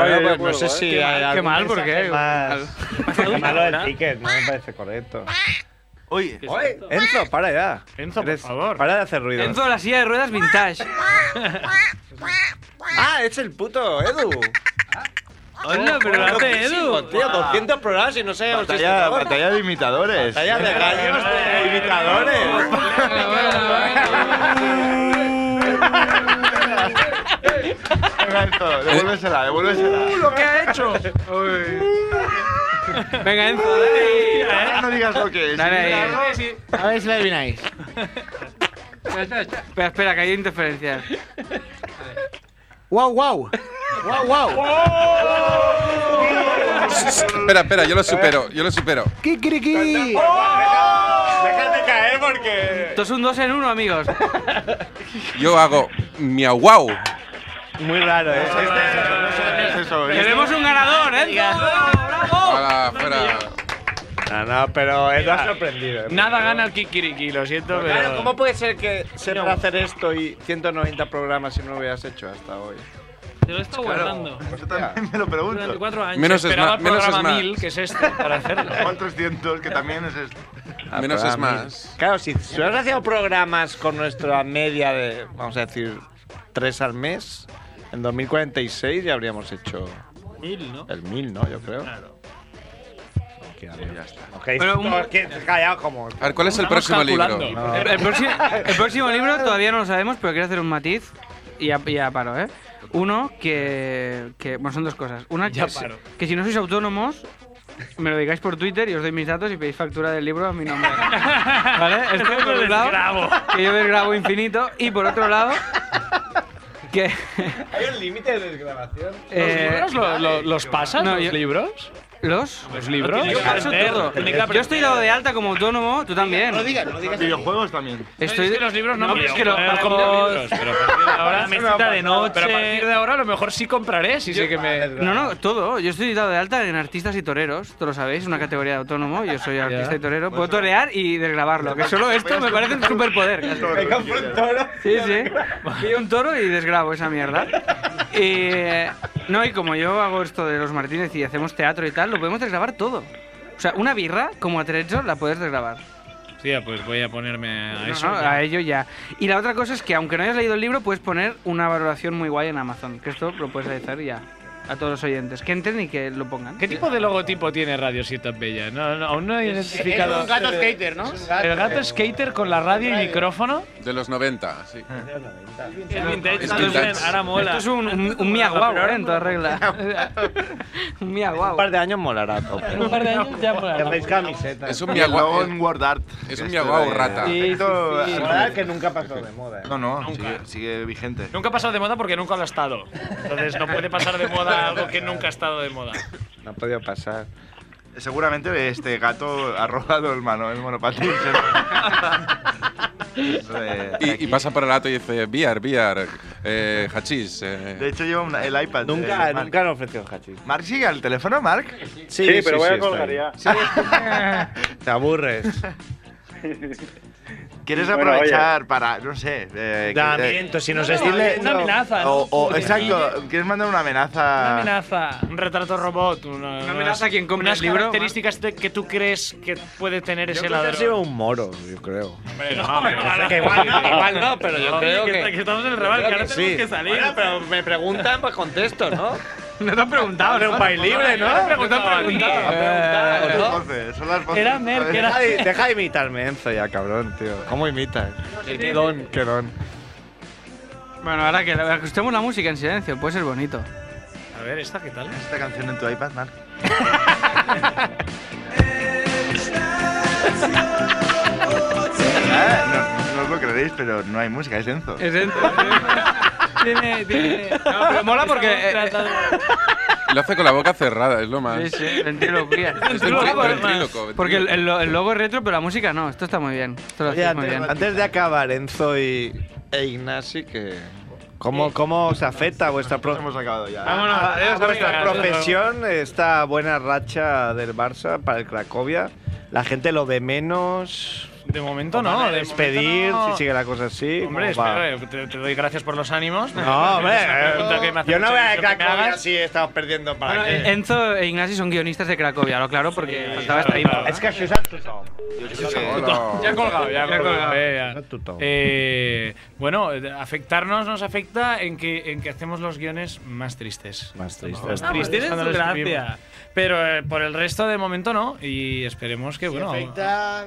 Speaker 2: Bueno,
Speaker 1: yo
Speaker 2: pues
Speaker 1: vuelvo,
Speaker 2: no sé
Speaker 1: ¿eh?
Speaker 2: si
Speaker 1: Qué
Speaker 2: hay
Speaker 1: mal, qué
Speaker 2: algún
Speaker 1: mal, ¿por
Speaker 2: mensaje
Speaker 1: qué?
Speaker 2: más.
Speaker 1: Qué malo el ticket, no me parece correcto.
Speaker 6: Oye,
Speaker 1: Oye, Enzo, para ya.
Speaker 3: Enzo, por
Speaker 1: Eres-
Speaker 3: favor.
Speaker 1: Para de hacer ruido.
Speaker 8: Enzo, la silla de ruedas vintage.
Speaker 1: Ah, es el puto Edu. Ah.
Speaker 8: Hola, pero lo hace Edu.
Speaker 1: Tío, 200 programas y no sé.
Speaker 6: Batalla, batalla de imitadores.
Speaker 1: Batalla de gallos de imitadores.
Speaker 6: Enzo, devuélvesela, devuélvesela.
Speaker 8: lo que ha hecho! Venga, Enzo, dale.
Speaker 6: Ahora no digas lo que es.
Speaker 8: Dale ahí.
Speaker 14: A ver si la adivináis.
Speaker 8: Espera, espera, que hay interferencias.
Speaker 14: ¡Wow, wow! ¡Wow,
Speaker 8: Oh.
Speaker 14: wow!
Speaker 7: Espera, espera, yo lo supero, yo lo supero.
Speaker 14: ¡Kikiriki!
Speaker 8: Oh.
Speaker 1: Déjate caer porque.
Speaker 8: Esto es un 2 en 1, amigos.
Speaker 7: Yo hago miau guau.
Speaker 1: Muy raro, ¿eh?
Speaker 8: Queremos un ganador, ¿eh?
Speaker 7: Hola, fuera.
Speaker 1: No, no, pero Edu ha sorprendido.
Speaker 3: Nada gana el Kikiriki, lo siento, pero.
Speaker 1: Claro, ¿cómo puede ser que sepa hacer esto y 190 programas si no lo hubieras hecho hasta hoy?
Speaker 11: Te lo he estado
Speaker 1: Claro.
Speaker 11: guardando.
Speaker 6: Yo también me lo pregunto.
Speaker 11: Durante cuatro años.
Speaker 7: Menos es
Speaker 11: Esperaba
Speaker 7: más- menos es
Speaker 11: programa
Speaker 7: más.
Speaker 11: 1000, que es este, para hacerlo.
Speaker 6: 400, que también es esto.
Speaker 7: Menos
Speaker 1: Ah,
Speaker 7: es más.
Speaker 1: Claro, si si hubieras haciendo programas con nuestra media de, vamos a decir, tres al mes, en 2046 ya habríamos hecho
Speaker 11: Mil, ¿no?
Speaker 1: el mil, ¿no? Yo creo. Claro. ya está. Ok,
Speaker 8: Pero un-
Speaker 1: todos que- callado como.
Speaker 7: A ver, ¿cuál es el próximo libro?
Speaker 1: No.
Speaker 8: El, el próximo, el próximo libro todavía no lo sabemos, pero quiero hacer un matiz y ya, ya paro, ¿eh? Uno que, que- Bueno, son dos cosas. Una
Speaker 3: Ya
Speaker 8: que, si-
Speaker 3: paro.
Speaker 8: que si no sois autónomos, me lo digáis por Twitter y os doy mis datos y pedís factura del libro a mi nombre. ¿Vale? Esto
Speaker 11: Yo
Speaker 8: por un lado,
Speaker 11: desgrabo.
Speaker 8: que yo desgrabo infinito. Y por otro lado, que...
Speaker 1: ¿Hay un límite de desgrabación?
Speaker 8: eh,
Speaker 3: ¿Los libros lo- lo- los pasas?
Speaker 8: No,
Speaker 3: ¿Los
Speaker 8: yo-
Speaker 3: libros?
Speaker 8: ¿Los?
Speaker 3: ¿Los libros?
Speaker 8: Yo paso todo. Yo estoy dado de alta como autónomo, tú también.
Speaker 6: Videojuegos también.
Speaker 8: Estoy...
Speaker 3: Es que los libros no,
Speaker 8: No,
Speaker 3: pero
Speaker 8: es que los-
Speaker 3: para
Speaker 8: los-
Speaker 3: comprar libros, pero a partir de ahora
Speaker 11: mesita de noche.
Speaker 3: Pero a partir de ahora a lo mejor sí compraré, si sé que me
Speaker 8: No, no, todo. Yo estoy dado de alta en artistas y toreros, todos lo sabéis, una categoría de autónomo. Yo soy artista y torero.
Speaker 3: Pues
Speaker 8: Puedo torear y desgrabarlo, que solo esto me parece un superpoder. casi. Sí, sí. Pillo un toro y desgrabo esa mierda. Y, eh, no, y como yo hago esto de los Martínez y hacemos teatro y tal, lo podemos desgrabar todo. O sea, una birra como atrecho la puedes desgrabar.
Speaker 3: Hostia, pues voy a ponerme a
Speaker 8: No,
Speaker 3: eso.
Speaker 8: no, a ello Ah, ya. Y la otra cosa es que aunque no hayas leído el libro, puedes poner una valoración muy guay en Amazon. Que esto lo puedes hacer ya. A todos los oyentes. Que entren y que lo pongan.
Speaker 3: ¿Qué tipo de logotipo tiene Radio Ciutat Bella? No, no, aún no he identificado.
Speaker 14: skater, ¿no?
Speaker 3: El gato skater con la radio y micrófono.
Speaker 7: De los 90, sí.
Speaker 14: Eh,
Speaker 11: Es vintage,
Speaker 7: Es
Speaker 11: entonces,
Speaker 7: vintage.
Speaker 11: ahora mola.
Speaker 8: Esto es un, un, un miaguau, ¿eh? En toda regla. un
Speaker 1: Un
Speaker 8: miaguau.
Speaker 1: par de años molará. tope.
Speaker 11: Un par de años ya mola.
Speaker 1: Hacéis camisetas.
Speaker 7: Es un
Speaker 6: Y luego
Speaker 7: miagua.
Speaker 6: en Word Art.
Speaker 7: Es un
Speaker 6: Este
Speaker 7: miagua
Speaker 6: de-
Speaker 7: rata.
Speaker 6: Esto-
Speaker 1: Molará que nunca pasó de moda. ¿eh?
Speaker 6: No, no, sigue, sigue vigente.
Speaker 3: Nunca ha pasado de moda porque nunca lo ha estado. Entonces no puede pasar de moda algo que nunca ha estado de moda.
Speaker 1: No ha podido pasar.
Speaker 6: Seguramente este gato ha robado el, mano, el monopatín.
Speaker 7: Y, y pasa por el gato y dice, biar, biar. Eh, hachís. eh.
Speaker 6: De hecho, lleva una- el iPad.
Speaker 7: Nunca- nunca
Speaker 6: han ofrecido hachís. ¿Mark sigue al teléfono, Mark?
Speaker 7: Sí, Sí, sí, pero voy sí, a colgar
Speaker 6: Sí. Te aburres. ¿Quieres
Speaker 10: Bueno,
Speaker 6: aprovechar para, no sé... eh, que-
Speaker 10: Llamamiento, si nos No, decirle-
Speaker 3: una amenaza,
Speaker 6: O, o-
Speaker 3: ¿no?
Speaker 6: exacto, ¿quieres mandar una amenaza?
Speaker 3: Una amenaza, un retrato robot, una,
Speaker 6: Una amenaza a quien compre
Speaker 3: unas
Speaker 6: el libro,
Speaker 3: características de- que tú crees que puede tener ese
Speaker 1: creo que
Speaker 3: ladrón.
Speaker 1: ha sido un moro, yo creo.
Speaker 3: no, hombre, ojalá.
Speaker 1: que igual, no, igual no, pero yo
Speaker 3: No,
Speaker 1: creo
Speaker 3: que
Speaker 1: que,
Speaker 3: está- que estamos en el Raval,
Speaker 1: yo
Speaker 3: que
Speaker 1: creo
Speaker 3: ahora tenemos que salir.
Speaker 1: Bueno, pero me preguntan, pues contesto, ¿no?
Speaker 3: No te han preguntado,
Speaker 1: Era un país libre, ¿no?
Speaker 3: No te han preguntado,
Speaker 1: Eh,
Speaker 3: ¿no?
Speaker 1: ¿no?
Speaker 6: Son las
Speaker 3: voces. Era Merck, era-
Speaker 1: Deja de- Deja de imitarme, Enzo, ya, cabrón, tío. ¿Cómo imitas?
Speaker 3: Sí.
Speaker 1: Qué don, qué don.
Speaker 8: Bueno, ahora que ajustemos la música en silencio, puede ser bonito.
Speaker 3: A ver, ¿esta qué tal?
Speaker 1: Este
Speaker 6: ¿Esta canción en tu iPad, Mark? Ah, no, no os lo creeréis, pero no hay música, es Enzo.
Speaker 8: Es Enzo. Tiene, tiene. No, pero mola porque. eh,
Speaker 7: Lo hace con la boca cerrada, es lo más.
Speaker 8: Sí, sí, ventriloquía.
Speaker 7: Es ventri- ventríloco,
Speaker 8: Porque el, el lo- el logo es retro, pero la música no. Esto está muy bien. Esto lo
Speaker 1: Oye,
Speaker 8: hacéis muy
Speaker 1: antes,
Speaker 8: bien.
Speaker 1: antes de acabar, Enzo y, e Ignasi, que... ¿Cómo, ¿Cómo os afecta vuestra, pro- Ah,
Speaker 6: Hemos acabado ya.
Speaker 3: Vámonos,
Speaker 1: a-
Speaker 3: adiós,
Speaker 1: vuestra
Speaker 3: amigas.
Speaker 1: profesión, esta buena racha del Barça para el Cracovia? ¿La gente lo ve menos?
Speaker 3: De momento
Speaker 1: ¿Os van
Speaker 3: no,
Speaker 1: a
Speaker 3: de
Speaker 1: despedir
Speaker 3: momento no.
Speaker 1: si sigue la cosa así?
Speaker 3: Hombre,
Speaker 1: ¿Cómo va?
Speaker 3: espera, eh, te, te doy gracias por los ánimos.
Speaker 1: No, hombre, eh,
Speaker 3: Es una pregunta que me hace
Speaker 1: yo no
Speaker 3: mucha
Speaker 1: voy a
Speaker 3: ilusión que me
Speaker 1: Cracovia
Speaker 3: hagas.
Speaker 1: si estamos perdiendo para
Speaker 8: Bueno,
Speaker 1: qué.
Speaker 8: eh, Enzo e Ignasi son guionistas de Cracovia, lo claro, porque faltaba esta info.
Speaker 1: Es que això és el tothom.
Speaker 3: eh, Ya he colgado, ya he
Speaker 1: Ya he
Speaker 3: colgado.
Speaker 1: colgado.
Speaker 3: eh, ya.
Speaker 1: No, tú todo.
Speaker 3: Eh, bueno, eh, afectarnos nos afecta en que, en que hacemos los guiones más tristes. Más tristes. Más
Speaker 1: Ah, pues
Speaker 3: tristes
Speaker 1: tienes
Speaker 3: cuando los
Speaker 1: gracia.
Speaker 3: escribimos. Pero eh, por el resto, de momento no. Y esperemos que,
Speaker 14: Si
Speaker 3: bueno.
Speaker 14: afecta,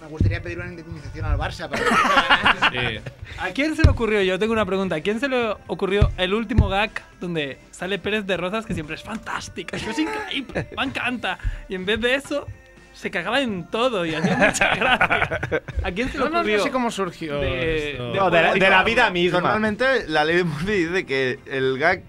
Speaker 14: me gustaría pedir una indemnización al Barça. Para...
Speaker 3: sí.
Speaker 11: ¿A quién se le ocurrió? Yo tengo una pregunta. ¿A quién se le ocurrió el último gag donde sale Pérez de Rosas, que siempre es fantástica, yo es increíble, me encanta? Y en vez de eso, se cagaba en todo y hacía mucha gracia. ¿A quién se le
Speaker 3: No, no, no
Speaker 11: ocurrió?
Speaker 3: sé cómo surgió
Speaker 11: De-
Speaker 3: esto.
Speaker 11: de- No, de la- de la vida
Speaker 1: misma.
Speaker 6: Normalmente la ley de Murphy dice que el gag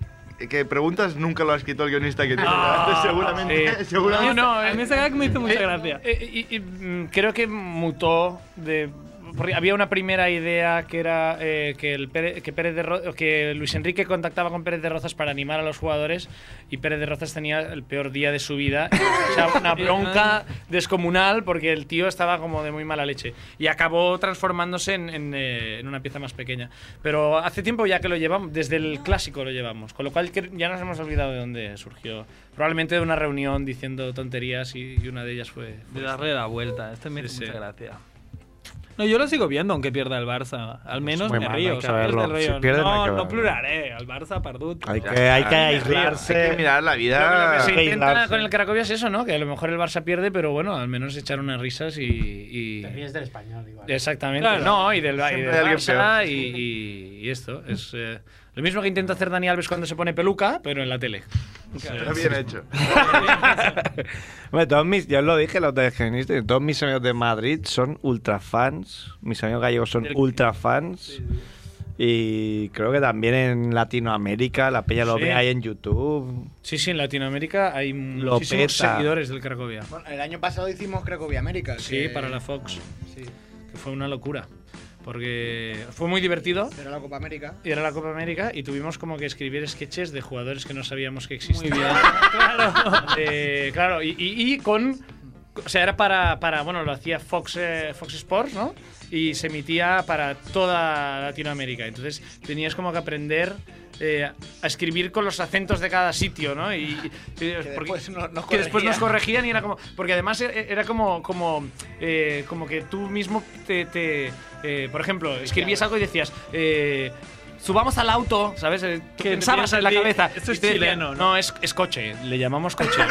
Speaker 6: que preguntas nunca lo ha escrito el guionista que te
Speaker 11: Ah,
Speaker 6: seguramente.
Speaker 11: sí.
Speaker 6: seguramente.
Speaker 11: No, no, a mí ese gag me hizo mucha gracia.
Speaker 3: Eh, y, y, mm, creo que mutó de. porque había una primera idea que era eh, que, el Pérez, que, Pérez de Ro- que Luis Enrique contactaba con Pérez de Rozas para animar a los jugadores y Pérez de Rozas tenía el peor día de su vida. O sea, una bronca descomunal porque el tío estaba como de muy mala leche. Y acabó transformándose en, en, eh, en una pieza más pequeña. Pero hace tiempo ya que lo llevamos, desde el clásico lo llevamos, con lo cual cre- ya nos hemos olvidado de dónde surgió. Probablemente de una reunión diciendo tonterías y, y una de ellas fue...
Speaker 11: De darle la vuelta, este me hizo
Speaker 3: Sí, sí.
Speaker 11: mucha gracia. No, yo lo sigo viendo aunque pierda el Barça. Al menos
Speaker 1: muy
Speaker 11: me
Speaker 1: malo,
Speaker 11: río.
Speaker 1: hay que
Speaker 11: o sea,
Speaker 1: verlo.
Speaker 11: me río.
Speaker 1: Si pierden, hay
Speaker 11: no,
Speaker 1: que
Speaker 11: no
Speaker 1: verlo.
Speaker 11: pluraré. Al Barça, pardut.
Speaker 1: Hay que, hay que aislarse.
Speaker 6: Hay que mirar la
Speaker 3: Lo que
Speaker 6: vida.
Speaker 3: se intenta con el Cracovia es eso, ¿no? Que a lo mejor el Barça pierde, pero bueno, al menos echar unas risas y... y-
Speaker 13: Es del español, igual.
Speaker 3: Exactamente.
Speaker 13: Claro.
Speaker 3: No, y del, y
Speaker 13: Siempre
Speaker 3: del
Speaker 13: hay alguien
Speaker 3: Barça
Speaker 13: peor.
Speaker 3: y, y- y esto. Es eh, lo mismo que intenta hacer Dani Alves cuando se pone peluca, pero en la tele.
Speaker 6: Está bien hecho.
Speaker 1: Hombre, todos mis, yo os lo dije los de guionistas, todos mis amigos de Madrid son ultra fans, mis amigos gallegos son ultra fans. Y creo que también en Latinoamérica, la peña lo
Speaker 3: Sí.
Speaker 1: ve ahí en YouTube.
Speaker 3: Sí, sí, en Latinoamérica hay
Speaker 1: Lo
Speaker 3: muchísimos
Speaker 1: peta.
Speaker 3: seguidores del Cracovia.
Speaker 14: Bueno, el año pasado hicimos Cracovia América.
Speaker 3: Sí,
Speaker 14: que-
Speaker 3: para la Fox.
Speaker 14: Sí.
Speaker 3: Que fue una locura. Porque fue muy divertido.
Speaker 14: Era la Copa América.
Speaker 3: Y era la Copa América y tuvimos como que escribir sketches de jugadores que no sabíamos que existían.
Speaker 11: Muy bien.
Speaker 3: claro. Eh, claro, y, y- y con. O sea, era para. para bueno, lo hacía Fox, eh, Fox Sports, ¿no? Y se emitía para toda Latinoamérica. Entonces tenías como que aprender. eh, a escribir con los acentos de cada sitio, ¿no? Y, y- porque-
Speaker 14: después no- nos
Speaker 3: que después nos
Speaker 14: corregían.
Speaker 3: corregían y era como porque además e- era como como eh, como que tú mismo te, te, eh, por ejemplo escribías algo y decías eh, subamos al auto sabes Eh, tú
Speaker 11: Que
Speaker 3: pensabas
Speaker 11: empieza
Speaker 3: en la
Speaker 11: el día-
Speaker 3: cabeza
Speaker 11: esto
Speaker 3: y
Speaker 11: es
Speaker 3: te decían,
Speaker 11: chileno,
Speaker 3: no, es, es coche le llamamos coche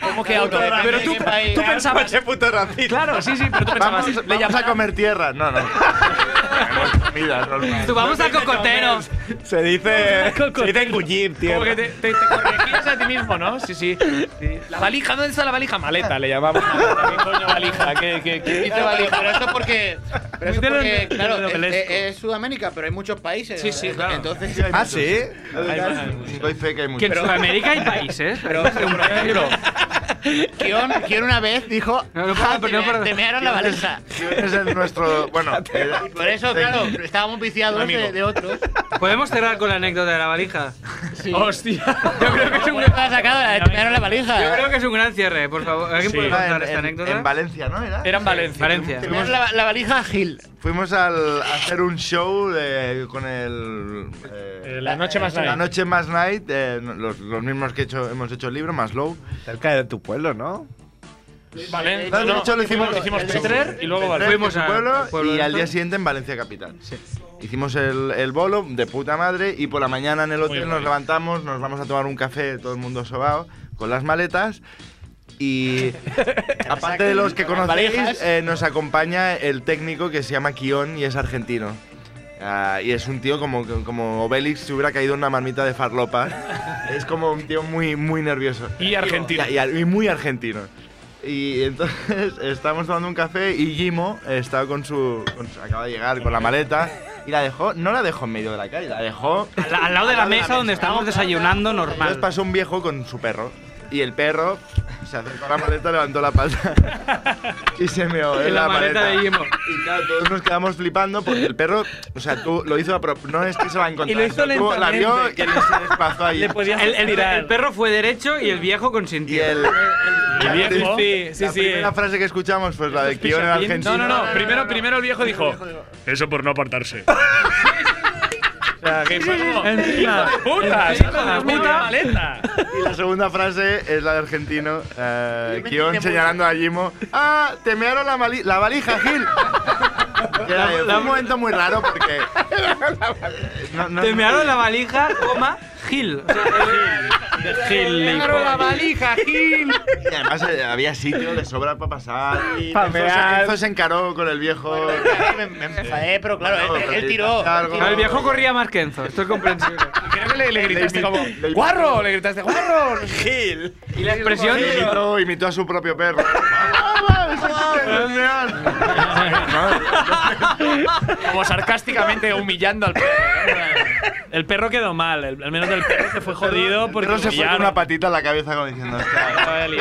Speaker 3: como que auto
Speaker 6: Depende
Speaker 3: pero
Speaker 6: de
Speaker 3: tú,
Speaker 6: qué país.
Speaker 3: tú pensabas
Speaker 6: Coche, puto racista.
Speaker 3: claro sí sí pero tú pensabas
Speaker 6: Vamos, vamos a comer tierra. No, no. Comida, normal.
Speaker 3: Subamos a cocoteros.
Speaker 1: Se dice, se dice engullir, tío.
Speaker 3: Como que te, te- te corregías a ti mismo, ¿no? Sí, sí. Sí. La valija, ¿dónde está la valija? Maleta, le llamamos. Maleta. ¿Qué coño valija? ¿Qué, qué, qué dice
Speaker 14: Pero, pero,
Speaker 3: valija?
Speaker 14: pero esto porque, pero eso
Speaker 3: Muy de
Speaker 14: porque,
Speaker 3: donde- de
Speaker 14: claro,
Speaker 3: donde
Speaker 14: es,
Speaker 3: les-
Speaker 14: es- es Sudamérica, pero hay muchos países.
Speaker 3: Sí, sí,
Speaker 14: eh,
Speaker 3: claro.
Speaker 14: Entonces,
Speaker 6: Sí, hay
Speaker 14: Ah,
Speaker 6: muchos. Hay muchos. Doy fe que hay muchos.
Speaker 8: Que en Sudamérica hay países.
Speaker 14: Pero,
Speaker 8: Pero, por ejemplo,
Speaker 14: Kion, Kion una vez dijo, "Ah, te me- te mearon la valija.
Speaker 6: Es el nuestro. Bueno,
Speaker 14: Y Por eso, claro, estábamos viciados
Speaker 8: Amigo.
Speaker 14: de, de otros.
Speaker 8: ¿Podemos cerrar con la anécdota de la valija?
Speaker 3: ¡Hostia!
Speaker 8: Yo creo que es un
Speaker 14: La sacado, la de te mearon la valija.
Speaker 8: Yo creo que es un gran cierre, por favor. ¿Alguien
Speaker 6: Sí.
Speaker 8: puede
Speaker 6: Ah,
Speaker 8: contar
Speaker 6: en-
Speaker 8: esta
Speaker 6: en-
Speaker 8: anécdota?
Speaker 6: en Valencia, ¿no? Era,
Speaker 8: en Valencia.
Speaker 14: Te mearon la, la valija Gil.
Speaker 6: Fuimos al, a hacer un show eh, con el. eh,
Speaker 3: La noche más
Speaker 6: La
Speaker 3: night.
Speaker 6: noche más night, eh, los, los mismos que he hecho, hemos hecho el libro, más low. Cerca de tu pueblo, ¿no?
Speaker 3: Vale.
Speaker 6: No, de hecho lo hicimos,
Speaker 3: hicimos
Speaker 6: el-
Speaker 3: Petrer y luego Valencia.
Speaker 6: Fuimos a pueblo, y al día
Speaker 3: siguiente.
Speaker 6: siguiente en Valencia Capital. Hicimos el, el bolo de puta madre y por la mañana en el hotel nos levantamos, nos vamos a tomar un café, todo el mundo sobao, con las maletas. Y aparte de los que
Speaker 14: Con las
Speaker 6: conocéis,
Speaker 14: valijas.
Speaker 6: eh, nos acompaña el técnico que se llama Kion y es argentino. Ah, y es un tío como, como Obelix si hubiera caído en una marmita de farlopa. es como un tío muy, muy nervioso.
Speaker 3: Y argentino.
Speaker 6: Y, y- y muy argentino. Y entonces estábamos tomando un café y Jimo estaba con su, con su- Acaba de llegar con la maleta y la dejó. No la dejó en medio de la calle, la dejó.
Speaker 8: Al, al lado de la mesa donde estábamos desayunando
Speaker 6: Entonces
Speaker 8: normal.
Speaker 6: pasó un viejo con su perro. Y el perro se acercó a la maleta, levantó la pata y se meó en,
Speaker 8: En la maleta de Jimo.
Speaker 6: Y claro, todos nos quedamos flipando porque el perro, o sea, tú lo hizo a prop- No es que se va a encontrar.
Speaker 8: Y lo hizo
Speaker 6: o sea, tú la
Speaker 8: lentamente.
Speaker 6: vio y le se despazó ahí.
Speaker 8: el, el- el perro fue derecho y el viejo consintió.
Speaker 6: La-
Speaker 8: el viejo-
Speaker 6: Sí, sí,
Speaker 8: la
Speaker 6: sí.
Speaker 8: primera
Speaker 6: La frase que escuchamos fue la de Kion en Argentina.
Speaker 3: No, no, no. Primero, primero el viejo dijo. Eso por no apartarse. O sea, que fue como,
Speaker 6: Encima,
Speaker 3: "Hijo de puta!
Speaker 6: encima,
Speaker 3: saca la
Speaker 6: puta".
Speaker 3: puta maleta!
Speaker 6: Y la segunda frase es la de argentino. eh,
Speaker 14: me
Speaker 6: Kion
Speaker 14: entiende
Speaker 6: señalando a Jimo. ¡Ah! ¡Te mearon la, mali- la valija, Gil! Que era, eh, fue un momento muy raro porque. no, no-
Speaker 8: Te mearon la valija, coma, Gil. O sea, el-
Speaker 6: mearon la valija,
Speaker 8: Gil.
Speaker 6: Y además eh, había sitio de sobra para pasar. Y
Speaker 14: Pa'
Speaker 6: Enzo se-
Speaker 14: mear.
Speaker 6: Enzo se encaró con el viejo.
Speaker 14: Me, me enfadé, eh, pero claro,
Speaker 6: No,
Speaker 14: él,
Speaker 6: pero
Speaker 14: él
Speaker 6: sí,
Speaker 14: tiró.
Speaker 6: algo.
Speaker 8: No, el viejo corría más que Enzo, esto es comprensible.
Speaker 3: Creo que le, le gritaste como. ¡Guarro! Le gritaste, ¡Guarro! ¡Gil!
Speaker 8: Y la expresión.
Speaker 6: Imitó, imitó a su propio perro.
Speaker 3: Como sarcásticamente humillando al perro.
Speaker 11: El perro quedó mal, el- al menos el perro se fue jodido porque
Speaker 6: Pero se fue con
Speaker 11: pillaron.
Speaker 6: una patita en la cabeza como diciendo.
Speaker 8: Lo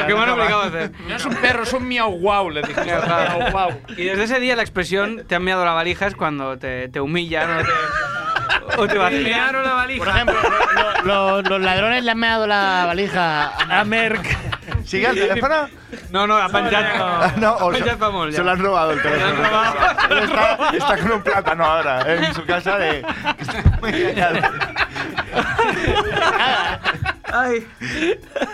Speaker 8: que me han obligado a hacer.
Speaker 3: No es un perro, es un miau guau, le dije. Miau guau.
Speaker 8: Y desde ese día la expresión te han meado la valija es cuando te, te humillan o te, o te vacilan.
Speaker 11: la valija.
Speaker 14: Por ejemplo, lo- lo- los ladrones le han meado la valija a Merck.
Speaker 6: ¿Sigue el teléfono?
Speaker 8: No, no, a penjat.
Speaker 6: Ah, No, o
Speaker 8: a
Speaker 6: sea,
Speaker 8: penjat fa molt,
Speaker 6: se lo
Speaker 8: ja.
Speaker 6: han robado el teléfono. Él Está, está con un plátano ahora ¿eh? en su casa de. Muy genial.
Speaker 11: Ay.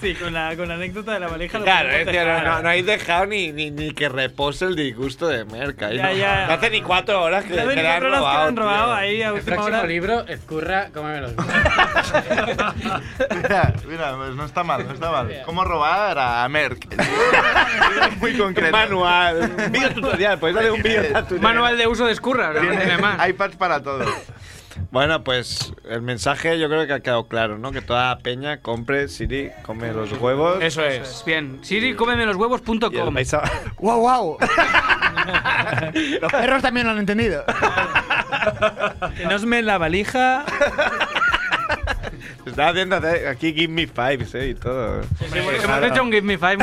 Speaker 11: Sí, con la, con la anécdota de la valija. lo
Speaker 1: Claro, eh,
Speaker 11: podemos
Speaker 1: tío, no,
Speaker 11: dejar.
Speaker 1: no, no habéis dejado ni, ni, ni que repose el disgusto de Merca.
Speaker 11: Ya, ya.
Speaker 1: No hace ni cuatro horas que,
Speaker 11: Ya
Speaker 1: que
Speaker 11: ven
Speaker 1: le han
Speaker 11: cuatro horas que
Speaker 1: robado.
Speaker 11: le han robado
Speaker 1: tío.
Speaker 11: ahí a
Speaker 13: El
Speaker 11: última
Speaker 13: próximo
Speaker 11: hora.
Speaker 13: libro, Ezcurra, cómeme los
Speaker 6: Mira, mira, pues no está mal, no está mal. ¿Cómo robar a Merck? Muy concreto.
Speaker 1: Manual. Un video tutorial, podéis darle un video tutorial.
Speaker 8: Manual de uso de escurra, ¿no?
Speaker 1: Tiene
Speaker 8: Además.
Speaker 6: iPads para todo.
Speaker 1: Bueno, pues el mensaje yo creo que ha quedado claro, ¿no? Que toda peña compre Siri, come los huevos.
Speaker 3: Eso es.
Speaker 8: Bien, Siri, cómeme los huevos.com.
Speaker 1: Y el paisa-
Speaker 14: ¡Guau, guau! Los perros también lo han entendido.
Speaker 11: Que no os me la valija.
Speaker 1: Estaba haciendo hacer aquí Give Me Fives, ¿eh? Y todo.
Speaker 8: Hemos hecho un Give Me Five.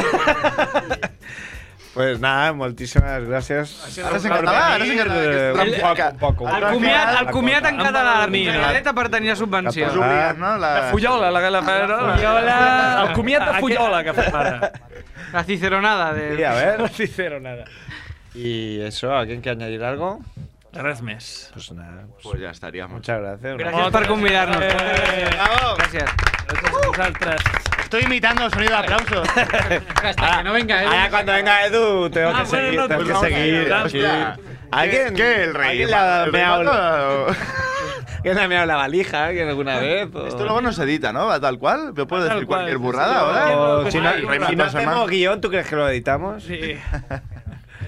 Speaker 1: Pues nada, moltíssimes gràcies.
Speaker 6: Ara s'ha encantat, ara s'ha encantat.
Speaker 1: Un poc, un poc.
Speaker 8: El comiat, el comiat en català, la pinzelleta per tenir la subvenció.
Speaker 1: T'has oblidat, no? La- La
Speaker 8: fullola, la, la, Ah, la, fullola...
Speaker 11: El comiat de fullola que fa mare.
Speaker 8: La ciceronada de...
Speaker 1: Sí, a ver.
Speaker 11: No hicieron nada.
Speaker 1: Y eso, ¿alguien quiere añadir algo?
Speaker 11: Res més.
Speaker 1: Pues nada.
Speaker 6: Pues ya estaríamos.
Speaker 1: Muchas gracias.
Speaker 8: Gracias por convidarnos.
Speaker 11: Eh,
Speaker 8: Gracias.
Speaker 11: vosaltres.
Speaker 14: Estoy imitando el sonido de aplausos. Ah,
Speaker 13: Hasta que no venga él.
Speaker 1: Ahora cuando venga Edu, tengo que
Speaker 11: Ah, bueno,
Speaker 1: seguir,
Speaker 11: no,
Speaker 1: tengo
Speaker 11: pues
Speaker 1: que
Speaker 11: vamos a
Speaker 1: seguir.
Speaker 11: ayudar.
Speaker 1: aquí.
Speaker 6: Hostia.
Speaker 1: ¿Alguien?
Speaker 6: ¿Qué? ¿El rey?
Speaker 1: ¿Alguien le ha
Speaker 6: ¿El
Speaker 1: dado-
Speaker 6: rey
Speaker 1: me ha
Speaker 6: mata o-
Speaker 1: ¿Quién le ha meado la valija alguien alguna vez? o-
Speaker 6: Esto luego no se edita, ¿no? Va tal cual. Yo puedo
Speaker 11: Va tal
Speaker 6: decir
Speaker 11: cual,
Speaker 6: cualquier
Speaker 11: sí,
Speaker 6: burrada
Speaker 11: sí,
Speaker 6: ahora.
Speaker 1: O
Speaker 11: Ay,
Speaker 1: Oh, si no,
Speaker 11: ay,
Speaker 1: si no
Speaker 6: ay,
Speaker 1: hacemos guión, ¿tú crees que lo editamos?
Speaker 11: Sí.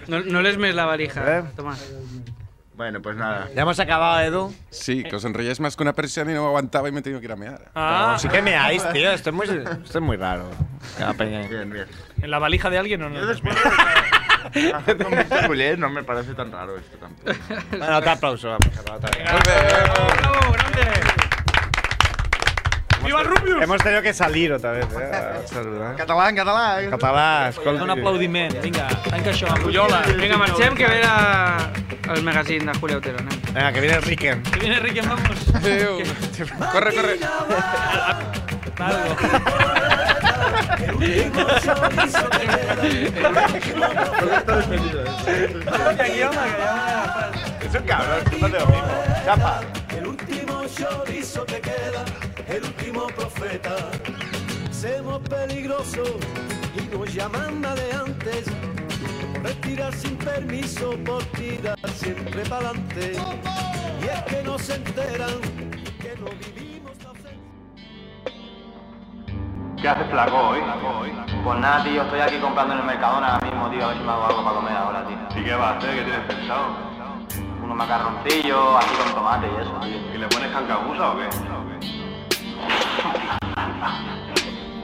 Speaker 8: No, no les mes la valija, Tomás.
Speaker 6: Bueno, pues nada.
Speaker 1: Ya hemos acabado, Edu.
Speaker 7: Sí, que os enrolláis más que una persiana y no aguantaba y me he tenido que ir a mear.
Speaker 11: Ah,
Speaker 1: Sí que meáis, tío. Esto es muy, esto es muy raro. Cada peña.
Speaker 6: Bien, bien.
Speaker 11: ¿En la valija de alguien o no?
Speaker 6: Ajá, con Mr. Bullet no me parece tan raro esto tampoco.
Speaker 1: Bueno, otro aplauso. Vamos, otra vez.
Speaker 11: ¡Bravo, grande!
Speaker 17: ¡Viva Rubius!
Speaker 1: Hemos tenido que salir otra vez. eh, a saludar.
Speaker 6: Catalán, catalán.
Speaker 1: Català, escolti.
Speaker 17: Un aplaudiment. Vinga, tanca això, Ampuyola.
Speaker 8: Vinga, marxem, que ve la... el magazine de Julio Otero. anem.
Speaker 1: Venga, que viene Ricken.
Speaker 17: Que viene Ricky, vamos.
Speaker 7: Corre, corre.
Speaker 11: ¿eh?
Speaker 1: Es un cabrón, no te lo mismo. Chapa.
Speaker 10: El último chorizo que queda, el último profeta. Semos peligrosos y nos llaman la de antes. Por tirar sin permiso, por tirar siempre para adelante. Y es que no se enteran que no vivimos la
Speaker 16: ¿Qué haces flaco hoy? Pues nada, tío, estoy aquí comprando en el Mercadona ahora mismo, tío, a ver si me hago algo para comer ahora, tío. ¿Y qué vas a hacer? ¿Qué tienes pensado? Unos macarroncillos, así con tomate y eso, tío. ¿Y le pones cancabusa o qué?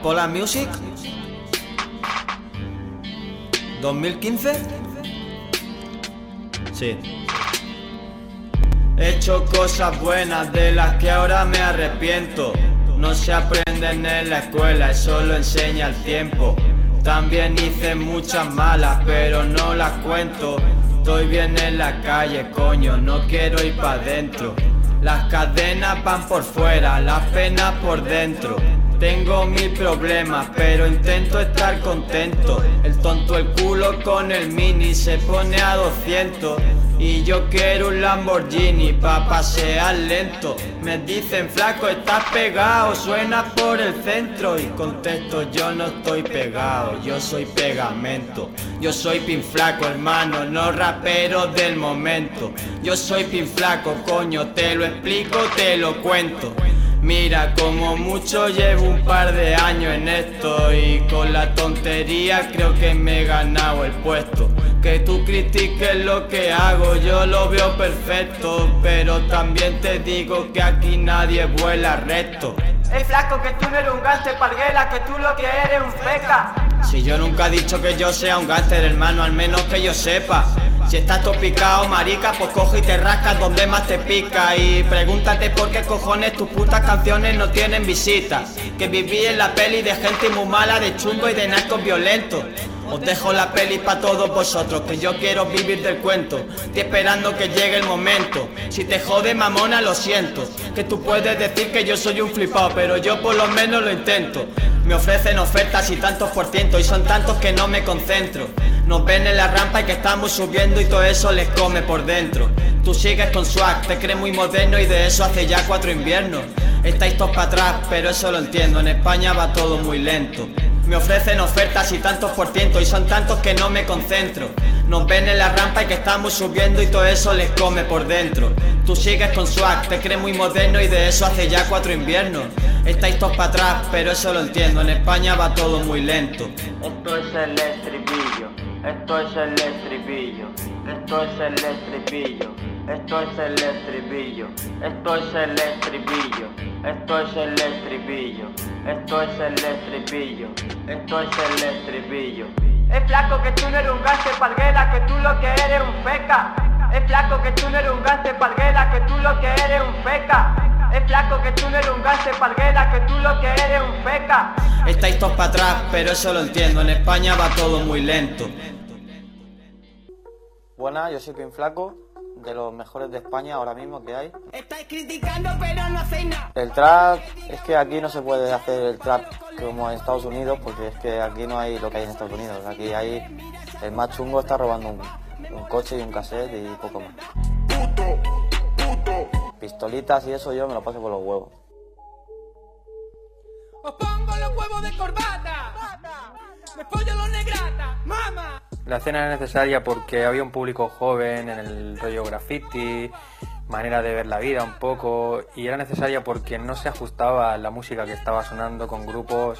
Speaker 18: Polar Music 2015 Sí He hecho cosas buenas de las que ahora me arrepiento No se aprenden en la escuela, eso lo enseña el tiempo También hice muchas malas, pero no las cuento Estoy bien en la calle, coño, no quiero ir pa' dentro Las cadenas van por fuera, las penas por dentro tengo mis problemas, pero intento estar contento. El tonto el culo con el mini se pone a 200. Y yo quiero un Lamborghini pa' pasear lento. Me dicen flaco, estás pegado, suena por el centro. Y contesto, yo no estoy pegado, yo soy pegamento. Yo soy pin flaco, hermano, no rapero del momento. Yo soy pin flaco, coño, te lo explico, te lo cuento. Mira, como mucho llevo un par de años en esto y con la tontería creo que me he ganado el puesto. Que tú critiques lo que hago, yo lo veo perfecto, pero también te digo que aquí nadie vuela recto.
Speaker 16: Ey, flaco, que tú no eres un gante parguela, que tú lo que eres un feca.
Speaker 18: Si yo nunca he dicho que yo sea un gánster, hermano, al menos que yo sepa. Si estás topicado, marica, pues coge y te rascas donde más te pica. Y pregúntate por qué cojones tus putas canciones no tienen visitas. Que viví en la peli de gente muy mala, de chungo y de narcos violentos. Os dejo la peli para todos vosotros, que yo quiero vivir del cuento. Estoy esperando que llegue el momento. Si te jode mamona, lo siento. Que tú puedes decir que yo soy un flipado, pero yo por lo menos lo intento. Me ofrecen ofertas y tantos por ciento, y son tantos que no me concentro. Nos ven en la rampa y que estamos subiendo y todo eso les come por dentro. Tú sigues con swag, te crees muy moderno y de eso hace ya cuatro inviernos. Estáis todos para atrás, pero eso lo entiendo, en España va todo muy lento. Me ofrecen ofertas y tantos por ciento y son tantos que no me concentro. Nos ven en la rampa y que estamos subiendo y todo eso les come por dentro. Tú sigues con swag, te crees muy moderno y de eso hace ya cuatro inviernos. Estáis todos para atrás, pero eso lo entiendo, en España va todo muy lento.
Speaker 16: Esto es el estribillo, esto es el estribillo, esto es el estribillo, esto es el estribillo, esto es el estribillo, esto es el estribillo, esto es el estribillo, esto es el estribillo. Es flaco que tú no eres un gaste palguela, que tú lo que eres un feca. Es flaco que tú no eres un gaste palguela, que tú lo que eres un feca. Es flaco que tú no eres un gaste palguela, que tú lo que eres un feca.
Speaker 18: Estáis todos para atrás, pero eso lo entiendo, en España va todo muy lento.
Speaker 16: Buenas, Pues yo soy Pin Flaco, de los mejores de España ahora mismo que hay.
Speaker 10: Estáis criticando, pero no hacéis nada.
Speaker 16: El trap, es que aquí no se puede hacer el trap como en Estados Unidos, porque es que aquí no hay lo que hay en Estados Unidos. Aquí hay el más chungo está robando un, un coche y un cassette y poco más. Pistolitas y eso yo me lo paso por los huevos.
Speaker 10: Os pongo los huevos de corbata. Me pollo los negrata. Mama.
Speaker 16: La escena era necesaria porque había un público joven en el rollo graffiti, manera de ver la vida un poco, y era necesaria porque no se ajustaba a la música que estaba sonando con grupos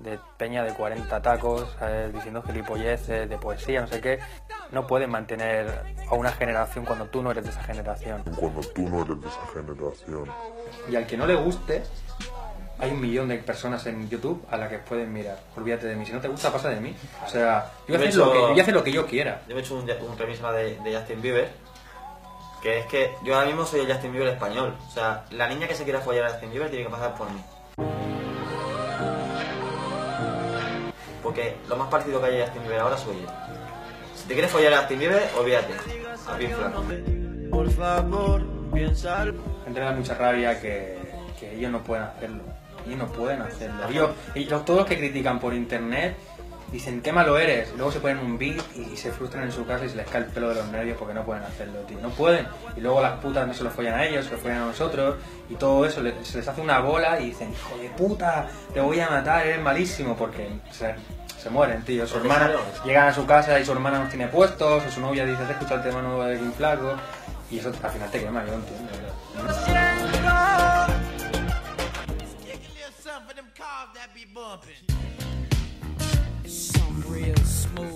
Speaker 16: de peña de 40 tacos, ¿sabes? diciendo gilipolleces, de poesía, no sé qué. No pueden mantener a una generación cuando tú no eres de esa generación.
Speaker 19: Cuando tú no eres de esa generación.
Speaker 16: Y al que no le guste, hay un millón de personas en YouTube a las que pueden mirar. Olvídate de mí. Si no te gusta, pasa de mí. O sea, yo voy a
Speaker 20: Me he
Speaker 16: hacer, lo,
Speaker 20: hecho-
Speaker 16: que, yo voy a hacer lo que yo quiera.
Speaker 20: Yo me he hecho un, un remix ahora de, de Justin Bieber. Que es que yo ahora mismo soy el Justin Bieber español. O sea, la niña que se quiera follar a Justin Bieber tiene que pasar por mí.
Speaker 16: porque lo más parecido que hay a Justin Bieber ahora soy yo. Si te quieres follar a Justin Bieber, olvídate. A Pink Floyd.
Speaker 21: Por favor, piensa. Gente me da mucha rabia que, que ellos no pueden hacerlo. Ellos no pueden hacerlo. Ellos, ellos- todos los que critican por internet dicen qué malo eres. Luego se ponen un beat y se frustran en su casa y se les cae el pelo de los nervios porque no pueden hacerlo, tío. No pueden. Y luego las putas no se lo follan a ellos, se lo follan a nosotros. Y todo eso le- se les hace una bola y dicen, hijo de puta, te voy a matar, eres malísimo. Porque se, se mueren, tío. Su
Speaker 16: Porque
Speaker 21: hermana
Speaker 16: claro.
Speaker 21: llegan a su casa y su hermana no tiene puestos, o su novia dice, has escuchado el tema nuevo de un flaco. Y eso al final te quema, yo lo entiendo.
Speaker 10: Some real smooth